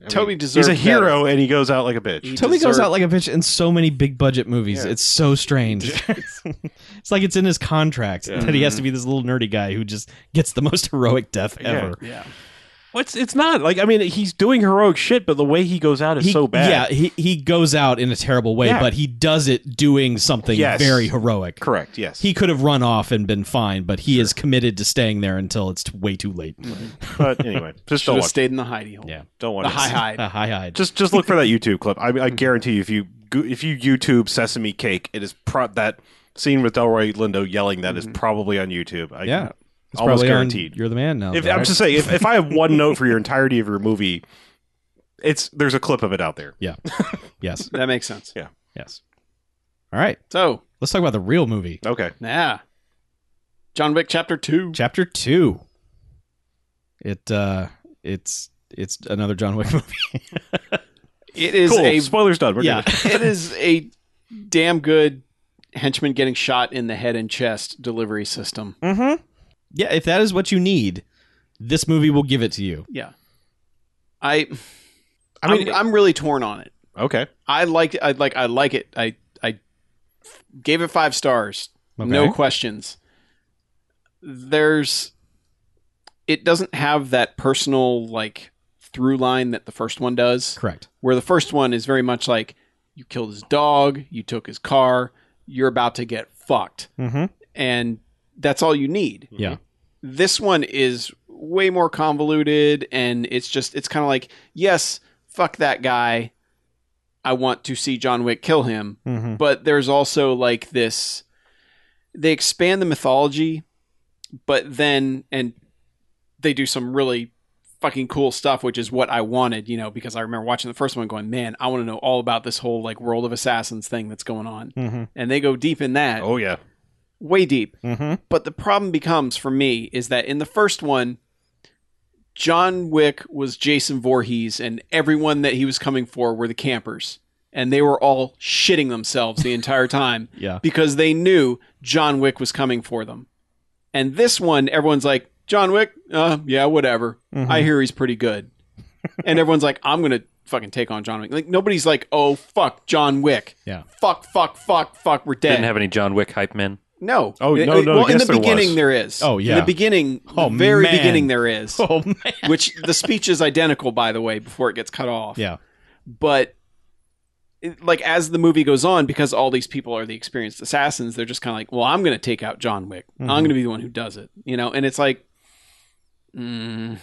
Speaker 2: I mean,
Speaker 3: Toby
Speaker 2: He's
Speaker 3: deserves
Speaker 2: a hero, and he goes out like a bitch.
Speaker 3: He-
Speaker 5: Toby goes
Speaker 3: deserved-
Speaker 5: out like a bitch in so many big budget movies.
Speaker 2: Yeah.
Speaker 5: It's so strange. it's like it's in his contract
Speaker 2: Yeah. Mm-hmm.
Speaker 5: that he has to be this little nerdy guy who just gets the most heroic death
Speaker 2: Yeah.
Speaker 5: ever.
Speaker 3: Yeah.
Speaker 2: What's it's not like I mean he's doing heroic shit, but the way he goes out is
Speaker 5: He,
Speaker 2: so bad.
Speaker 5: Yeah, he, he goes out in a terrible way,
Speaker 2: Yeah.
Speaker 5: but he does it doing something
Speaker 2: Yes.
Speaker 5: very heroic.
Speaker 2: correct. Yes,
Speaker 5: He could have run off and been fine, but he is committed to staying there until it's t- way too late.
Speaker 2: but anyway, just
Speaker 3: Should
Speaker 2: don't
Speaker 3: have
Speaker 2: watch.
Speaker 3: stayed in the hidey hole.
Speaker 5: Yeah.
Speaker 2: don't watch.
Speaker 3: The
Speaker 2: it.
Speaker 3: high hide.
Speaker 5: Uh, hi, hi.
Speaker 2: Just just look for that YouTube clip. I, I guarantee you, if you go- if you YouTube Sesame Cake, it is pro- that scene with Delroy Lindo yelling that is probably on YouTube. I,
Speaker 5: Mm-hmm. Yeah. It's
Speaker 2: almost
Speaker 5: probably on
Speaker 2: guaranteed.
Speaker 5: You're the man now.
Speaker 2: If,
Speaker 5: though,
Speaker 2: I'm
Speaker 5: right?
Speaker 2: just saying, if, if I have one note for your entirety of your movie, It's there's a clip of it out there.
Speaker 5: Yeah. yes.
Speaker 3: That makes sense.
Speaker 5: Yes. All right.
Speaker 3: So,
Speaker 5: Let's talk about the real movie.
Speaker 2: Okay.
Speaker 3: yeah. John Wick Chapter 2.
Speaker 5: Chapter two. It uh it's it's another John Wick movie.
Speaker 3: It is
Speaker 2: cool.
Speaker 3: a
Speaker 2: Spoilers done. We're
Speaker 5: Yeah.
Speaker 2: good.
Speaker 3: it is a damn good henchman getting shot in the head and chest delivery system.
Speaker 5: Yeah, if that is what you need, this movie will give it to you.
Speaker 3: Yeah. I
Speaker 2: I mean,
Speaker 3: I'm, I'm really torn on it.
Speaker 2: okay.
Speaker 3: I like I like I like it. I I gave it 5 stars. No
Speaker 5: Okay.
Speaker 3: questions. There's it doesn't have that personal like through line that the first one does.
Speaker 5: Correct.
Speaker 3: where the first one is very much like you killed his dog, you took his car, you're about to get fucked.
Speaker 5: Mm-hmm.
Speaker 3: And that's all you need.
Speaker 5: Yeah.
Speaker 3: This one is way more convoluted and it's just it's kind of like, yes, fuck that guy. I want to see John Wick kill him,
Speaker 5: Mm-hmm.
Speaker 3: but there's also like this they expand the mythology but then and they do some really fucking cool stuff which is what i wanted you know because i remember watching the first one going man i want to know all about this whole like world of assassins thing that's going on
Speaker 5: Mm-hmm.
Speaker 3: and they go deep in that
Speaker 2: Oh yeah.
Speaker 3: way deep
Speaker 5: Mm-hmm.
Speaker 3: but the problem becomes for me is that in the first one john wick was jason voorhees and everyone that he was coming for were the campers and they were all shitting themselves the entire time
Speaker 5: Yeah.
Speaker 3: because they knew John Wick was coming for them. And this one, everyone's like, John Wick, uh, yeah, whatever.
Speaker 5: Mm-hmm.
Speaker 3: I hear he's pretty good. and everyone's like, I'm gonna fucking take on John Wick. Like nobody's like, oh fuck, John Wick.
Speaker 5: Yeah.
Speaker 3: Fuck, fuck, fuck, fuck, we're dead.
Speaker 4: Didn't have any John Wick hype men.
Speaker 3: no.
Speaker 2: Oh,
Speaker 3: It-
Speaker 2: no,
Speaker 3: it-
Speaker 2: no,
Speaker 3: Well, in
Speaker 2: yes,
Speaker 3: the
Speaker 2: there
Speaker 3: beginning
Speaker 2: was.
Speaker 3: there is.
Speaker 5: Oh,
Speaker 3: In
Speaker 5: yeah.
Speaker 3: the beginning,
Speaker 5: Oh,
Speaker 3: the very
Speaker 5: man.
Speaker 3: beginning there is.
Speaker 5: Oh man.
Speaker 3: Which the speech is identical, by the way, before it gets cut off
Speaker 5: Yeah.
Speaker 3: but it- like as the movie goes on because all these people are the experienced assassins they're just kind of like well i'm going to take out john wick
Speaker 5: Mm-hmm.
Speaker 3: i'm going to be the one who does it you know and it's like mm,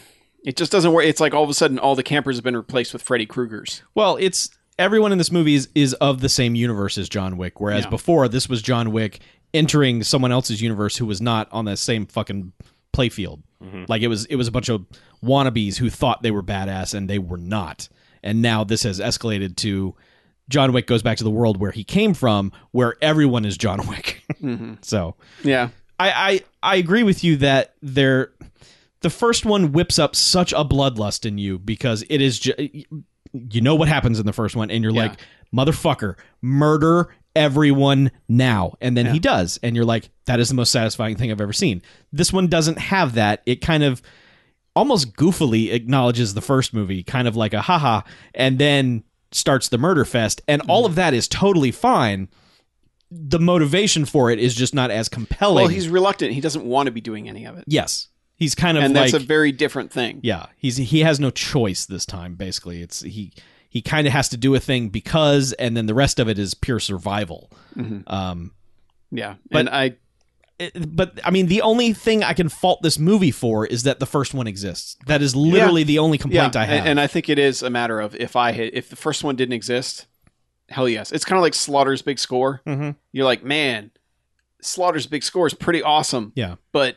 Speaker 3: it just doesn't work it's like all of a sudden all the campers have been replaced with freddy krueger's
Speaker 5: Well, it's everyone in this movie is, is of the same universe as John Wick, whereas
Speaker 3: Yeah.
Speaker 5: before this was John Wick entering someone else's universe who was not on the same fucking playfield. Like it was it was a bunch of wannabes who thought they were badass and they were not. And now this has escalated to John Wick goes back to the world where he came from, where everyone is John Wick. so
Speaker 3: yeah
Speaker 5: I, I I agree with you that they're the first one whips up such a bloodlust in you because it is ju- you know what happens in the first one and you're
Speaker 3: Yeah.
Speaker 5: like motherfucker murder everyone now and then he does and you're like that is the most satisfying thing I've ever seen. This one doesn't have that. It kind of almost goofily acknowledges the first movie kind of like a haha and then starts the murder fest and
Speaker 3: Mm-hmm.
Speaker 5: all of that is totally fine. The motivation for it is just not as compelling.
Speaker 3: well he's reluctant he doesn't want to be doing any of it
Speaker 5: Yes, he's kind of
Speaker 3: and
Speaker 5: like
Speaker 3: that's a very different thing
Speaker 5: yeah. He's he has no choice this time. Basically, it's he he kind of has to do a thing because, and then the rest of it is pure survival.
Speaker 3: Mhm.
Speaker 5: Um,
Speaker 3: yeah
Speaker 5: But-
Speaker 3: and i
Speaker 5: it- but I mean, the only thing I can fault this movie for is that the first one exists. That is literally the only
Speaker 3: yeah
Speaker 5: complaint I have.
Speaker 3: and, and i think it is a matter of if i had if the first one didn't exist hell yes it's kind of like slaughter's big score
Speaker 5: Mhm.
Speaker 3: you're like man slaughter's big score is pretty awesome
Speaker 5: yeah,
Speaker 3: but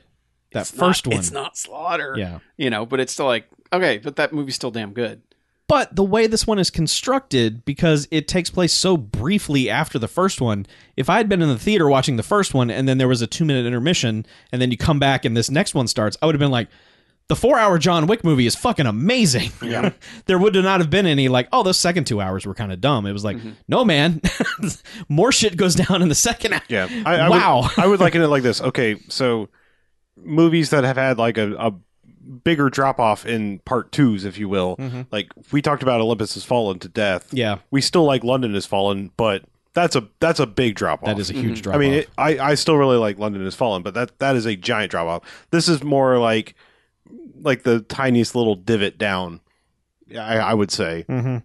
Speaker 5: that
Speaker 3: it's
Speaker 5: first
Speaker 3: not-
Speaker 5: one.
Speaker 3: it's not slaughter
Speaker 5: yeah,
Speaker 3: you know but it's still like okay but that movie's still damn good
Speaker 5: but the way this one is constructed, because it takes place so briefly after the first one, if I had been in the theater watching the first one and then there was a two minute intermission and then you come back and this next one starts, I would have been like, the four hour John Wick movie is fucking amazing. Yeah. there would not have been any like, oh, those second two hours were kind of dumb. It was like,
Speaker 2: Mm-hmm.
Speaker 5: no, man, more shit goes down in the second hour.
Speaker 2: Yeah. I, I
Speaker 5: Wow.
Speaker 2: Would, I would liken it like this. Okay, so movies that have had like a, a bigger drop off in part twos, if you will. Like we talked about Olympus has fallen to death.
Speaker 5: Mm-hmm. Yeah.
Speaker 2: We still like London has fallen, but that's a that's a big drop off.
Speaker 5: That is a huge drop.
Speaker 2: mm-hmm. I mean, it, I I still really like London Has Fallen, but that that is a giant drop off. This is more like like the tiniest little divot down. I, I would say
Speaker 5: Mhm.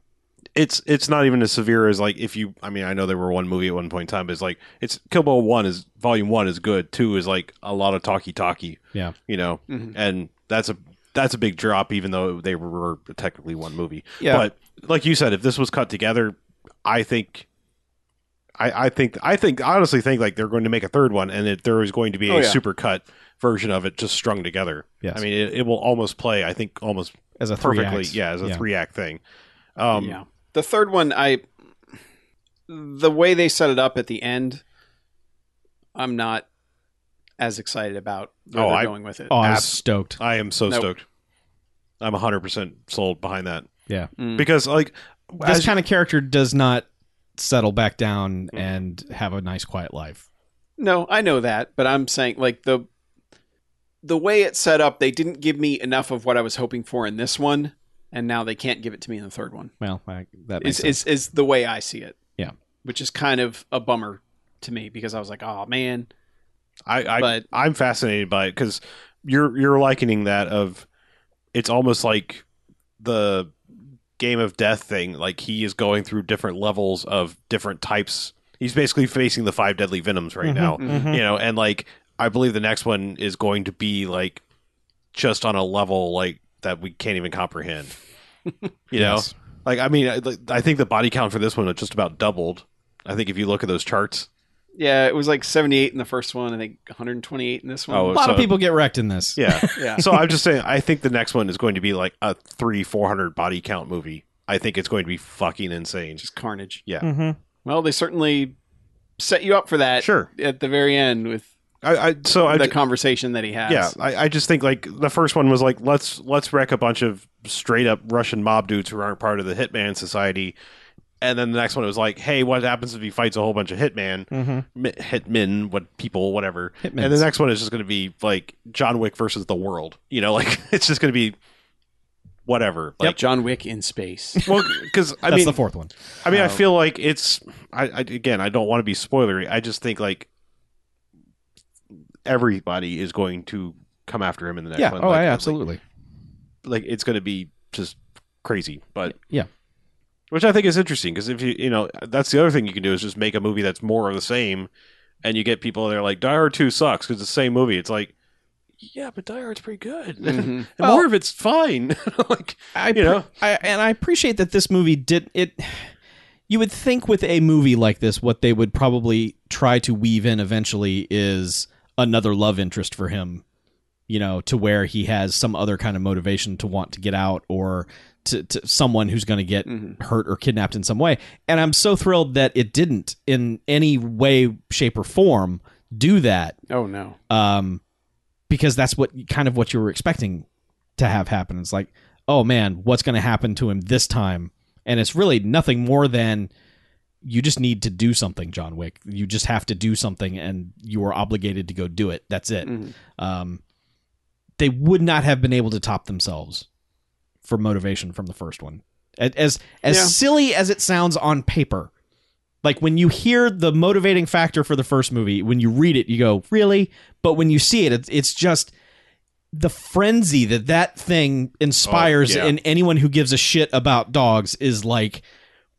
Speaker 2: it's it's not even as severe as like if you. I mean, I know there were one movie at one point in time, but it's like it's Kill Bill one is volume one is good. Two is like a lot of talky talky.
Speaker 5: Yeah.
Speaker 2: you know,
Speaker 3: Mm-hmm.
Speaker 2: and that's a that's a big drop, even though they were technically one movie.
Speaker 5: Yeah.
Speaker 2: but like you said, if this was cut together, I think I, I think I think I honestly think like they're going to make a third one, and it, there is going to be a
Speaker 3: Oh, yeah.
Speaker 2: super cut version of it just strung together.
Speaker 5: Yes.
Speaker 2: I mean, it, it will almost play. I think almost
Speaker 5: as a three
Speaker 2: perfectly.
Speaker 5: act.
Speaker 2: Yeah, as a three act thing. Um,
Speaker 3: yeah. The third one, I the way they set it up at the end, I'm not as excited about where
Speaker 2: Oh,
Speaker 3: they're
Speaker 2: I-
Speaker 3: going with it.
Speaker 5: Oh, I was
Speaker 2: Abs-
Speaker 5: stoked.
Speaker 2: I am so
Speaker 3: Nope.
Speaker 2: stoked. I'm 100% sold behind that.
Speaker 5: Yeah.
Speaker 3: Mm.
Speaker 2: Because, like,
Speaker 5: This
Speaker 2: as- Mm.
Speaker 5: kind of character does not settle back down and have a nice quiet life.
Speaker 3: No, I know that, but I'm saying like the the way it's set up, they didn't give me enough of what I was hoping for in this one, and now they can't give it to me in the third one.
Speaker 5: Well, I, that makes
Speaker 3: Is
Speaker 5: sense.
Speaker 3: is is the way I see it.
Speaker 5: Yeah.
Speaker 3: Which is kind of a bummer to me because I was like, oh man.
Speaker 2: I, I
Speaker 3: but
Speaker 2: I'm fascinated by it because you're you're likening that of it's almost like the game of death thing. Like he is going through different levels of different types. He's basically facing the five deadly venoms right
Speaker 5: Mm-hmm.
Speaker 2: now,
Speaker 5: Hmm.
Speaker 2: you know, and like I believe the next one is going to be like just on a level like that we can't even comprehend. You know,
Speaker 5: Yes.
Speaker 2: like I mean, I, I think the body count for this one just about doubled. I think if you look at those charts,
Speaker 3: yeah, it was like 78 in the first one, I think 128 in this one.
Speaker 2: Oh,
Speaker 5: a lot of
Speaker 2: so-
Speaker 5: people get wrecked in this.
Speaker 2: yeah,
Speaker 3: yeah.
Speaker 2: so I'm just saying, I think the next one is going to be like a three, four hundred body count movie. I think it's going to be fucking insane.
Speaker 3: Just carnage.
Speaker 2: Yeah.
Speaker 3: Well, they certainly set you up for that
Speaker 2: Sure.
Speaker 3: at the very end with
Speaker 2: I, I so I
Speaker 3: the conversation that he has.
Speaker 2: yeah, I, I just think like the first one was like let's let's wreck a bunch of straight up Russian mob dudes who aren't part of the Hitman Society, and then the next one was like, hey, what happens if he fights a whole bunch of Hitman, mi- Hitmen, what people, whatever, and the
Speaker 5: Mm-hmm. Hitmans.
Speaker 2: next one is just going to be like John Wick versus the world. You know, like it's just going to be whatever.
Speaker 3: Like
Speaker 2: Like,
Speaker 3: John Wick in space.
Speaker 2: well, because I
Speaker 5: That's
Speaker 2: mean,
Speaker 5: the fourth one.
Speaker 2: I mean, I
Speaker 3: Um,
Speaker 2: feel like it's. I, I again, I don't want to be spoilery. I just think like everybody is going to come after him in the next
Speaker 5: Oh,
Speaker 2: one. Like, Like, it's going to be just crazy, but
Speaker 5: Yeah.
Speaker 2: which I think is interesting because if you you know that's the other thing you can do is just make a movie that's more of the same, and you get people that are like Die Hard Two sucks because it's the same movie. It's like. Yeah, but Die Hard's pretty good. and
Speaker 5: Mm-hmm.
Speaker 3: Mhm.
Speaker 2: more of it's fine. like,
Speaker 5: I,
Speaker 2: you know.
Speaker 5: I and I appreciate that this movie did it. You would think with a movie like this, what they would probably try to weave in eventually is another love interest for him, you know, to where he has some other kind of motivation to want to get out or to, to someone who's going to get
Speaker 3: Mhm.
Speaker 5: hurt or kidnapped in some way. And I'm so thrilled that it didn't in any way, shape, or form do that
Speaker 3: Oh no.
Speaker 5: um, because that's what kind of what you were expecting to have happen. It's like, oh man, what's going to happen to him this time? And it's really nothing more than you just need to do something, John Wick. You just have to do something, and you are obligated to go do it. That's it.
Speaker 3: Mhm.
Speaker 5: Um, they would not have been able to top themselves for motivation from the first one. A- As as
Speaker 3: Yeah.
Speaker 5: silly as it sounds on paper, like when you hear the motivating factor for the first movie, when you read it, you go, "Really?" But when you see it, it's, it's just the frenzy that that thing inspires
Speaker 2: Oh, yeah.
Speaker 5: in anyone who gives a shit about dogs is like,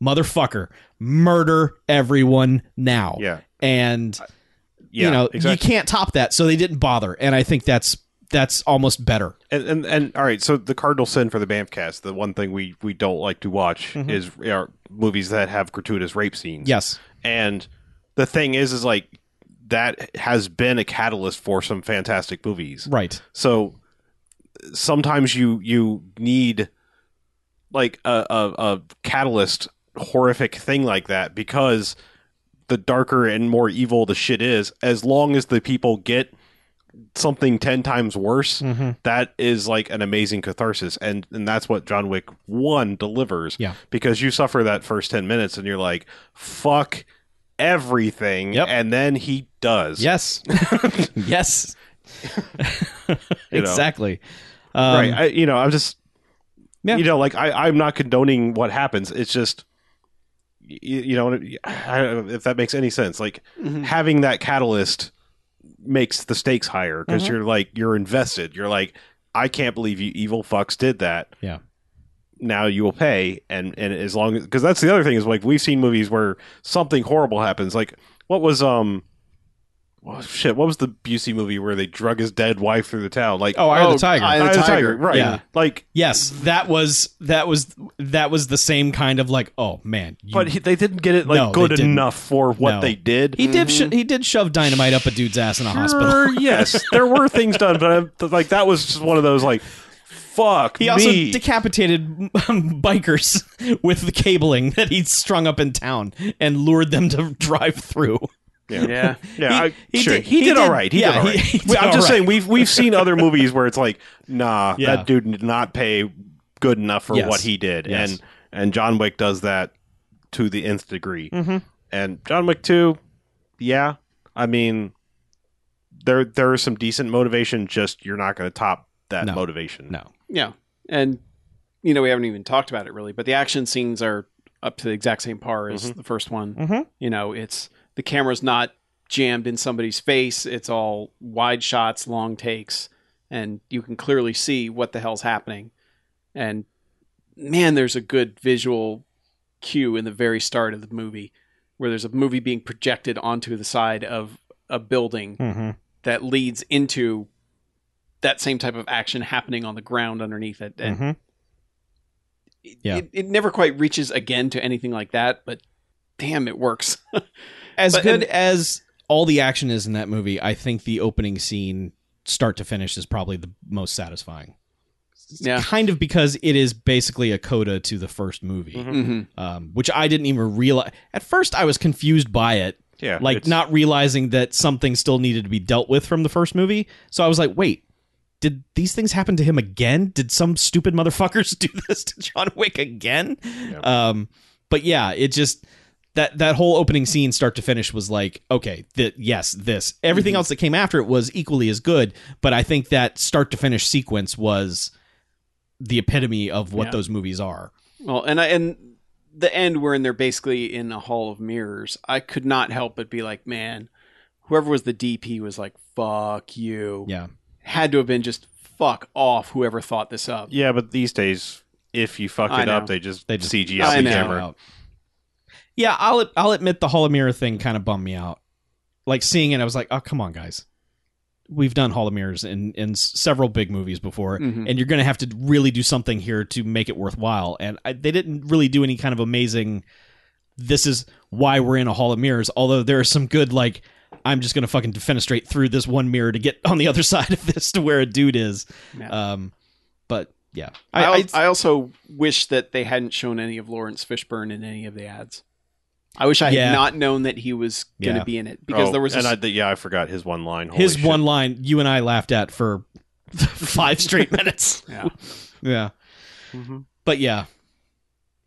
Speaker 5: "Motherfucker, murder everyone now!"
Speaker 2: Yeah.
Speaker 5: And
Speaker 2: Yeah.
Speaker 5: you know
Speaker 2: exactly.
Speaker 5: you can't top that, so they didn't bother. And I think that's that's almost better.
Speaker 2: And, and and all right, so the cardinal sin for the Bamfcast, the one thing we we don't like to watch is are movies that have gratuitous rape scenes.
Speaker 5: Yes.
Speaker 2: and the thing is, is like that has been a catalyst for some fantastic movies.
Speaker 5: Right.
Speaker 2: So sometimes you you need like a, a, a catalyst horrific thing like that because the darker and more evil the shit is, as long as the people get something ten times worse, that is like an amazing catharsis. And and that's what John Wick one delivers.
Speaker 5: Yeah.
Speaker 2: Because you suffer that first ten minutes and you're like, fuck everything
Speaker 5: Yep.
Speaker 2: and then he does.
Speaker 5: Yes. yes.
Speaker 2: You know.
Speaker 5: exactly. Um,
Speaker 2: right. I, you know, I'm just,
Speaker 5: Yeah.
Speaker 2: you know, like I, I'm not condoning what happens. It's just, you, you know, I don't know if that makes any sense. Like
Speaker 3: Mm-hmm.
Speaker 2: having that catalyst makes the stakes higher because
Speaker 5: Mm-hmm.
Speaker 2: you're like you're invested. You're like, I can't believe you evil fucks did that.
Speaker 5: Yeah.
Speaker 2: Now you will pay, and and as long as because that's the other thing is like we've seen movies where something horrible happens. Like what was um. Oh, shit, what was the Busey movie where they drug his dead wife through the town? Like,
Speaker 5: oh, Eye of the
Speaker 3: Oh,
Speaker 5: Tiger.
Speaker 3: Eye
Speaker 2: Eye of the Tiger, right?
Speaker 5: Yeah.
Speaker 2: Like,
Speaker 5: yes, that was that was that was the same kind of like, oh man, you-
Speaker 2: but he, they didn't get it like
Speaker 5: No, they
Speaker 2: good
Speaker 5: didn't.
Speaker 2: enough for what
Speaker 5: No.
Speaker 2: they did.
Speaker 5: he did sho- he did shove dynamite up a dude's ass in a hospital.
Speaker 2: Er, Sure, yes, there were things done, but I'm, like that was just one of those like, Fuck
Speaker 5: He also
Speaker 2: me.
Speaker 5: decapitated um, bikers with the cabling that he'd strung up in town and lured them to drive through.
Speaker 3: Yeah.
Speaker 2: yeah,
Speaker 5: he-
Speaker 2: I-
Speaker 5: he
Speaker 2: sure.
Speaker 5: did-
Speaker 2: he,
Speaker 5: he
Speaker 2: did, all
Speaker 5: did-
Speaker 2: right. He
Speaker 5: yeah,
Speaker 2: did all right.
Speaker 5: he- he did
Speaker 2: Well, I'm
Speaker 5: all
Speaker 2: just
Speaker 5: right.
Speaker 2: saying we've we've seen other movies where it's like, nah,
Speaker 5: Yeah.
Speaker 2: that dude did not pay good enough for
Speaker 5: Yes.
Speaker 2: what he did,
Speaker 5: Yes.
Speaker 2: and and John Wick does that to the nth degree.
Speaker 5: Mm-hmm.
Speaker 2: And John Wick two, yeah, I mean, there there is some decent motivation. Just you're not going to top that
Speaker 5: No.
Speaker 2: motivation.
Speaker 5: No.
Speaker 3: Yeah. And you know, we haven't even talked about it really, but the action scenes are up to the exact same par as
Speaker 2: Mm-hmm.
Speaker 3: the first one.
Speaker 5: Mhm.
Speaker 3: You know, it's the camera's not jammed in somebody's face. It's all wide shots, long takes, and you can clearly see what the hell's happening. And man, there's a good visual cue in the very start of the movie where there's a movie being projected onto the side of a building
Speaker 2: Mm-hmm.
Speaker 3: that leads into that same type of action happening on the ground underneath it. And
Speaker 2: Mm-hmm.
Speaker 3: it,
Speaker 5: Mm-hmm. Yeah.
Speaker 3: it, it never quite reaches again to anything like that, but damn, it works.
Speaker 5: As
Speaker 3: But-
Speaker 5: good as all the action is in that movie, I think the opening scene, start to finish, is probably the most satisfying.
Speaker 3: yeah.
Speaker 5: Kind of because it is basically a coda to the first movie,
Speaker 3: Mm-hmm.
Speaker 5: um, which I didn't even realize. At first, I was confused by it,
Speaker 2: Yeah,
Speaker 5: like
Speaker 2: it's-
Speaker 5: not realizing that something still needed to be dealt with from the first movie. So I was like, wait. Did these things happen to him again? Did some stupid motherfuckers do this to John Wick again? Um, but yeah, it just that that whole opening scene, start to finish, was like, okay, that yes, this everything
Speaker 2: Mm-hmm.
Speaker 5: else that came after it was equally as good. But I think that start to finish sequence was the epitome of what
Speaker 3: Yeah.
Speaker 5: those movies are.
Speaker 3: Well, and I, and the end wherein they're basically in a hall of mirrors, I could not help but be like, man, whoever was the DP was like, fuck you.
Speaker 5: Yeah,
Speaker 3: Had to have been just fuck off whoever thought this up.
Speaker 2: yeah, but these days, if you fuck
Speaker 3: I
Speaker 2: it up,
Speaker 3: know.
Speaker 2: they just
Speaker 5: They just-
Speaker 2: CG
Speaker 3: I
Speaker 2: out the
Speaker 3: know.
Speaker 2: camera.
Speaker 5: Yeah, I'll I'll admit the Holomira thing kind of bummed me out. Like seeing it, I was like, oh come on, guys. We've done Holomirs in in s- several big movies before,
Speaker 3: Mhm.
Speaker 5: and you're going to have to really do something here to make it worthwhile. And I, they didn't really do any kind of amazing. This is why we're in a hall of mirrors. Although there are some good like. I'm just gonna fucking defenestrate through this one mirror to get on the other side of this to where a dude is,
Speaker 3: Yeah.
Speaker 5: um, but yeah, I,
Speaker 3: I,
Speaker 5: I,
Speaker 3: al- I also wish that they hadn't shown any of Lawrence Fishburne in any of the ads. I wish I
Speaker 5: Yeah.
Speaker 3: had not known that he was going to
Speaker 5: Yeah.
Speaker 3: be in it because
Speaker 2: Oh,
Speaker 3: there was a
Speaker 2: and
Speaker 3: s-
Speaker 2: I, yeah, I forgot his one line. Holy
Speaker 5: his
Speaker 2: shit.
Speaker 5: one line you and I laughed at for five straight minutes.
Speaker 3: Yeah.
Speaker 5: Yeah.
Speaker 3: Mm-hmm.
Speaker 5: But yeah,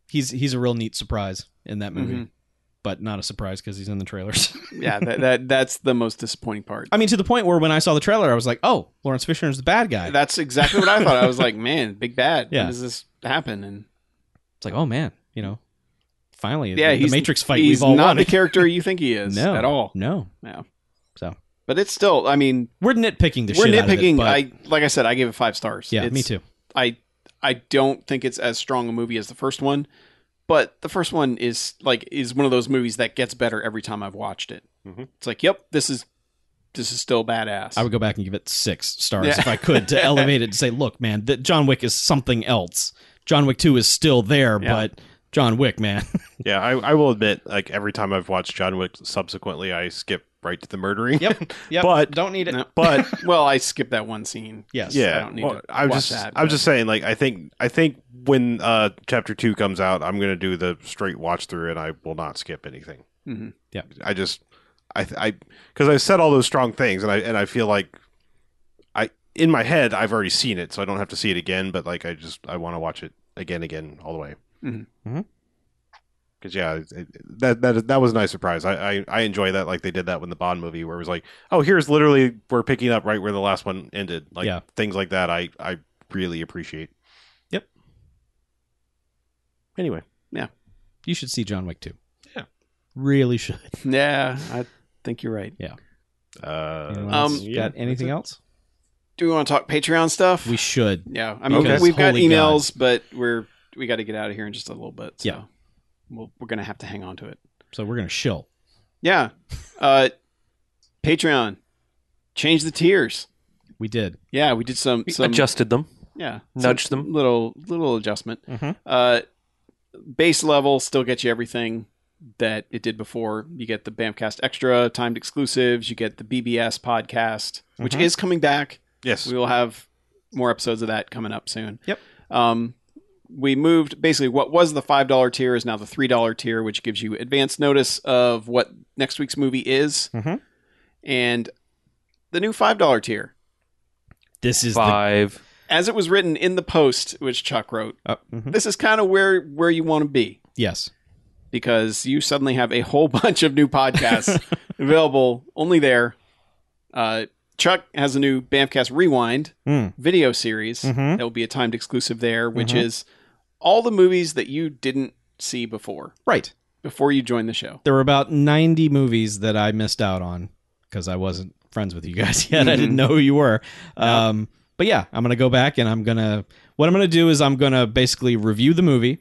Speaker 5: he's he's a real neat surprise in that movie,
Speaker 3: Mhm.
Speaker 5: but not a surprise because he's in the trailers.
Speaker 3: yeah that, that that's the most disappointing part.
Speaker 5: I mean, to the point where when I saw the trailer, I was like, "Oh, Lawrence Fishburne's the bad guy."
Speaker 3: That's exactly what I thought. I was like, man, big bad.
Speaker 5: Yeah.
Speaker 3: When does this happen? And
Speaker 5: it's like, "Oh man, you know, finally,
Speaker 3: yeah,
Speaker 5: the, the
Speaker 3: he's
Speaker 5: Matrix fight
Speaker 3: He's
Speaker 5: we've all
Speaker 3: not
Speaker 5: wanted."
Speaker 3: the character you think he is
Speaker 5: no,
Speaker 3: at all.
Speaker 5: No,
Speaker 3: But it's still. I mean,
Speaker 5: we're nitpicking the
Speaker 3: we're
Speaker 5: shit out of it,
Speaker 3: nitpicking.
Speaker 5: but-
Speaker 3: I like I said, I gave it five stars.
Speaker 5: yeah,
Speaker 3: It's-
Speaker 5: me too.
Speaker 3: I I don't think it's as strong a movie as the first one, but the first one is like is one of those movies that gets better every time I've watched it.
Speaker 2: Mhm.
Speaker 3: It's like, yep, this is this is still badass.
Speaker 5: I would go back and give it six stars
Speaker 3: Yeah.
Speaker 5: if I could to elevate it to say, "Look, man, that John Wick is something else. John Wick Two is still there,
Speaker 3: Yeah.
Speaker 5: but John Wick, man,
Speaker 2: Yeah, I, I will admit, like every time I've watched John Wick, subsequently I skip right to the murdering.
Speaker 5: Yep. Yep.
Speaker 2: But-
Speaker 5: don't need it.
Speaker 3: No.
Speaker 2: but
Speaker 3: well, I skipped that one scene.
Speaker 5: Yes.
Speaker 2: yeah,
Speaker 3: I don't need to
Speaker 2: I'm
Speaker 3: watch
Speaker 2: just
Speaker 3: that,
Speaker 2: I'm
Speaker 3: but-
Speaker 2: just saying, like I think I think when uh chapter two comes out, I'm gonna do the straight watch through, and I will not skip anything.
Speaker 3: Mhm.
Speaker 5: Yeah.
Speaker 2: I just I I because I said all those strong things, and I and I feel like I in my head I've already seen it, so I don't have to see it again. But like I just I want to watch it again, again, all the way.
Speaker 3: Mhm.
Speaker 5: Mhm.
Speaker 2: Because yeah, it- it- that that that was a nice surprise. I, I I enjoy that. Like they did that with the Bond movie, where it was like, oh, here's literally we're picking up right where the last one ended. Like
Speaker 5: Yeah.
Speaker 2: things like that, I I really appreciate.
Speaker 5: Yep.
Speaker 2: Anyway,
Speaker 5: You should see John Wick too.
Speaker 2: Yeah.
Speaker 5: Really should.
Speaker 3: Yeah, I think you're right.
Speaker 2: uh,
Speaker 3: Um,
Speaker 5: um,
Speaker 2: yeah,
Speaker 5: got anything else?
Speaker 3: Do we want to talk Patreon stuff?
Speaker 5: We should.
Speaker 3: yeah, I mean,
Speaker 5: Okay.
Speaker 3: we've got
Speaker 5: Holy
Speaker 3: emails, but we're we got to get out of here in just a little bit. So
Speaker 5: Yeah.
Speaker 3: we'll, we're gonna have to hang on to it.
Speaker 5: So we're gonna shill.
Speaker 3: Yeah, uh, Patreon, change the tiers.
Speaker 5: We did.
Speaker 3: Yeah, we did some
Speaker 4: We
Speaker 3: some
Speaker 4: adjusted them.
Speaker 3: yeah
Speaker 4: Nudge
Speaker 3: some
Speaker 4: them. Mm-hmm.
Speaker 3: little little adjustment
Speaker 5: Mhm.
Speaker 3: uh base level still gets you everything that it did before you get the bamcast extra timed
Speaker 4: Mm-hmm.
Speaker 3: exclusives you get the bbs podcast which is coming back
Speaker 2: yes,
Speaker 3: we will have more episodes of that coming up soon.
Speaker 5: Yep.
Speaker 3: Um, we moved basically what was the five dollar tier is now the three dollar tier, which gives you advance notice of what next week's movie is,
Speaker 4: Mm-hmm.
Speaker 2: Mhm.
Speaker 3: and the new five dollar tier,
Speaker 5: This is the
Speaker 4: Five.
Speaker 3: as it was written in the post, which Chuck wrote.
Speaker 5: Oh, mhm.
Speaker 3: This is kind of where where you want to be
Speaker 5: yes.
Speaker 3: because you suddenly have a whole bunch of new podcasts available only there. Uh, Chuck has a new Bamcast Rewind
Speaker 2: Hmm.
Speaker 3: video series
Speaker 2: Mhm.
Speaker 5: Mm-hmm.
Speaker 3: that will be a timed exclusive there, which is all the movies that you didn't see before
Speaker 5: Right.
Speaker 3: before you joined the show.
Speaker 5: There were about 90 movies that I missed out on because I wasn't friends with you guys yet. I
Speaker 3: Mm-hmm.
Speaker 5: didn't know who you were. Um, but yeah, I'm going to go back and I'm going to. What I'm going to do is I'm going to basically review the movie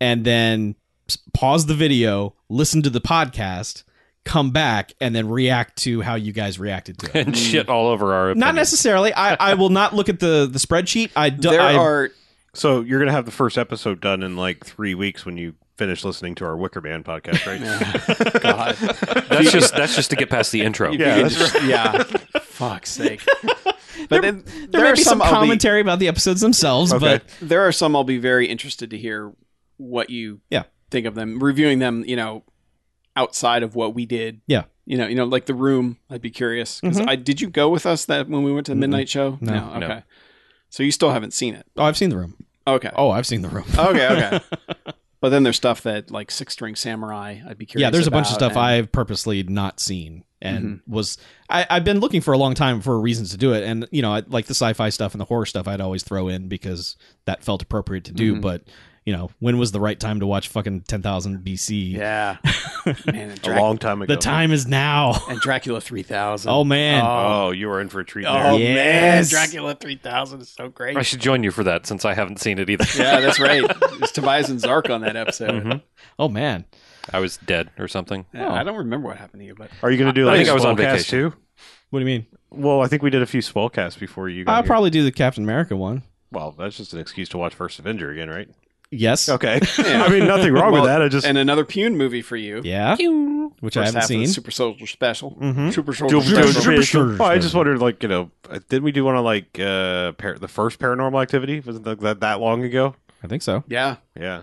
Speaker 5: and then s- pause the video, listen to the podcast, come back, and then react to how you guys reacted to it.
Speaker 4: And shit all over our.
Speaker 5: Not
Speaker 4: opinion.
Speaker 5: necessarily. I, I will not look at the, the spreadsheet. I do,
Speaker 3: there
Speaker 5: I-
Speaker 3: are
Speaker 2: So you're gonna have the first episode done in like three weeks when you finish listening to our Wicker Man podcast, right?
Speaker 4: That's just that's just to get past the intro.
Speaker 2: Yeah,
Speaker 3: you can
Speaker 2: that's
Speaker 3: just- yeah. Fuck's sake. But then
Speaker 5: there,
Speaker 3: there
Speaker 5: may
Speaker 3: are
Speaker 5: be some
Speaker 3: some I'll be-
Speaker 5: commentary about the episodes themselves, but
Speaker 3: there are some I'll be very interested to hear what you
Speaker 5: Yeah.
Speaker 3: think of them. Reviewing them, you know, outside of what we did.
Speaker 5: Yeah. Mm-hmm.
Speaker 3: You know, you know, like the room. I'd be curious because I did you go with us that when we went to the midnight show?
Speaker 5: No.
Speaker 3: okay.
Speaker 4: No.
Speaker 3: So you still haven't seen it.
Speaker 5: oh, I've seen the room.
Speaker 3: Okay.
Speaker 5: Oh, I've seen the room.
Speaker 3: Okay. Okay. but then there's stuff that like Six String Samurai. I'd be curious.
Speaker 5: yeah there's a bunch of
Speaker 3: about,
Speaker 5: stuff
Speaker 3: and- Mm-hmm.
Speaker 5: i've purposely not seen and was I, i've been looking for a long time for reasons to do it and you know I, like the sci-fi stuff and the horror stuff i'd always throw in because that felt appropriate to
Speaker 3: Mm-hmm.
Speaker 5: do but you know when was the right time to watch fucking 10000 bc
Speaker 3: yeah. Man, and,
Speaker 2: A
Speaker 3: Drac-
Speaker 2: long time ago.
Speaker 5: the time is now
Speaker 3: and Dracula three thousand.
Speaker 5: oh man
Speaker 2: Oh, you are in for a treat.
Speaker 3: Oh
Speaker 2: there.
Speaker 3: man,
Speaker 5: Yes.
Speaker 3: Dracula 3000 is so great.
Speaker 4: I should join you for that since I haven't seen it either.
Speaker 3: Yeah, that's right. It's Tobias and Zark on that episode.
Speaker 5: oh man
Speaker 4: Mm-hmm. I was dead or something.
Speaker 3: Yeah, I don't remember what happened to you, but
Speaker 2: Are you gonna do?
Speaker 4: I
Speaker 2: Like,
Speaker 4: think I was on
Speaker 2: Spellcast
Speaker 4: vacation.
Speaker 2: too.
Speaker 5: what do you mean
Speaker 2: Well, I think we did a few spellcasts before you. Got
Speaker 5: i'll
Speaker 2: here.
Speaker 5: probably do the captain america one
Speaker 2: Well, that's just an excuse to watch First Avenger again, right?
Speaker 5: yes
Speaker 2: Okay. I mean, nothing wrong
Speaker 3: Well,
Speaker 2: with that. I just
Speaker 3: and another Pune movie for you.
Speaker 5: yeah which i haven't
Speaker 3: First half of
Speaker 5: seen Mm-hmm.
Speaker 3: the Super Soldier Special.
Speaker 2: Mhm.
Speaker 3: Super
Speaker 2: Dual-
Speaker 3: Soldier
Speaker 2: dual-
Speaker 3: Special.
Speaker 5: sure,
Speaker 2: dual-
Speaker 5: sure,
Speaker 2: Oh, I
Speaker 5: sure.
Speaker 2: just wondered, like you know, uh, didn't we do one on like uh par- the first Paranormal Activity? Wasn't that that, that long ago?
Speaker 5: i think so
Speaker 3: Yeah,
Speaker 2: Yeah.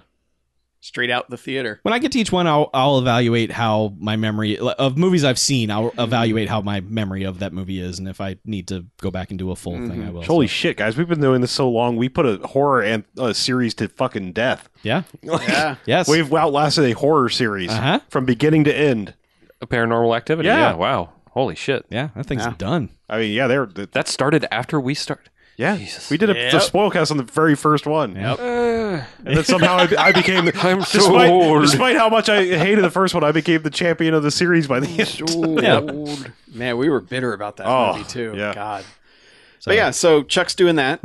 Speaker 3: straight out the theater.
Speaker 5: when I get to each one, I'll, I'll evaluate how my memory of movies I've seen. I'll evaluate how my memory of that movie is, and if I need to go back and do a full thing, I will.
Speaker 2: Mm-hmm. Holy shit, guys! We've been doing this so long. We put a horror and uh, series to fucking death.
Speaker 5: yeah,
Speaker 3: Yeah.
Speaker 5: yes,
Speaker 2: We've outlasted a horror series
Speaker 5: Uh-huh.
Speaker 2: from beginning to end.
Speaker 4: A paranormal activity.
Speaker 2: Yeah.
Speaker 4: Yeah. Wow. Holy shit.
Speaker 5: yeah, that thing's
Speaker 3: Yeah.
Speaker 5: done.
Speaker 2: I mean, yeah, they're the,
Speaker 4: That started after we started.
Speaker 2: yeah.
Speaker 4: Jesus.
Speaker 2: We did a, the
Speaker 3: Yep.
Speaker 2: spoilcast on the very first one,
Speaker 4: Uh,
Speaker 2: and then somehow I, be- I became. The,
Speaker 4: I'm so
Speaker 2: despite,
Speaker 4: old.
Speaker 2: despite how much I hated the first one, I became the champion of the series by the end.
Speaker 3: Old. Man, we were bitter about that
Speaker 2: Oh,
Speaker 3: movie too.
Speaker 2: yeah.
Speaker 3: God.
Speaker 5: So- Mm-hmm.
Speaker 3: But yeah, so Chuck's doing that.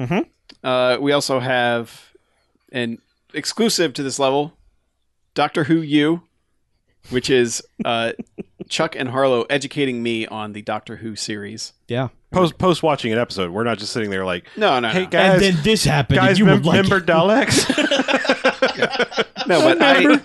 Speaker 3: Uh, we also have an exclusive to this level, Doctor Who You, which is uh, Chuck and Harlow educating me on the Doctor Who series.
Speaker 5: Yeah,
Speaker 2: Post post watching an episode, we're not just sitting there like,
Speaker 3: No, no,
Speaker 2: hey
Speaker 3: no.
Speaker 2: guys,
Speaker 5: and then this happened.
Speaker 2: guys,
Speaker 5: and you
Speaker 2: mem-
Speaker 5: would like
Speaker 2: remember
Speaker 5: it.
Speaker 2: Daleks?
Speaker 3: No, but I,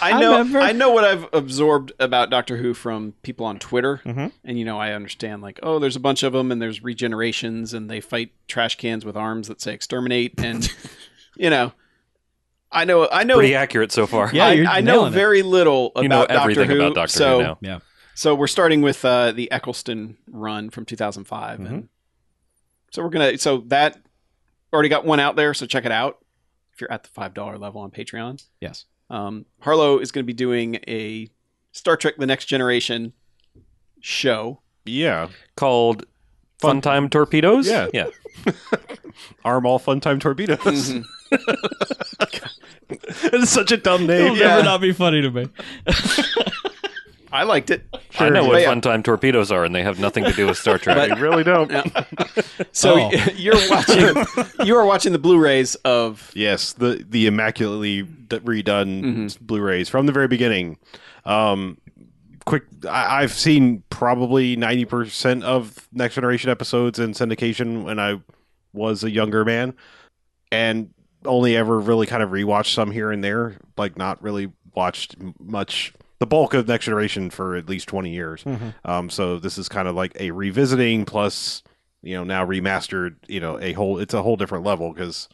Speaker 3: I know,
Speaker 5: remember.
Speaker 3: I know what I've absorbed about Doctor Who from people on Twitter,
Speaker 4: Mm-hmm.
Speaker 3: and you know, I understand like, oh, there's a bunch of them, and there's regenerations, and they fight trash cans with arms that say exterminate, and you know, I know, I know,
Speaker 4: pretty accurate so far.
Speaker 5: Yeah,
Speaker 3: I,
Speaker 5: you're
Speaker 3: I know
Speaker 5: nailing it.
Speaker 3: very little about
Speaker 4: You know
Speaker 3: Doctor
Speaker 4: everything
Speaker 3: Who.
Speaker 4: about Doctor
Speaker 3: so,
Speaker 4: Who now.
Speaker 5: Yeah,
Speaker 3: so we're starting with uh, the Eccleston run from 2005,
Speaker 4: Mm-hmm.
Speaker 3: and so we're gonna, so that already got one out there, so check it out if you're at the five dollar level on Patreon.
Speaker 5: yes,
Speaker 3: Um, Harlow is going to be doing a Star Trek: The Next Generation show.
Speaker 2: yeah,
Speaker 4: Called Fun Time Torpedoes.
Speaker 2: Yeah.
Speaker 4: Yeah.
Speaker 2: arm all fun time torpedoes. Mm-hmm. it's such a dumb name.
Speaker 5: it'll never not be funny to me.
Speaker 3: I liked it.
Speaker 4: I know what
Speaker 3: But yeah,
Speaker 4: Fun Time Torpedoes are, and they have nothing to do with Star Trek.
Speaker 2: You really don't.
Speaker 3: So
Speaker 5: Oh.
Speaker 3: you're watching you are watching the Blu-rays of
Speaker 2: Yes, the the immaculately d- redone Blu-rays from the very beginning. Um, quick, I, I've seen probably ninety percent of Next Generation episodes in syndication when I was a younger man, and only ever really kind of rewatched some here and there. Like, not really watched m- much the bulk of Next Generation for at least twenty years. Um, so this is kind of like a revisiting plus you know now remastered you know a whole it's a whole different level because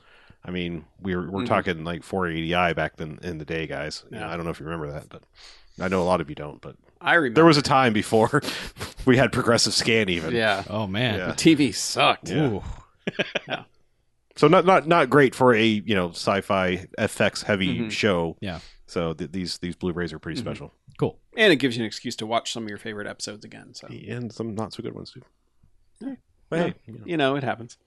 Speaker 2: i mean we we're, we're
Speaker 3: Mhm.
Speaker 2: talking like 480i back then in the day guys You know,
Speaker 3: Yeah.
Speaker 2: i don't know if you remember that but i know a lot of you don't but
Speaker 3: I remember.
Speaker 2: there was a time before we had progressive scan even
Speaker 3: yeah.
Speaker 5: Oh man.
Speaker 2: Yeah.
Speaker 3: TV sucked.
Speaker 2: Yeah.
Speaker 5: Ooh.
Speaker 2: so not not not great for a you know sci-fi fx heavy
Speaker 3: Mhm.
Speaker 2: show
Speaker 5: Yeah.
Speaker 2: so th- these these blu-rays are pretty
Speaker 3: Mhm.
Speaker 2: special
Speaker 5: Cool.
Speaker 3: And it gives you an excuse to watch some of your favorite episodes again. So
Speaker 2: and some not so good ones too
Speaker 3: Yeah.
Speaker 2: But
Speaker 3: Yeah.
Speaker 2: hey, you know.
Speaker 3: you know it happens.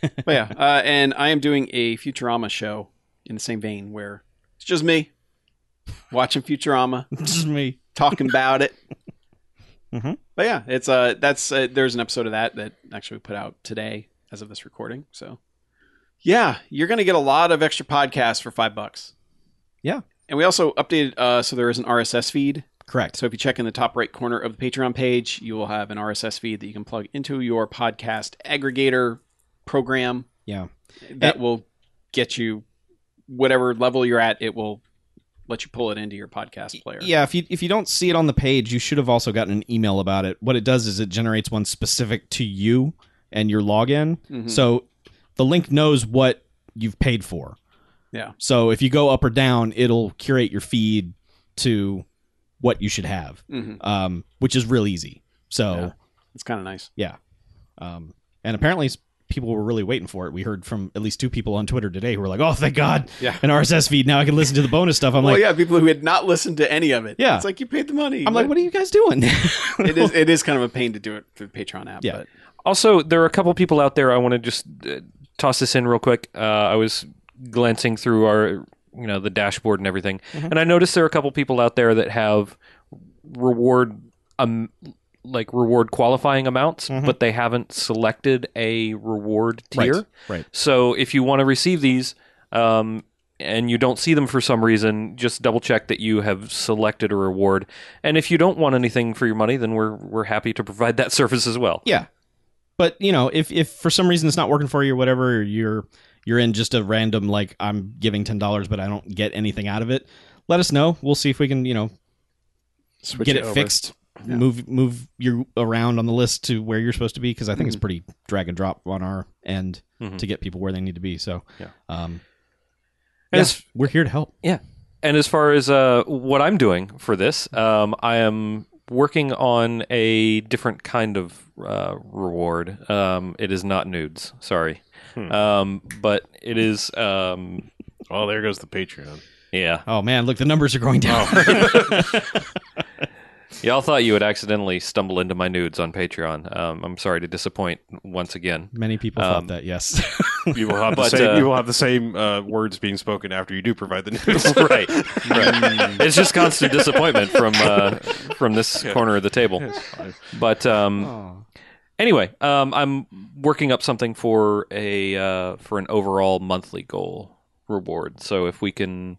Speaker 3: but yeah, uh, and I am doing a Futurama show in the same vein where it's just me watching Futurama,
Speaker 5: Just me.
Speaker 3: talking about it.
Speaker 5: Mhm.
Speaker 3: But yeah, it's uh that's uh, there's an episode of that that actually we put out today as of this recording. So yeah, you're gonna get a lot of extra podcasts for five bucks.
Speaker 5: Yeah.
Speaker 3: and we also updated uh, so there is an RSS feed
Speaker 5: Correct.
Speaker 3: So if you check in the top right corner of the Patreon page, you will have an RSS feed that you can plug into your podcast aggregator program.
Speaker 5: Yeah.
Speaker 3: That
Speaker 5: And-
Speaker 3: will get you whatever level you're at, it will let you pull it into your podcast player.
Speaker 5: Yeah, if you if you don't see it on the page, you should have also gotten an email about it. What it does is it generates one specific to you and your login.
Speaker 3: Mhm.
Speaker 5: So the link knows what you've paid for.
Speaker 3: Yeah.
Speaker 5: So if you go up or down, it'll curate your feed to what you should have,
Speaker 3: Mhm.
Speaker 5: um, which is real easy. So,
Speaker 3: It's kind of nice.
Speaker 5: um, and apparently s- people were really waiting for it. We heard from at least two people on Twitter today who were like, "Oh, thank God,
Speaker 3: Yeah.
Speaker 5: an RSS feed. Now I can listen to the bonus stuff." I'm
Speaker 3: well,
Speaker 5: like,
Speaker 3: yeah, people who had not listened to any of it.
Speaker 5: Yeah.
Speaker 3: It's like you paid the money.
Speaker 5: I'm like, "What are you guys doing?"
Speaker 3: it is it is kind of a pain to do it through the Patreon app,
Speaker 5: Yeah.
Speaker 3: but
Speaker 4: Also, there are a couple people out there. I want to just uh, toss this in real quick. Uh, I was glancing through our, you know, the dashboard and everything,
Speaker 5: Mm-hmm.
Speaker 4: and I noticed there are a couple people out there that have reward, um, like reward qualifying amounts, but they haven't selected a reward tier.
Speaker 5: Mm-hmm. right.
Speaker 4: So if you want to receive these, um, and you don't see them for some reason, just double check that you have selected a reward. And if you don't want anything for your money, then we're we're happy to provide that service as well.
Speaker 5: Yeah. But you know, if if for some reason it's not working for you or whatever, or you're you're in just a random like I'm giving ten dollars but I don't get anything out of it, let us know. We'll see if we can, you know,
Speaker 3: switch
Speaker 5: get
Speaker 3: it
Speaker 5: it
Speaker 3: over.
Speaker 5: fixed.
Speaker 3: Yeah.
Speaker 5: Move move you around on the list to where you're supposed to be because I think
Speaker 3: Mm-hmm.
Speaker 5: it's pretty drag and drop on our end
Speaker 4: Mhm.
Speaker 5: to get people where they need to be. So
Speaker 4: Yeah.
Speaker 5: um
Speaker 4: And
Speaker 5: yeah,
Speaker 4: as-
Speaker 5: we're here to help.
Speaker 4: And as far as uh, what I'm doing for this, um, I am working on a different kind of uh, reward. Um, it is not nudes, sorry,
Speaker 2: Hmm.
Speaker 4: um, but it is. Um,
Speaker 2: oh there goes the patreon
Speaker 4: yeah,
Speaker 5: Oh man, look the numbers are going
Speaker 3: Oh.
Speaker 5: down.
Speaker 4: y'all thought you would accidentally stumble into my nudes on Patreon. Um, I'm sorry to disappoint once again.
Speaker 5: Many people
Speaker 4: Um,
Speaker 5: thought that, yes.
Speaker 2: you will have the
Speaker 4: But,
Speaker 2: same
Speaker 4: uh,
Speaker 2: you will have the same uh, words being spoken after you do provide the news
Speaker 4: right, right. it's just constant disappointment from uh, from this corner of the table. But um,
Speaker 5: Oh.
Speaker 4: anyway, um, I'm working up something for a uh, for an overall monthly goal reward. So if we can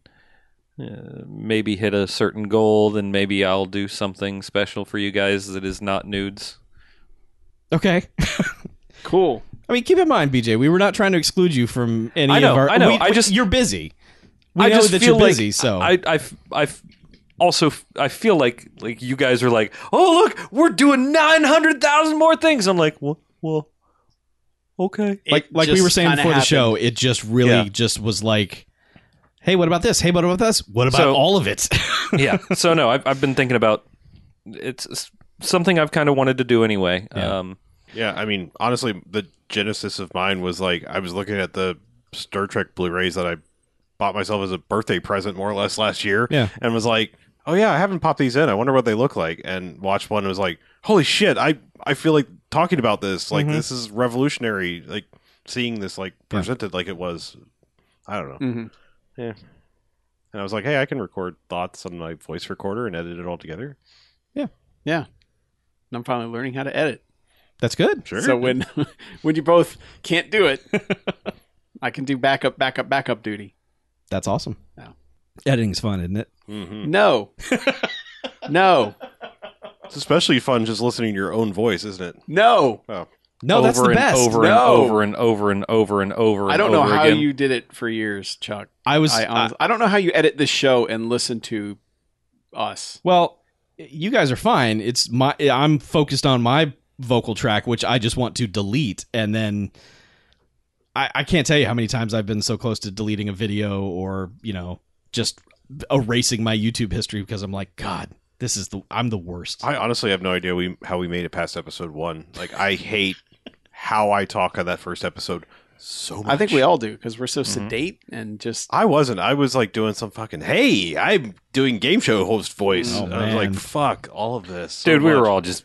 Speaker 4: uh, maybe hit a certain goal, then maybe I'll do something special for you guys that is not nudes.
Speaker 5: Okay.
Speaker 3: Cool.
Speaker 5: I mean, keep in mind, BJ, we were not trying to exclude you from any
Speaker 4: I know,
Speaker 5: of our.
Speaker 4: I know,
Speaker 5: we-
Speaker 4: I
Speaker 5: we-
Speaker 4: just-
Speaker 5: you're busy. We
Speaker 4: I
Speaker 5: know
Speaker 4: just
Speaker 5: that
Speaker 4: feel
Speaker 5: you're busy,
Speaker 4: like
Speaker 5: so
Speaker 4: I I I also f- I feel like like you guys are like, oh look, we're doing nine hundred thousand more things. I'm like, well, well, okay.
Speaker 5: like
Speaker 3: It
Speaker 5: like we
Speaker 3: just
Speaker 5: were saying
Speaker 3: kinda
Speaker 5: before the
Speaker 3: happened.
Speaker 5: show, it just really
Speaker 4: Yeah.
Speaker 5: just was like, hey, what about this? Hey, what about this? What about
Speaker 4: So-
Speaker 5: all of it?
Speaker 4: yeah. So no, I've, I've been thinking about it's it's something I've kind of wanted to do anyway.
Speaker 5: Yeah.
Speaker 4: Um,
Speaker 2: yeah i mean honestly the genesis of mine was like i was looking at the star trek blu-rays that i bought myself as a birthday present more or less last year
Speaker 5: Yeah.
Speaker 2: and was like oh yeah i haven't popped these in i wonder what they look like and watched one and was like holy shit i i feel like talking about this like
Speaker 5: Mhm.
Speaker 2: this is revolutionary like seeing this like
Speaker 5: Yeah.
Speaker 2: presented like it was i don't know
Speaker 3: hmm
Speaker 2: and i was like hey i can record thoughts on my voice recorder and edit it all together
Speaker 3: And I'm finally learning how to edit.
Speaker 5: That's good.
Speaker 2: sure
Speaker 3: So when when you both can't do it, I can do backup, backup, backup duty.
Speaker 5: That's awesome.
Speaker 3: Yeah.
Speaker 5: Editing's fun, isn't it?
Speaker 2: hmm
Speaker 3: No, no,
Speaker 2: It's especially fun just listening to your own voice, isn't it?
Speaker 3: no.
Speaker 5: No,
Speaker 4: over
Speaker 5: that's the
Speaker 4: and
Speaker 5: best.
Speaker 4: over and
Speaker 3: No.
Speaker 4: over and over and over and over. And
Speaker 3: I don't know
Speaker 4: over
Speaker 3: how
Speaker 4: again.
Speaker 3: you did it for years, Chuck.
Speaker 5: I was
Speaker 3: I,
Speaker 5: I-
Speaker 3: honest, I don't know how you edit this show and listen to us.
Speaker 5: Well, you guys are fine. It's my I'm focused on my vocal track, which I just want to delete. And then I, I can't tell you how many times I've been so close to deleting a video or, you know, just erasing my YouTube history because I'm like, God, this is the, I'm the worst.
Speaker 2: I honestly have no idea we, how we made it past episode one. Like, I hate how I talk on that first episode so much.
Speaker 3: I think we all do because we're so
Speaker 5: Mm-hmm.
Speaker 3: sedate and just.
Speaker 2: I wasn't. I was like doing some fucking. Hey, I'm doing game show host voice.
Speaker 5: Oh,
Speaker 2: And I was
Speaker 5: man.
Speaker 2: like, fuck all of this, so
Speaker 4: dude. We
Speaker 2: much.
Speaker 4: were all just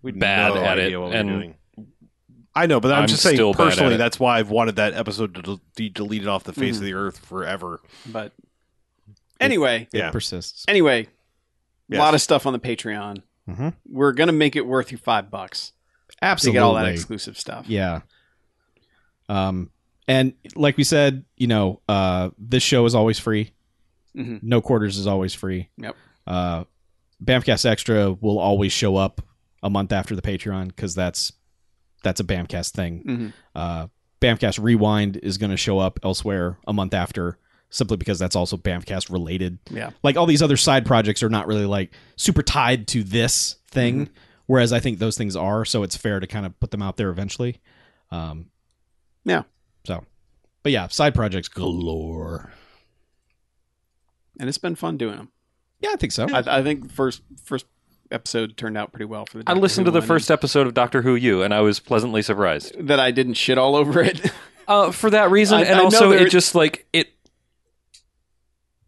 Speaker 2: We had
Speaker 4: bad
Speaker 2: no
Speaker 4: at it,
Speaker 2: idea what we were
Speaker 4: and-
Speaker 2: doing. I know, but I'm,
Speaker 4: I'm
Speaker 2: just saying
Speaker 4: still bad at
Speaker 2: personally,
Speaker 4: it.
Speaker 2: that's why I've wanted that episode to del- be deleted off the
Speaker 3: Mm-hmm.
Speaker 2: face of the earth forever.
Speaker 3: But anyway,
Speaker 2: Yeah.
Speaker 5: It persists.
Speaker 3: anyway, a
Speaker 2: Yes.
Speaker 3: lot of stuff on the Patreon.
Speaker 4: Mm-hmm.
Speaker 5: Mhm.
Speaker 3: We're gonna make it worth you five bucks
Speaker 5: Absolutely.
Speaker 3: to get all that exclusive stuff.
Speaker 5: Yeah. Um, and like we said, you know, uh, this show is always free.
Speaker 3: Mhm.
Speaker 5: No quarters is always free.
Speaker 3: Yep.
Speaker 5: Uh, Bamcast Extra will always show up a month after the Patreon because that's that's a Bamcast thing.
Speaker 3: Mhm.
Speaker 5: Uh, Bamcast Rewind is going to show up elsewhere a month after, simply because that's also Bamcast related.
Speaker 3: Yeah.
Speaker 5: Like all these other side projects are not really like super tied to this thing,
Speaker 3: Mm-hmm.
Speaker 5: whereas I think those things are. So it's fair to kind of put them out there eventually. Um,
Speaker 3: Yeah.
Speaker 5: So, but yeah, side projects galore.
Speaker 3: And it's been fun doing them.
Speaker 5: Yeah, I think so.
Speaker 3: I, I think first first episode turned out pretty well for the.
Speaker 4: I
Speaker 3: Doctor
Speaker 4: listened
Speaker 3: Who
Speaker 4: to the
Speaker 3: one,
Speaker 4: first episode of Doctor Who You, and I was pleasantly surprised
Speaker 3: and that I didn't shit all over it.
Speaker 4: uh, for that reason,
Speaker 3: I- I
Speaker 4: and
Speaker 3: know
Speaker 4: also
Speaker 3: there-
Speaker 4: it just like it.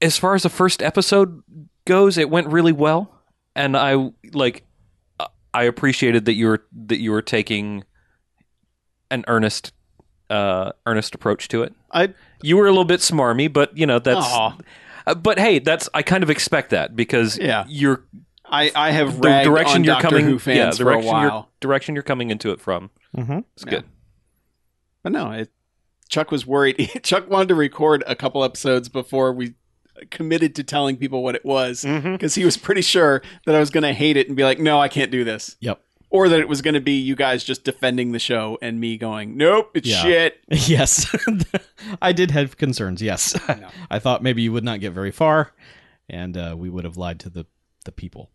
Speaker 4: As far as the first episode goes, it went really well, and I like uh, I appreciated that you were that you were taking an earnest uh earnest approach to it.
Speaker 3: I
Speaker 4: You were a little bit smarmy, but you know that's.
Speaker 3: Aw.
Speaker 4: Uh, but hey, that's I kind of expect that because
Speaker 3: Yeah.
Speaker 4: you're
Speaker 3: I, I have
Speaker 4: the
Speaker 3: ragged
Speaker 4: direction
Speaker 3: on
Speaker 4: you're
Speaker 3: Doctor
Speaker 4: coming
Speaker 3: Who fans
Speaker 4: yeah,
Speaker 3: for a
Speaker 4: direction you're
Speaker 3: while,
Speaker 4: direction you're coming into it from.
Speaker 5: Mhm.
Speaker 4: It's good.
Speaker 3: but no, it, Chuck was worried. Chuck wanted to record a couple episodes before we committed to telling people what it was
Speaker 5: Mm-hmm.
Speaker 3: because he was pretty sure that I was going to hate it and be like, "No, I can't do this,"
Speaker 5: yep.
Speaker 3: or that it was going to be you guys just defending the show and me going, "Nope, it's
Speaker 5: Yeah.
Speaker 3: shit."
Speaker 5: Yes. I did have concerns. Yes. I thought maybe you would not get very far and uh, we would have lied to the, the people.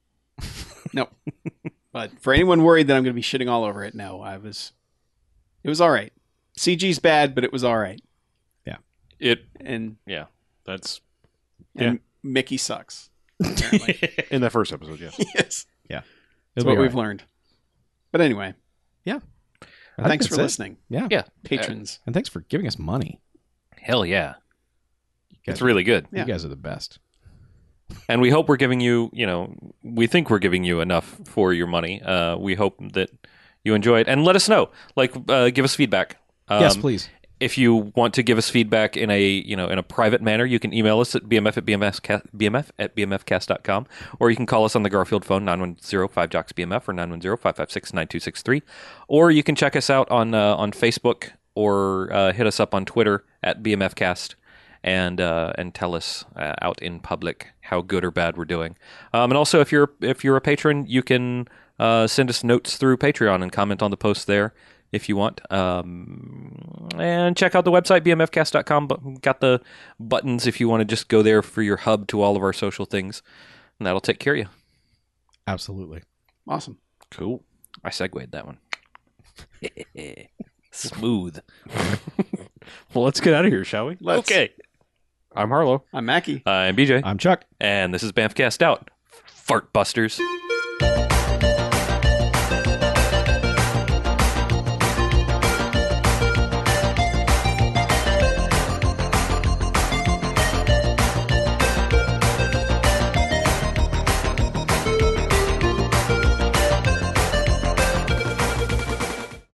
Speaker 3: No. but for anyone worried that I'm going to be shitting all over it, no, I was. It was all right. CG's bad, but it was all right.
Speaker 4: It
Speaker 3: And
Speaker 4: yeah.
Speaker 2: That's
Speaker 3: and Mickey sucks. Apparently.
Speaker 2: in that first episode. Yeah,
Speaker 3: yes,
Speaker 5: It'll
Speaker 3: that's
Speaker 5: be
Speaker 3: what
Speaker 5: all
Speaker 3: we've
Speaker 5: right.
Speaker 3: learned. But anyway,
Speaker 5: I think
Speaker 3: thanks
Speaker 5: that's
Speaker 3: for
Speaker 5: it.
Speaker 3: listening,
Speaker 5: Yeah.
Speaker 4: Yeah.
Speaker 3: patrons.
Speaker 5: And thanks for giving us money.
Speaker 4: Hell yeah.
Speaker 5: guys-
Speaker 4: It's really good.
Speaker 3: Yeah.
Speaker 5: You guys are the best.
Speaker 4: And we hope we're giving you, you know, we think we're giving you enough for your money. Uh, we hope that you enjoy it and let us know. Like, uh, give us feedback. Um,
Speaker 5: yes, please.
Speaker 4: If you want to give us feedback in a, you know, in a private manner, you can email us at bmf at bmf, bmf at bmfcast.com or you can call us on the Garfield phone, 910-5-JOCKS-BMF or 910-556-9263. Or you can check us out on, uh, on Facebook or uh, hit us up on Twitter at bmfcast and uh, and tell us uh, out in public how good or bad we're doing. Um, and also, if you're if you're a patron, you can uh, send us notes through Patreon and comment on the post there if you want. Um, and check out the website bmfcast.com. But got the buttons if you want to just go there for your hub to all of our social things, and that'll take care of you.
Speaker 5: Absolutely.
Speaker 3: Awesome.
Speaker 4: Cool. I segued that one. Smooth.
Speaker 2: well, let's get out of here, shall we?
Speaker 3: Let's,
Speaker 4: Okay.
Speaker 2: I'm Harlow.
Speaker 3: I'm Mackie.
Speaker 4: I'm BJ,
Speaker 5: I'm Chuck.
Speaker 4: and this is Banffcast out. Fart busters.